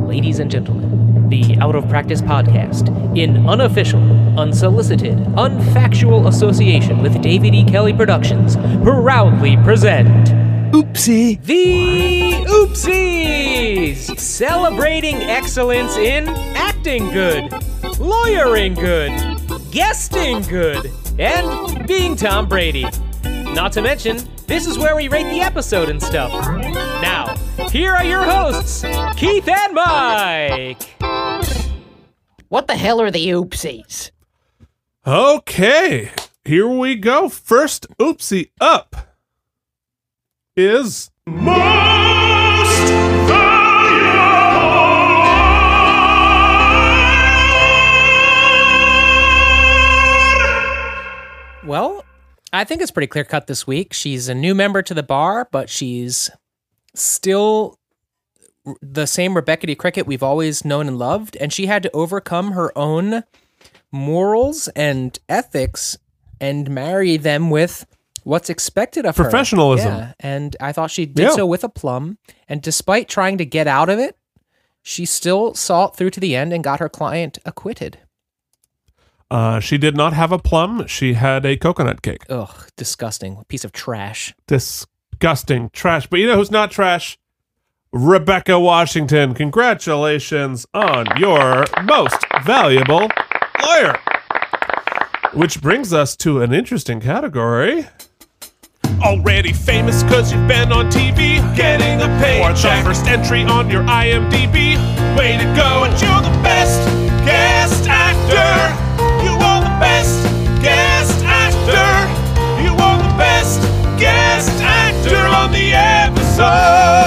S6: Ladies and gentlemen, the Out of Practice podcast, in unofficial, unsolicited, unfactual association with David E. Kelly Productions, proudly present.
S15: Oopsie.
S6: The Oopsies! Celebrating excellence in acting good, lawyering good, guesting good, and being Tom Brady. Not to mention, this is where we rate the episode and stuff. Now, here are your hosts, Keith and Mike.
S20: What the hell are the oopsies?
S2: Okay, here we go. First oopsie up is
S3: Well, I think it's pretty clear cut this week. She's a new member to the bar, but she's still the same Rebecca D. Cricket we've always known and loved, and she had to overcome her own morals and ethics and marry them with what's expected of her.
S2: Professionalism.
S3: Yeah, and I thought she did
S2: Yeah.
S3: so with a plum. And despite trying to get out of it, she still saw it through to the end and got her client acquitted.
S2: uh, she did not have a plum. She had a coconut cake.
S3: Ugh, disgusting. Piece of trash.
S2: Disgusting trash. But you know who's not trash? Rebecca Washington. Congratulations on your most valuable lawyer. Which brings us to an interesting category. Already famous because you've been on TV, getting a paycheck. Or the first entry on your IMDb. Way to go, and you're the best guest actor. You are the best guest actor. You are the best guest actor on the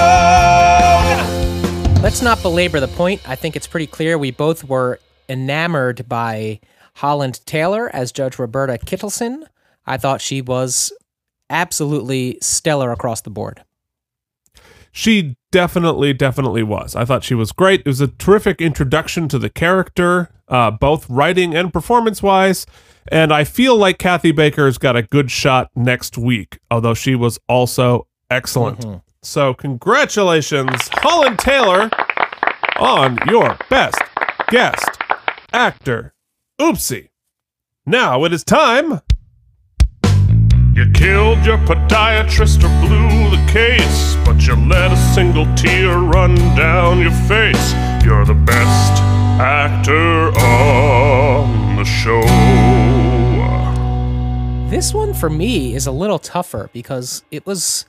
S2: episode.
S3: Let's not belabor the point. I think it's pretty clear we both were enamored by Holland Taylor as Judge Roberta Kittleson. I thought she was absolutely stellar across the board.
S2: She definitely, definitely was. I thought she was great. It was a terrific introduction to the character, uh, both writing and performance wise. And I feel like Kathy Baker's got a good shot next week, although she was also excellent. So, congratulations, Holland Taylor, on your best guest actor. Oopsie. Now it is time.
S19: You killed your podiatrist or blew the case, but you let a single tear run down your face. You're the best actor on the show.
S3: This one for me is a little tougher because it was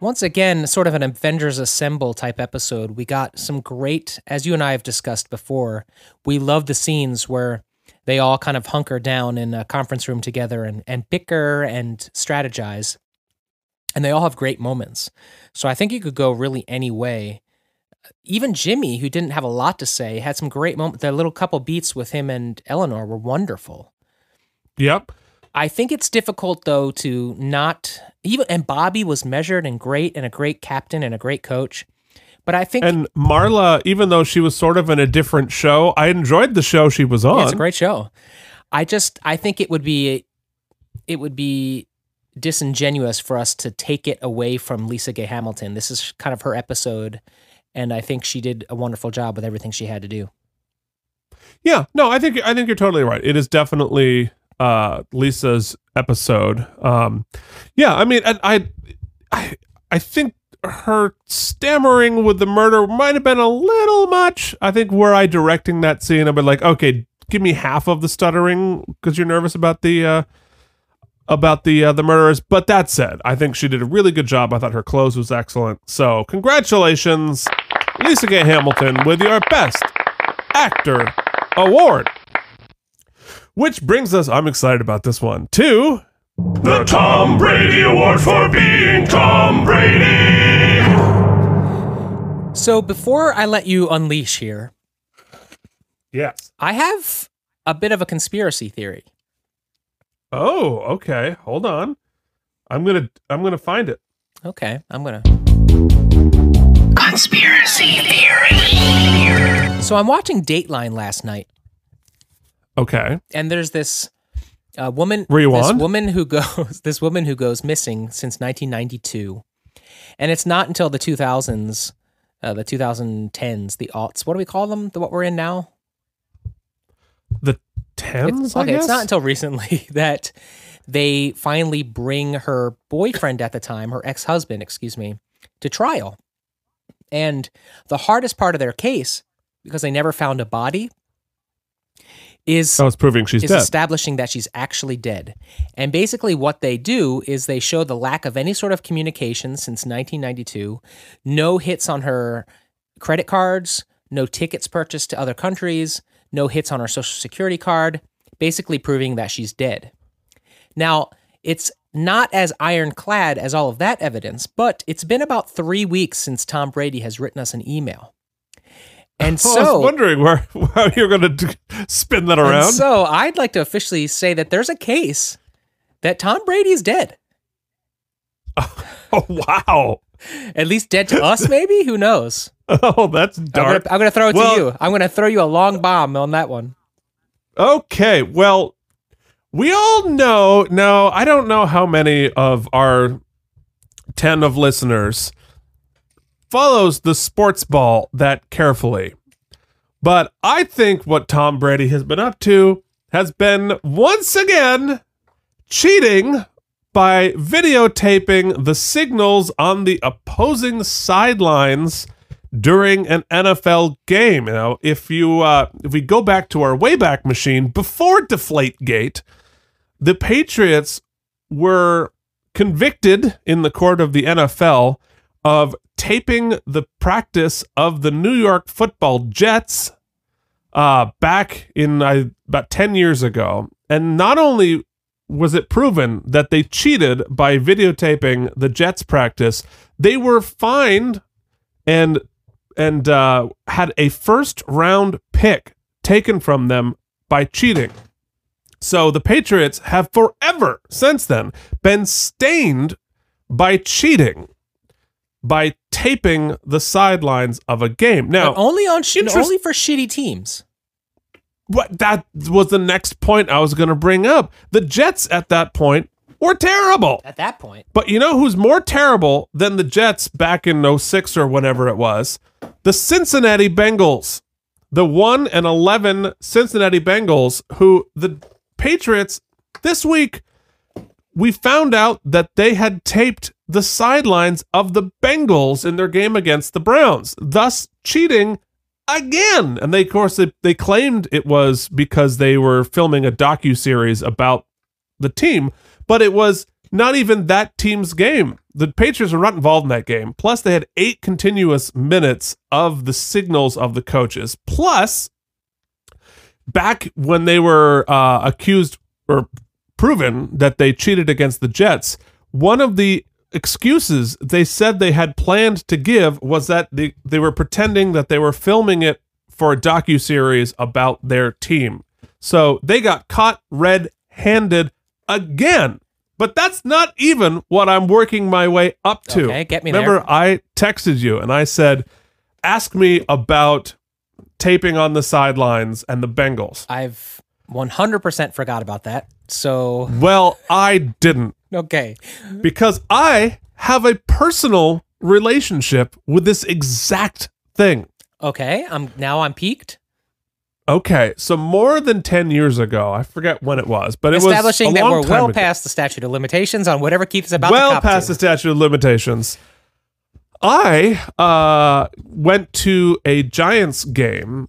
S3: once again sort of an Avengers Assemble type episode. We got some great, as you and I have discussed before, we love the scenes where they all kind of hunker down in a conference room together and, and bicker and strategize. And they all have great moments. So I think you could go really any way. Even Jimmy, who didn't have a lot to say, had some great moments. The little couple beats with him and Eleanor were wonderful.
S2: Yep.
S3: I think it's difficult though to not even and Bobby was measured and great and a great captain and a great coach. But I think
S2: And Marla, even though she was sort of in a different show, I enjoyed the show she was on.
S3: Yeah, it's a great show. I just I think it would be it would be disingenuous for us to take it away from Lisa Gay Hamilton. This is kind of her episode and I think she did a wonderful job with everything she had to do.
S2: Yeah, no, I think I think you're totally right. It is definitely uh, Lisa's episode. Um, yeah, I mean, and I, I, I think her stammering with the murder might have been a little much. I think were I directing that scene, I'd be like, okay, give me half of the stuttering because you're nervous about the. Uh, about the uh, the murderers, but that said, I think she did a really good job. I thought her clothes was excellent. So congratulations, Lisa Gay Hamilton with your Best Actor Award. Which brings us, I'm excited about this one, to
S19: The Tom Brady Award for being Tom Brady.
S3: So before I let you unleash here,
S2: yes,
S3: I have a bit of a conspiracy theory.
S2: Oh, okay. Hold on. I'm gonna I'm gonna find it.
S3: Okay, I'm gonna.
S5: Conspiracy theory.
S3: So I'm watching Dateline last night,
S2: Okay.
S3: and there's this uh, woman.
S2: Were you
S3: this
S2: on?
S3: woman who goes this woman who goes missing since 1992, and it's not until the 2000s, uh, the 2010s, the aughts. What do we call them? The, what we're in now?
S2: The tens.
S3: It's, okay,
S2: I guess?
S3: it's not until recently that they finally bring her boyfriend at the time, her ex husband, excuse me, to trial. And the hardest part of their case, because they never found a body, is
S2: Oh, it's proving she's
S3: is
S2: dead.
S3: establishing that she's actually dead. And basically, what they do is they show the lack of any sort of communication since 1992, no hits on her credit cards, no tickets purchased to other countries, no hits on her social security card, basically proving that she's dead. Now, it's not as ironclad as all of that evidence, but it's been about three weeks since Tom Brady has written us an email. And
S2: Oh,
S3: so,
S2: I was wondering where, how you're gonna d- spin that
S3: and
S2: around.
S3: so I'd like to officially say that there's a case that Tom Brady is dead.
S2: Oh wow!
S3: At least dead to us, maybe. Who knows?
S2: Oh, that's dark.
S3: I'm gonna, I'm gonna throw it
S2: Well-
S3: to you. I'm gonna throw you a long bomb on that one.
S2: Okay, well, we all know. No, I don't know how many of our ten of listeners follows the sports ball that carefully, but I think what Tom Brady has been up to has been once again cheating by videotaping the signals on the opposing sidelines during an NFL game. Now, if you uh, if we go back to our Wayback Machine before Deflategate, the Patriots were convicted in the court of the NFL of taping the practice of the New York Football Jets uh, back in I, about 10 years ago. And not only was it proven that they cheated by videotaping the Jets practice, they were fined and and uh, had a first round pick taken from them by cheating. So the Patriots have forever since then been stained by cheating, by taping the sidelines of a game. Now,
S3: But only on sh-
S2: interest-
S3: only for shitty teams.
S2: what that was the next point I was going to bring up. The Jets at that point were terrible.
S3: At that point,
S2: But you know who's more terrible than the Jets back in 06 or whenever it was? The Cincinnati Bengals. The 1 and 11 Cincinnati Bengals, who the Patriots this week, we found out that they had taped the sidelines of the Bengals in their game against the Browns, thus cheating again. And they, of course, they, they claimed it was because they were filming a docu series about the team, but it was not even that team's game. The Patriots were not involved in that game. Plus, they had eight continuous minutes of the signals of the coaches. Plus, back when they were uh, accused or proven that they cheated against the Jets, one of the excuses they said they had planned to give was that they, they were pretending that they were filming it for a docuseries about their team. So they got caught red handed again. But that's not even what I'm working my way up to.
S3: Okay, get me there.
S2: Remember, I texted you and I said, ask me about taping on the sidelines and the Bengals.
S3: I've 100% forgot about that. So
S2: Well, I didn't
S3: okay,
S2: because I have a personal relationship with this exact thing.
S3: okay. I'm now I'm peaked.
S2: Okay, so more than 10 years ago, I forget when it was, but it was
S3: Establishing
S2: a
S3: that
S2: long
S3: we're
S2: time
S3: well
S2: ago.
S3: past the statute of limitations on whatever Keith is about to
S2: well
S3: cop
S2: past
S3: to.
S2: the statute of limitations. I uh, went to a Giants game,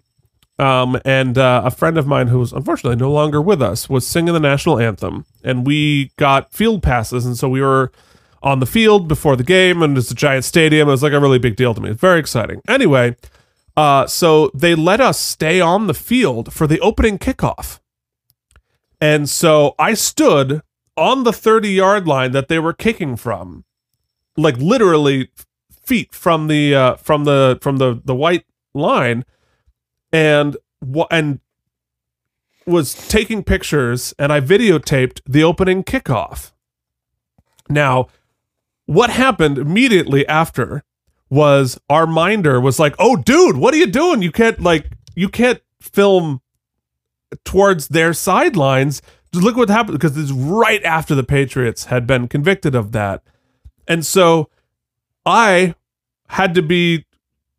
S2: um, and uh, a friend of mine who was unfortunately no longer with us was singing the national anthem, and we got field passes, and so we were on the field before the game, and it's a giant stadium. It was like a really big deal to me. It's very exciting. Anyway, uh, so they let us stay on the field for the opening kickoff. And so I stood on the 30 yard line that they were kicking from, like literally feet from the uh, from the from the the white line, and wa- and was taking pictures, and I videotaped the opening kickoff. Now, what happened immediately after was our minder was like, "Oh, dude, what are you doing? You can't like you can't film towards their sidelines. Just look what happened because it's right after the Patriots had been convicted of that. And so I had to be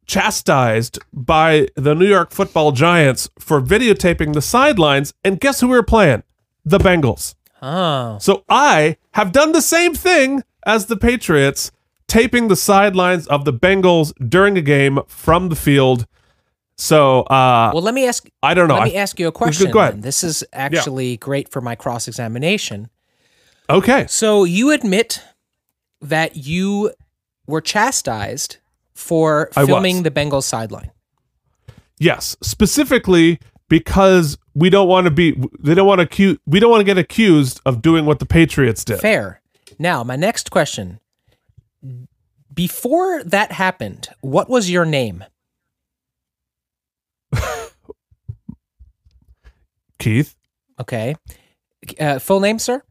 S2: chastised by the New York football giants for videotaping the sidelines. And guess who we were playing? The Bengals.
S3: Oh.
S2: So I have done the same thing as the Patriots, taping the sidelines of the Bengals during a game from the field. So, uh,
S3: Well, let me ask.
S2: I don't know.
S3: Let
S2: I-
S3: me ask you a
S2: Go- go
S3: question.
S2: ahead.
S3: then. This is actually great for my cross examination.
S2: Okay.
S3: So you admit that you were chastised for
S2: I was.
S3: filming the Bengals sideline.
S2: Yes, specifically because we don't want to be they don't want to accu- we don't want to get accused of doing what the Patriots did.
S3: Fair. Now, my next question. Before that happened, what was your name?
S2: Keith,
S3: Okay. Uh, full name, sir?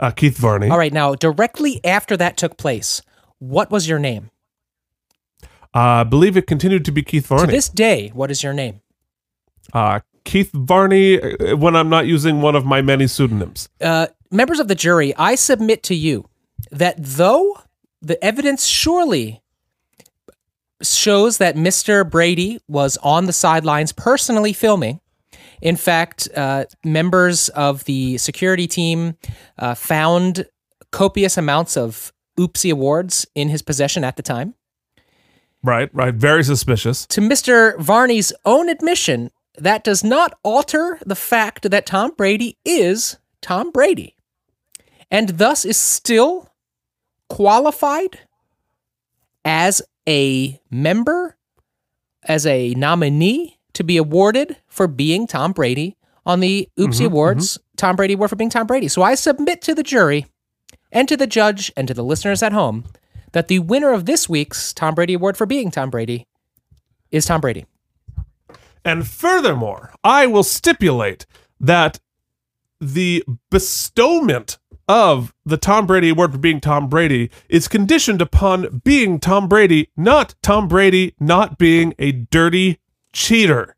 S2: uh, Keith Varney.
S3: All right. Now, directly after that took place, what was your name?
S2: Uh, I believe it continued to be Keith Varney.
S3: To this day, what is your name?
S2: uh, Keith Varney uh, when I'm not using one of my many pseudonyms.
S3: Uh, members of the jury, I submit to you that though the evidence surely shows that Mr. Brady was on the sidelines personally filming, in fact, uh, members of the security team uh, found copious amounts of oopsie awards in his possession at the time.
S2: Right, right. Very suspicious.
S3: To Mr. Varney's own admission, that does not alter the fact that Tom Brady is Tom Brady and thus is still qualified as a member, as a nominee to be awarded for being Tom Brady on the Oopsie
S6: Mhm,
S3: Awards Tom Brady Award for being Tom Brady. So I submit to the jury and to the judge and to the listeners at home that the winner of this week's Tom Brady Award for being Tom Brady is Tom Brady.
S2: And furthermore, I will stipulate that the bestowment of the Tom Brady Award for being Tom Brady is conditioned upon being Tom Brady, not Tom Brady not being a dirty cheater.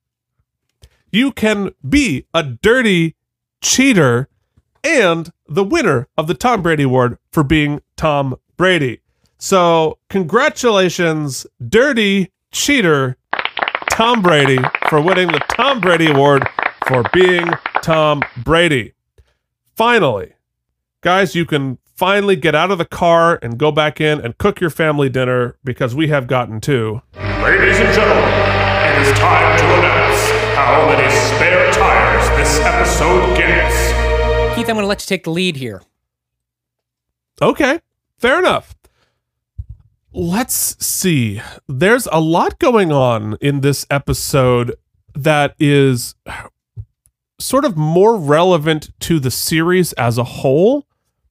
S2: You can be a dirty cheater and the winner of the Tom Brady Award for being Tom Brady. So, congratulations, dirty cheater Tom Brady for winning the Tom Brady Award for being Tom Brady. Finally, guys, you can finally get out of the car and go back in and cook your family dinner because we have gotten to.
S19: Ladies and gentlemen, it is time to announce how many spare tires this episode gets.
S3: Keith, I'm going to let you take the lead here.
S2: Okay, fair enough. Let's see. There's a lot going on in this episode that is sort of more relevant to the series as a whole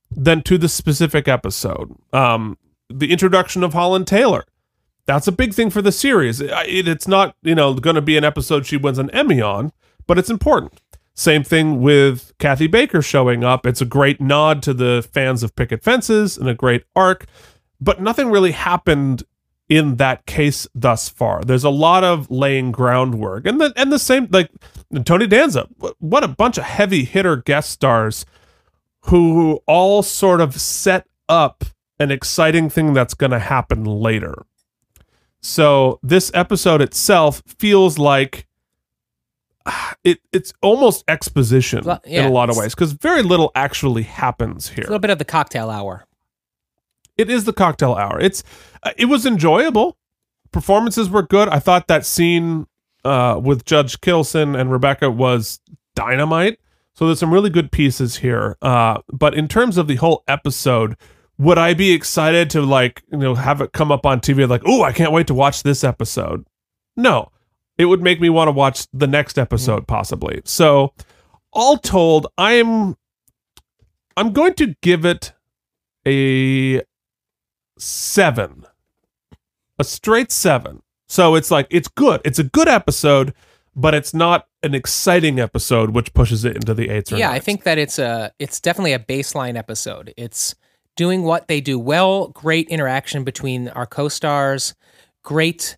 S2: than to the specific episode. Um, the introduction of Holland Taylor. That's a big thing for the series. It- it's not, you know, going to be an episode she wins an Emmy on, but it's important. Same thing with Kathy Baker showing up. It's a great nod to the fans of Picket Fences and a great arc, but nothing really happened in that case thus far. There's a lot of laying groundwork. And the and the same like Tony Danza. wh- What a bunch of heavy hitter guest stars who all sort of set up an exciting thing that's going to happen later. So this episode itself feels like ah, it it's almost exposition
S3: Well,
S2: in
S3: yeah,
S2: a lot of
S3: it's-
S2: ways because very little actually happens here
S3: It's a little bit of the cocktail hour.
S2: it is the cocktail hour. It's uh, it was enjoyable. Performances were good. I thought that scene uh, with Judge Kittleson and Rebecca was dynamite. So there's some really good pieces here. Uh, but in terms of the whole episode, would I be excited to like, you know, have it come up on TV like, oh, I can't wait to watch this episode? No. It would make me want to watch the next episode possibly. So all told, I am I'm going to give it a seven. A straight seven. So it's like it's good. It's a good episode, but it's not an exciting episode which pushes it into the eights or
S3: yeah, I
S2: nines.
S3: think that it's a it's definitely a baseline episode. It's doing what they do well, great interaction between our co-stars, great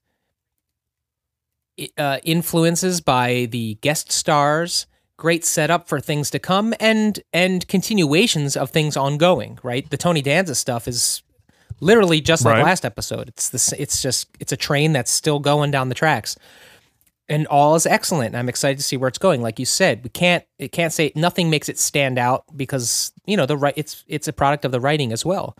S3: i- uh, influences by the guest stars, great setup for things to come, and and continuations of things ongoing. Right, the Tony Danza stuff is literally just like
S4: Right.
S3: last episode. It's this. It's just it's a train that's still going down the tracks and all is excellent. and I'm excited to see where it's going. Like you said, we can't it can't say nothing makes it stand out because you know the right it's it's a product of the writing as well.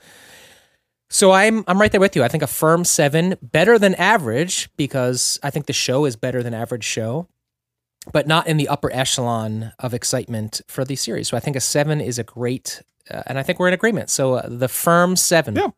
S3: So I'm I'm right there with you. I think a firm seven, better than average because I think the show is better than average show, but not in the upper echelon of excitement for the series. So I think a seven is a great, uh, and I think we're in agreement. So uh, the firm seven. Yeah.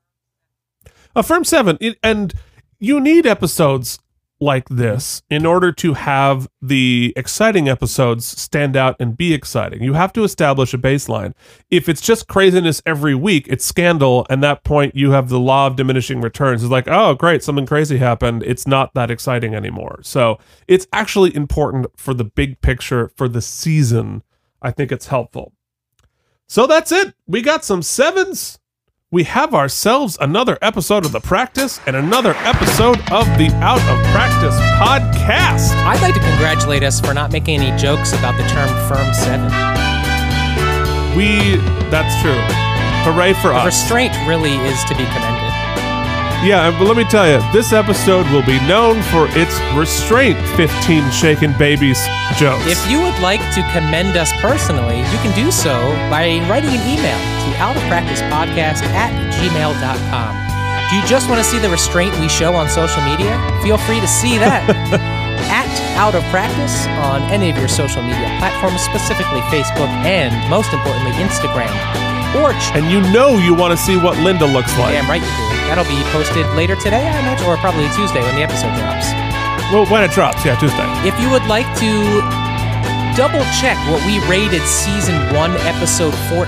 S2: a firm seven It- and you need episodes like this in order to have the exciting episodes stand out and be exciting you have to establish a baseline if it's just craziness every week it's scandal and that point you have the law of diminishing returns it's like oh great something crazy happened it's not that exciting anymore so it's actually important for the big picture for the season i think it's helpful so that's it. We got some sevens. We have ourselves another episode of The Practice and another episode of the Out of Practice podcast.
S3: I'd like to congratulate us for not making any jokes about the term firm seven.
S2: We, that's true. Hooray for
S3: The
S2: us.
S3: restraint really is to be commended.
S2: Yeah, but let me tell you, this episode will be known for its restraint 15 shaken babies jokes.
S3: If you would like to commend us personally, you can do so by writing an email to out of practice podcast at gmail.com. Do you just want to see the restraint we show on social media? Feel free to see that at out of practice on any of your social media platforms, specifically Facebook and most importantly, Instagram. Or
S2: and you know you want to see what Linda looks like.
S3: Damn right you do. That'll be posted later today, I imagine, or probably Tuesday when the episode drops.
S2: Well, when it drops, yeah, Tuesday.
S3: If you would like to double check what we rated season one, episode 14,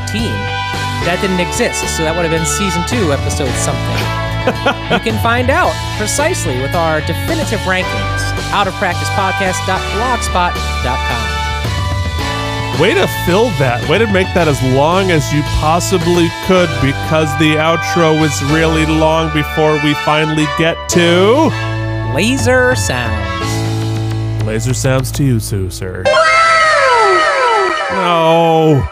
S3: that didn't exist. So that would have been season two, episode something. you can find out precisely with our definitive rankings, out of practice podcast.blogspot.com.
S2: Way to fill that. Way to make that as long as you possibly could because the outro is really long before we finally get to.
S3: Laser sounds.
S2: Laser sounds to you, Sue, sir. No.